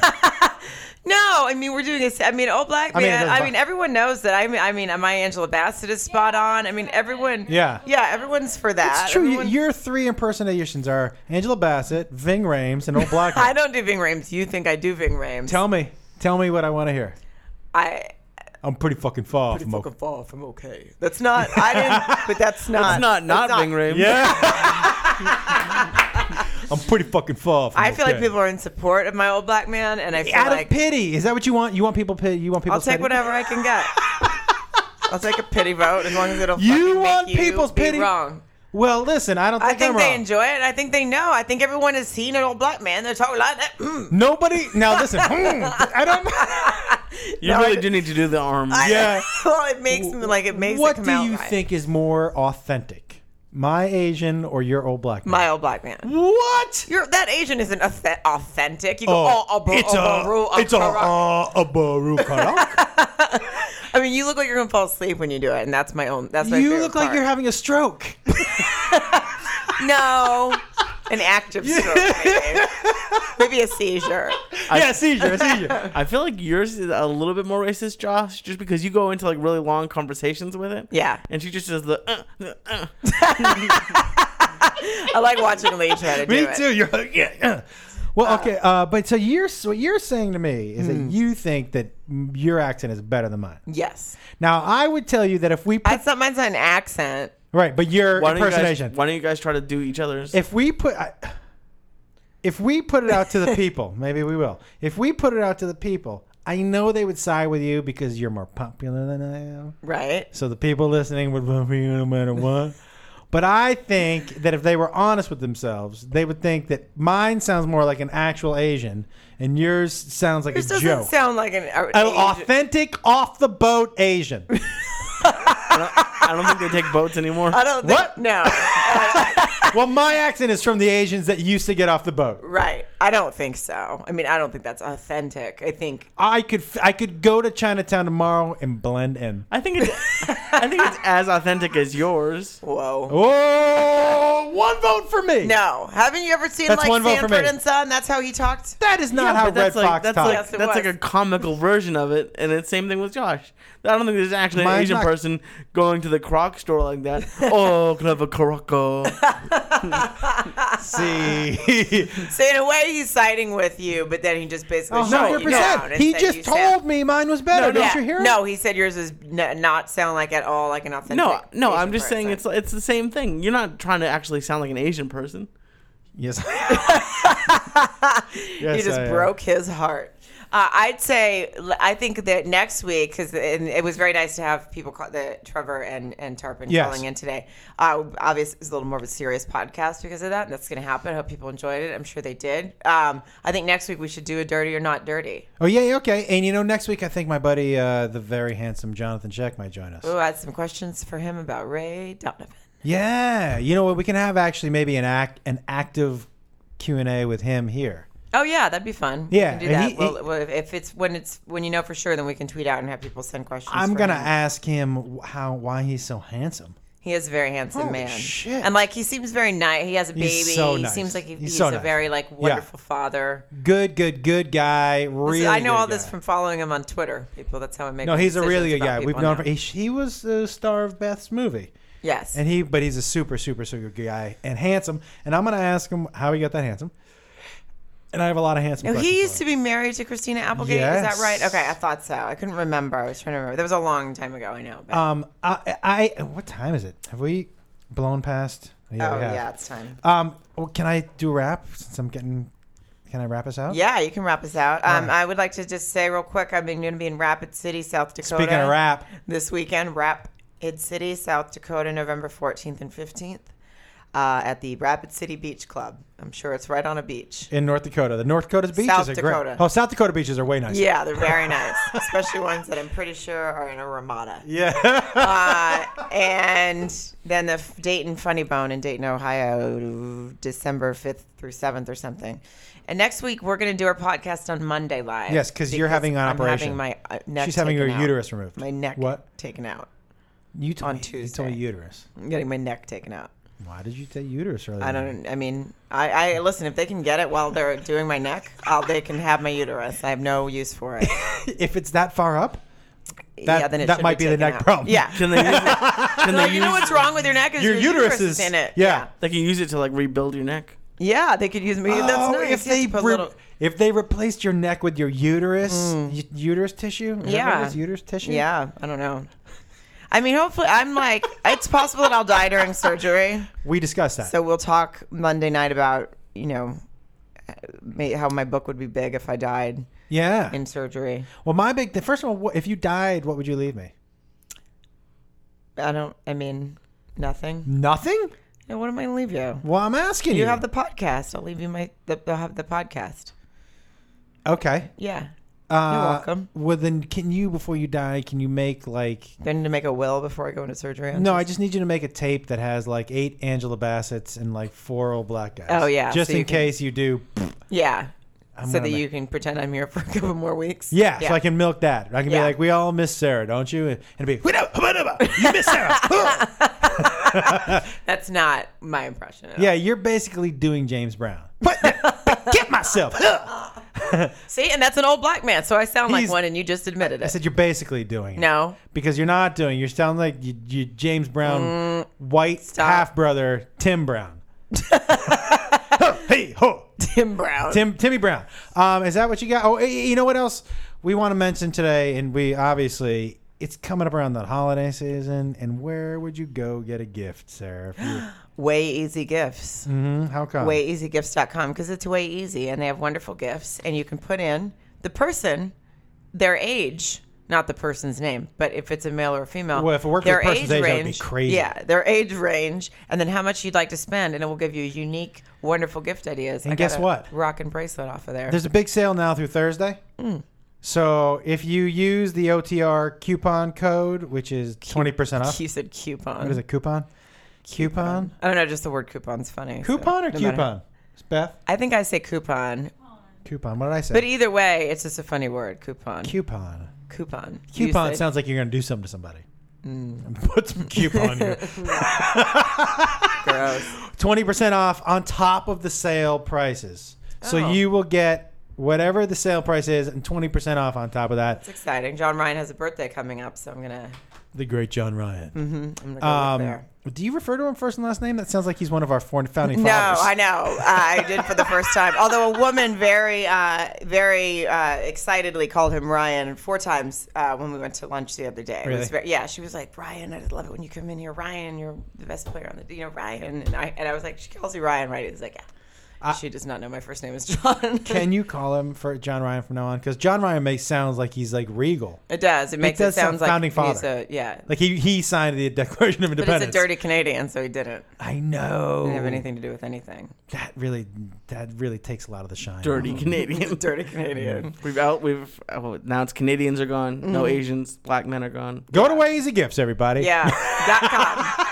Speaker 1: No, I mean we're doing this. I mean, old black
Speaker 5: I mean, it
Speaker 1: man.
Speaker 5: doesn't
Speaker 1: I mean,
Speaker 5: bo-
Speaker 1: everyone knows that. I mean, I mean, my Angela Bassett is spot on. I mean, everyone.
Speaker 5: Yeah.
Speaker 1: yeah, everyone's for that.
Speaker 5: It's true. You-
Speaker 1: Everyone-
Speaker 5: your three impersonations are Angela Bassett, Ving Rhames, and old black man.
Speaker 1: I don't do Ving Rhames. You think I do Ving Rhames?
Speaker 5: Tell me, tell me what I want to hear.
Speaker 1: I
Speaker 5: I'm pretty fucking far from
Speaker 1: fucking
Speaker 5: Oak.
Speaker 1: fall from okay. That's not. I didn't. But that's not.
Speaker 2: It's not not Bing Rames.
Speaker 5: Yeah. I'm pretty fucking far from
Speaker 1: I feel like
Speaker 5: okay.
Speaker 1: people are in support of my old black man, and I feel
Speaker 5: out
Speaker 1: like
Speaker 5: of pity. Is that what you want? You want people pity? You want people?
Speaker 1: I'll take whatever I can get. I'll take a pity vote as long as it'll.
Speaker 5: You
Speaker 1: fucking
Speaker 5: want
Speaker 1: make you
Speaker 5: people's
Speaker 1: be
Speaker 5: pity?
Speaker 1: Wrong.
Speaker 5: Well, listen, I don't think
Speaker 1: I think
Speaker 5: am
Speaker 1: they
Speaker 5: wrong.
Speaker 1: enjoy it. I think they know. I think everyone has seen an old black man. They're talking like that. Mm.
Speaker 5: Nobody. Now listen. hmm, I don't.
Speaker 2: You really do need to do the arm.
Speaker 5: Yeah.
Speaker 1: well, it makes me like it makes
Speaker 5: what
Speaker 1: it come
Speaker 5: do
Speaker 1: out
Speaker 5: you
Speaker 1: right.
Speaker 5: think is more authentic my asian or your old black man
Speaker 1: My old black man.
Speaker 5: what
Speaker 1: You're, that Asian isn't authe- authentic. You go,
Speaker 5: Oh,
Speaker 1: oh, a bro-
Speaker 5: it's
Speaker 1: a
Speaker 5: a,
Speaker 1: bro- a
Speaker 5: it's a,
Speaker 1: bro-
Speaker 5: uh, a baru karak.
Speaker 1: I mean, you look like you're gonna fall asleep when you do it, and that's my own. That's my
Speaker 5: You
Speaker 1: favorite
Speaker 5: look like
Speaker 1: part.
Speaker 5: you're having a stroke.
Speaker 1: no, an active stroke, maybe. maybe a seizure.
Speaker 5: yeah, seizure, a seizure.
Speaker 2: I feel like yours is a little bit more racist, Josh, just because you go into like really long conversations with it.
Speaker 1: Yeah,
Speaker 2: And she just does the. Uh, uh, uh.
Speaker 1: I like watching Lee try to do
Speaker 5: Me
Speaker 1: it.
Speaker 5: too. You're like, yeah, yeah. Well, okay, uh, but so you're so what you're saying to me is
Speaker 2: hmm.
Speaker 5: that you think that your accent is better than mine.
Speaker 1: Yes,
Speaker 5: Now, I would tell you that if we put,
Speaker 1: I thought mine's not an accent.
Speaker 5: right, but your
Speaker 2: Why don't you guys?
Speaker 5: impersonation.
Speaker 2: Why don't you guys try to do each other's?
Speaker 5: if we put I, if we put it out to the people maybe we will if we put it out to the people i know they would side with you because you're more popular than i am
Speaker 1: Right?
Speaker 5: so the people listening would vote for you no matter what but i think that if they were honest with themselves they would think that mine sounds more like an actual asian and yours sounds like
Speaker 1: This
Speaker 5: a
Speaker 1: doesn't
Speaker 5: joke
Speaker 1: sound like an, an
Speaker 5: an
Speaker 1: Asian-
Speaker 5: authentic off the boat asian
Speaker 2: I don't think they take boats anymore.
Speaker 1: I don't think,
Speaker 5: What?
Speaker 1: No,
Speaker 5: well my accent is from the asians that used to get off the boat
Speaker 1: right? I don't think so. I mean, I don't think that's authentic. I think
Speaker 5: I could I could go to Chinatown tomorrow and blend in.
Speaker 2: I think it's. I think it's as authentic as yours.
Speaker 1: whoa.
Speaker 5: Oh, one vote for me.
Speaker 1: No. Haven't you ever seen
Speaker 5: That's
Speaker 1: like
Speaker 5: one vote for
Speaker 1: Sanford
Speaker 5: me.
Speaker 1: and Son? That's how he talked.
Speaker 5: that is not
Speaker 2: Yeah,
Speaker 5: how
Speaker 2: but
Speaker 5: Red
Speaker 2: that's like,
Speaker 5: Fox
Speaker 2: that's
Speaker 5: talks.
Speaker 2: like
Speaker 1: Yes, it
Speaker 2: that's like
Speaker 1: was.
Speaker 2: a comical version of it, and it's same thing with Josh. I don't think there's actually an
Speaker 5: Mine's
Speaker 2: Asian
Speaker 5: not-
Speaker 2: person going to the croc store like that. oh, can I have a Coroco?
Speaker 5: See,
Speaker 1: So in a way, he's siding with you, but then he just basically shut
Speaker 5: hundred
Speaker 1: you down and
Speaker 5: percent. Oh, He
Speaker 1: said
Speaker 5: just
Speaker 1: you
Speaker 5: told
Speaker 1: sound-
Speaker 5: me mine was better.
Speaker 1: No,
Speaker 5: Don't you hear? it?
Speaker 1: no, he said yours is n- not sound like at all like an authentic.
Speaker 2: No, no,
Speaker 1: Asian
Speaker 2: I'm just saying
Speaker 1: person.
Speaker 2: it's it's the same thing. You're not trying to actually sound like an Asian person.
Speaker 5: Yes.
Speaker 1: you just broke his heart. Uh, I'd say l- I think that next week because it was very nice to have people call the Trevor and and Tarpon
Speaker 5: Yes.
Speaker 1: calling in today. Uh, obviously, it's a little more of a serious podcast because of that. And that's going to happen. I hope people enjoyed it. I'm sure they did. Um, I think next week we should do a dirty or not dirty.
Speaker 5: Oh yeah, yeah, okay. And you know, next week I think my buddy, uh, the very handsome Jonathan Sheck, might join us.
Speaker 1: Ooh, I had some questions for him about Ray Donovan.
Speaker 5: Yeah, you know what? We can have actually maybe an act, an active Q and A with him here.
Speaker 1: Oh yeah, that'd be fun.
Speaker 5: Yeah,
Speaker 1: we can do
Speaker 5: and
Speaker 1: that.
Speaker 5: he- he-
Speaker 1: well, well, if it's when it's when you know for sure, then we can tweet out and have people send questions.
Speaker 5: I'm
Speaker 1: for
Speaker 5: gonna
Speaker 1: him.
Speaker 5: ask him wh- how why he's so handsome.
Speaker 1: He is a very handsome
Speaker 5: Holy
Speaker 1: man.
Speaker 5: shit.
Speaker 1: And like he seems very nice. He has a baby.
Speaker 5: He's so
Speaker 1: He
Speaker 5: nice.
Speaker 1: seems like he,
Speaker 5: He's
Speaker 1: he's,
Speaker 5: so
Speaker 1: a
Speaker 5: nice.
Speaker 1: very like wonderful father.
Speaker 5: Good, good, good guy. Really,
Speaker 1: I know
Speaker 5: good
Speaker 1: all this
Speaker 5: guy.
Speaker 1: from following him on Twitter. People, that's how I make.
Speaker 5: No,
Speaker 1: my
Speaker 5: he's a really
Speaker 1: decisions
Speaker 5: good
Speaker 1: about
Speaker 5: guy. We've
Speaker 1: people
Speaker 5: known.
Speaker 1: now.
Speaker 5: For, he, he was the star of Beth's movie,
Speaker 1: yes.
Speaker 5: and he but he's a super, super, super good guy and handsome. And I'm gonna ask him how he got that handsome. And I have a lot of handsome.
Speaker 1: No,
Speaker 5: questions
Speaker 1: Oh, he
Speaker 5: for
Speaker 1: used to
Speaker 5: him.
Speaker 1: be married to Christina Applegate. Is
Speaker 5: Yes.
Speaker 1: that right? Okay, I thought so. I couldn't remember. I was trying to remember. That was a long time ago. I know. But,
Speaker 5: Um, I, I what time is it? Have we blown past? Yeah,
Speaker 1: oh
Speaker 5: we have.
Speaker 1: yeah, it's time.
Speaker 5: Um, well, can I do a rap since I'm getting? Can I wrap us out?
Speaker 1: Yeah, you can wrap us out. Um, I would like to just say real quick, I'm going to be in Rapid City, South Dakota.
Speaker 5: Speaking of rap,
Speaker 1: this weekend, Rapid City, South Dakota, November 14th and 15th, uh, at the Rapid City Beach Club. I'm sure it's right on a beach.
Speaker 5: in North Dakota, the North Dakota's beaches
Speaker 1: South
Speaker 5: are
Speaker 1: Dakota.
Speaker 5: great. Oh, South Dakota beaches are way nicer.
Speaker 1: Yeah, they're very nice, especially ones that I'm pretty sure are in a Ramada.
Speaker 5: Yeah.
Speaker 1: Uh, and then the F- Dayton Funny Bone in Dayton, Ohio, December 5th through 7th or something. And next week, we're going to do our podcast on Monday Live.
Speaker 5: Yes, 'cause you're having an
Speaker 1: I'm
Speaker 5: operation.
Speaker 1: having my uh, neck
Speaker 5: She's having
Speaker 1: taken
Speaker 5: her
Speaker 1: out.
Speaker 5: uterus removed.
Speaker 1: My neck
Speaker 5: What?
Speaker 1: taken out.
Speaker 5: You told
Speaker 1: On
Speaker 5: me, You told me
Speaker 1: Tuesday.
Speaker 5: uterus.
Speaker 1: I'm getting my neck taken out.
Speaker 5: Why did you say uterus earlier?
Speaker 1: I don't. I mean, I, I listen. If they can get it while they're doing my neck, I'll, they can have my uterus. I have no use for it.
Speaker 5: If it's that far up, That-
Speaker 1: yeah, then it
Speaker 5: that
Speaker 1: should
Speaker 5: might be the
Speaker 1: taken
Speaker 5: neck
Speaker 1: out.
Speaker 5: problem.
Speaker 1: Yeah.
Speaker 2: Can they use it? Can they
Speaker 1: Like, you
Speaker 2: use,
Speaker 1: know what's wrong with your neck is
Speaker 5: your, uterus, is,
Speaker 1: in it.
Speaker 5: Yeah.
Speaker 2: They can use it to like rebuild your neck.
Speaker 1: Yeah, they could use me.
Speaker 5: Oh,
Speaker 1: That's nice.
Speaker 5: if
Speaker 1: You have
Speaker 5: they
Speaker 1: to put
Speaker 5: re-
Speaker 1: little- Mm.
Speaker 5: if they replaced your neck with your uterus, u- uterus tissue. Is that what it
Speaker 1: Yeah.
Speaker 5: is? uterus tissue.
Speaker 1: Yeah, I don't know. I mean, hopefully, I'm like, it's possible that I'll die during surgery.
Speaker 5: We discussed that.
Speaker 1: So we'll talk Monday night about, you know, may- how my book would be big if I died
Speaker 5: yeah.
Speaker 1: in surgery.
Speaker 5: well, my big. The first one. wha- If you died, what would you leave me?
Speaker 1: I don't, I mean, nothing.
Speaker 5: Nothing.
Speaker 1: Now, what am I going to leave you?
Speaker 5: Well, I'm asking you.
Speaker 1: You have the podcast. I'll leave you my, the, I'll have the podcast.
Speaker 5: okay.
Speaker 1: Yeah.
Speaker 5: Uh,
Speaker 1: welcome.
Speaker 5: Well, then, can you before you die? Can you make like?
Speaker 1: Then to make a will before I go into surgery.
Speaker 5: No, I just need you to make a tape that has like eight Angela Bassett's and like four old black guys.
Speaker 1: Oh, yeah,
Speaker 5: just
Speaker 1: so you
Speaker 5: in
Speaker 1: can-
Speaker 5: case you do.
Speaker 1: Yeah. so
Speaker 5: gonna
Speaker 1: that
Speaker 5: make-
Speaker 1: you can pretend I'm here for a couple more weeks.
Speaker 5: Yeah, so I can milk that. I can be
Speaker 1: Yeah.
Speaker 5: like, we all miss Sarah, don't you? And it'd be, "We don't- we don't- you miss Sarah.
Speaker 1: That's not my impression. at all.
Speaker 5: yeah, you're basically doing James Brown. But, but get myself. I
Speaker 1: See, and that's an old black man, so I sound like
Speaker 5: He's-
Speaker 1: one, and you just admitted it.
Speaker 5: said you're basically doing it.
Speaker 1: no,
Speaker 5: Because you're not doing. You sound like you, you James Brown, white
Speaker 1: Mm, stop.
Speaker 5: half brother Tim Brown. hey ho,
Speaker 1: Tim Brown.
Speaker 5: Tim Timmy Brown. Um, is that what you got? Oh, eh, you know what else we want to mention today, and we obviously it's coming up around the holiday season. And where would you go get a gift, Sarah? if you-
Speaker 1: Way Easy Gifts.
Speaker 5: Mm, How come?
Speaker 1: WayEasyGifts.com because it's way easy, and they have wonderful gifts, and you can put in the person, their age, not the person's name, but if it's a male or a female.
Speaker 5: Well, if it worked with
Speaker 1: their
Speaker 5: the person's age, that would be crazy.
Speaker 1: Yeah, their age range, and then how much you'd like to spend, and it will give you unique, wonderful gift ideas.
Speaker 5: And
Speaker 1: I
Speaker 5: guess
Speaker 1: got a
Speaker 5: what?
Speaker 1: Rockin' bracelet off of there.
Speaker 5: There's a big sale now through Thursday.
Speaker 1: Hmm.
Speaker 5: So if you use the OTR coupon code, which is twenty percent off,
Speaker 1: you said coupon.
Speaker 5: what is it? Coupon? Coupon?
Speaker 1: Oh no, just the word coupon's funny. so
Speaker 5: Coupon or
Speaker 1: no matter-
Speaker 5: coupon? Beth,
Speaker 1: I think I say coupon,
Speaker 5: coupon. What did I say?
Speaker 1: but e- either way, it's just a funny word. Coupon.
Speaker 5: coupon.
Speaker 1: coupon. You
Speaker 5: Coupon
Speaker 1: said-
Speaker 5: sounds like you're gonna do something to somebody.
Speaker 1: Hmm.
Speaker 5: Put some coupon here.
Speaker 1: gross.
Speaker 5: Twenty percent off on top of the sale prices. So
Speaker 1: Oh.
Speaker 5: you will get whatever the sale price is, and twenty percent off on top of that.
Speaker 1: It's exciting. John Ryan has a birthday coming up, so I'm gonna.
Speaker 5: The great John Ryan.
Speaker 1: I'm gonna go look
Speaker 5: Um,
Speaker 1: there.
Speaker 5: do you refer to him first and last name? That sounds like he's one of our foreign- founding
Speaker 1: No,
Speaker 5: fathers.
Speaker 1: I know. I did for the first time. Although a woman very, uh, very uh, excitedly called him Ryan four times uh, when we went to lunch the other day. It was
Speaker 5: Really?
Speaker 1: very- yeah, she was like, Ryan, I love it when you come in here. Ryan, you're the best player on the, you know, Ryan. And I, and I was like, she calls you Ryan, right? He's like, yeah. she does not know my first name is John.
Speaker 5: Can you call him for John Ryan from now on? Because John Ryan makes sounds like he's like regal,
Speaker 1: It does. It makes it,
Speaker 5: does sound
Speaker 1: sound like
Speaker 5: founding
Speaker 1: he's a-
Speaker 5: father.
Speaker 1: yeah.
Speaker 5: like he he signed the Declaration of
Speaker 1: But he's a
Speaker 5: Independence.
Speaker 1: dirty Canadian, so he didn't.
Speaker 5: I know.
Speaker 1: Didn't have anything to do with anything.
Speaker 5: That really that really takes a lot of the shine.
Speaker 2: Dirty Canadian.
Speaker 1: Dirty Canadian.
Speaker 2: We've out. We've oh, now it's Canadians are gone.
Speaker 5: Mm.
Speaker 2: No Asians. Black men are gone.
Speaker 5: Go to Way Easy Gifts, everybody.
Speaker 1: Yeah. Dot com.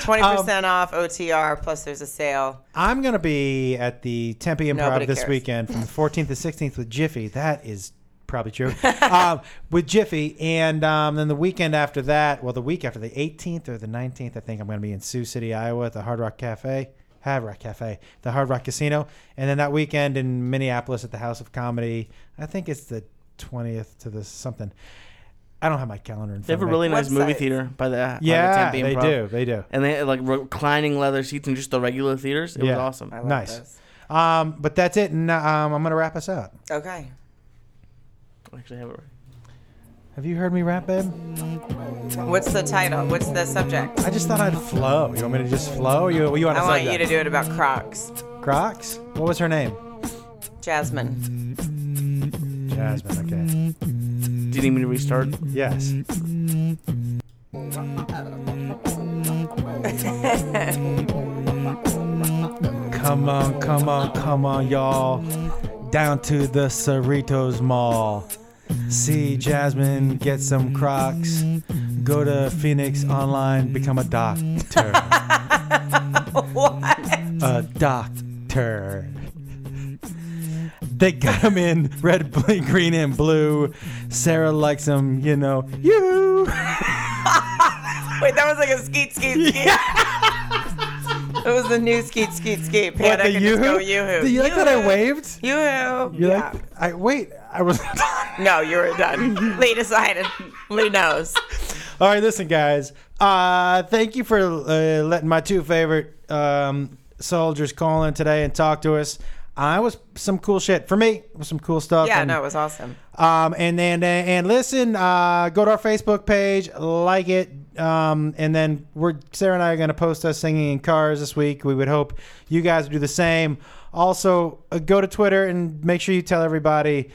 Speaker 1: Twenty percent
Speaker 5: Um,
Speaker 1: off OTR. Plus, there's a sale.
Speaker 5: I'm going to be at the Tempe Improv
Speaker 1: Nobody
Speaker 5: this
Speaker 1: cares.
Speaker 5: weekend from the 14th to 16th with Jiffy. That is probably true. um, with Jiffy. And um, then the weekend after that, well, the week after the 18th or the 19th, I think I'm going to be in Sioux City, Iowa at the Hard Rock Cafe. Hard Rock Cafe, the Hard Rock Casino. And then that weekend in Minneapolis at the House of Comedy. I think it's the 20th to the something. I don't have my calendar in front
Speaker 2: They have a
Speaker 5: of me.
Speaker 2: really nice movie
Speaker 1: Website.
Speaker 2: theater by the by the
Speaker 5: Yeah,
Speaker 2: Tempe
Speaker 5: they
Speaker 2: Improv.
Speaker 5: do. They do.
Speaker 2: and they had like reclining leather seats in just the regular theaters. It
Speaker 5: Yeah.
Speaker 2: was awesome.
Speaker 1: I love
Speaker 5: Nice.
Speaker 1: Those.
Speaker 5: Um, but that's it. And um, I'm going to wrap us up.
Speaker 1: Okay.
Speaker 2: Actually, I have it right.
Speaker 5: Have you heard me rap, babe?
Speaker 1: What's the title? What's the subject?
Speaker 5: I just thought I'd flow. You want me to just flow? Or you, you want
Speaker 1: I
Speaker 5: to
Speaker 1: want you to do it about Crocs.
Speaker 5: Crocs? What was her name?
Speaker 1: Jasmine.
Speaker 5: Jasmine. Okay.
Speaker 2: Do you need me to restart?
Speaker 5: Yes. come on, come on, come on, y'all. Down to the Cerritos Mall. See Jasmine, get some Crocs. Go to Phoenix Online, become a doctor.
Speaker 1: What?
Speaker 5: a doctor. They got him in red, blue, green, and blue. Sarah likes him, you know. You.
Speaker 1: Wait, that was like a skeet skeet skeet. it was the new skeet skeet skeet. Pan, I
Speaker 5: the
Speaker 1: could just go
Speaker 5: yoo-hoo?
Speaker 1: yoo-hoo.
Speaker 5: Do you like that I
Speaker 1: Yoo-hoo.
Speaker 5: waved?
Speaker 1: Yoo-hoo.
Speaker 5: You
Speaker 1: yeah.
Speaker 5: like? I wait. I was.
Speaker 1: No, you were done. Lee decided. Lee knows.
Speaker 5: All right, listen, guys. Uh, thank you for uh, letting my two favorite um, soldiers call in today and talk to us. I was some cool shit for me. It was some cool stuff.
Speaker 1: Yeah,
Speaker 5: and-
Speaker 1: no, it was awesome.
Speaker 5: Um, and then and listen, uh, go to our Facebook page, like it, um, and then we're Sarah and I are going to post us singing in cars this week. We would hope you guys would do the same. Also, uh, go to Twitter and make sure you tell everybody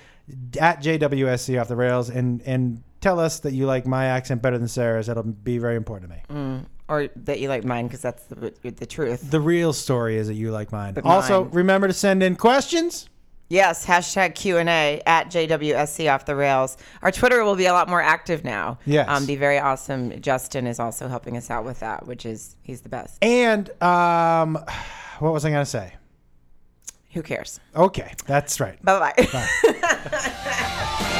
Speaker 5: at JWSC off the rails and and tell us that you like my accent better than Sarah's. That'll be very important to me.
Speaker 1: Mm. Or that you like mine because that's the, the truth.
Speaker 5: The real story is that you like mine.
Speaker 1: But
Speaker 5: Also,
Speaker 1: mine-
Speaker 5: remember to send in questions.
Speaker 1: Yes, hashtag Q&A at JWSC off the rails. Our Twitter will be a lot more active now.
Speaker 5: Yes.
Speaker 1: Um, be very awesome. Justin is also helping us out with that, which is, he's the best.
Speaker 5: And um, what was I going to say?
Speaker 1: Who cares?
Speaker 5: Okay, that's right.
Speaker 1: Bye-bye.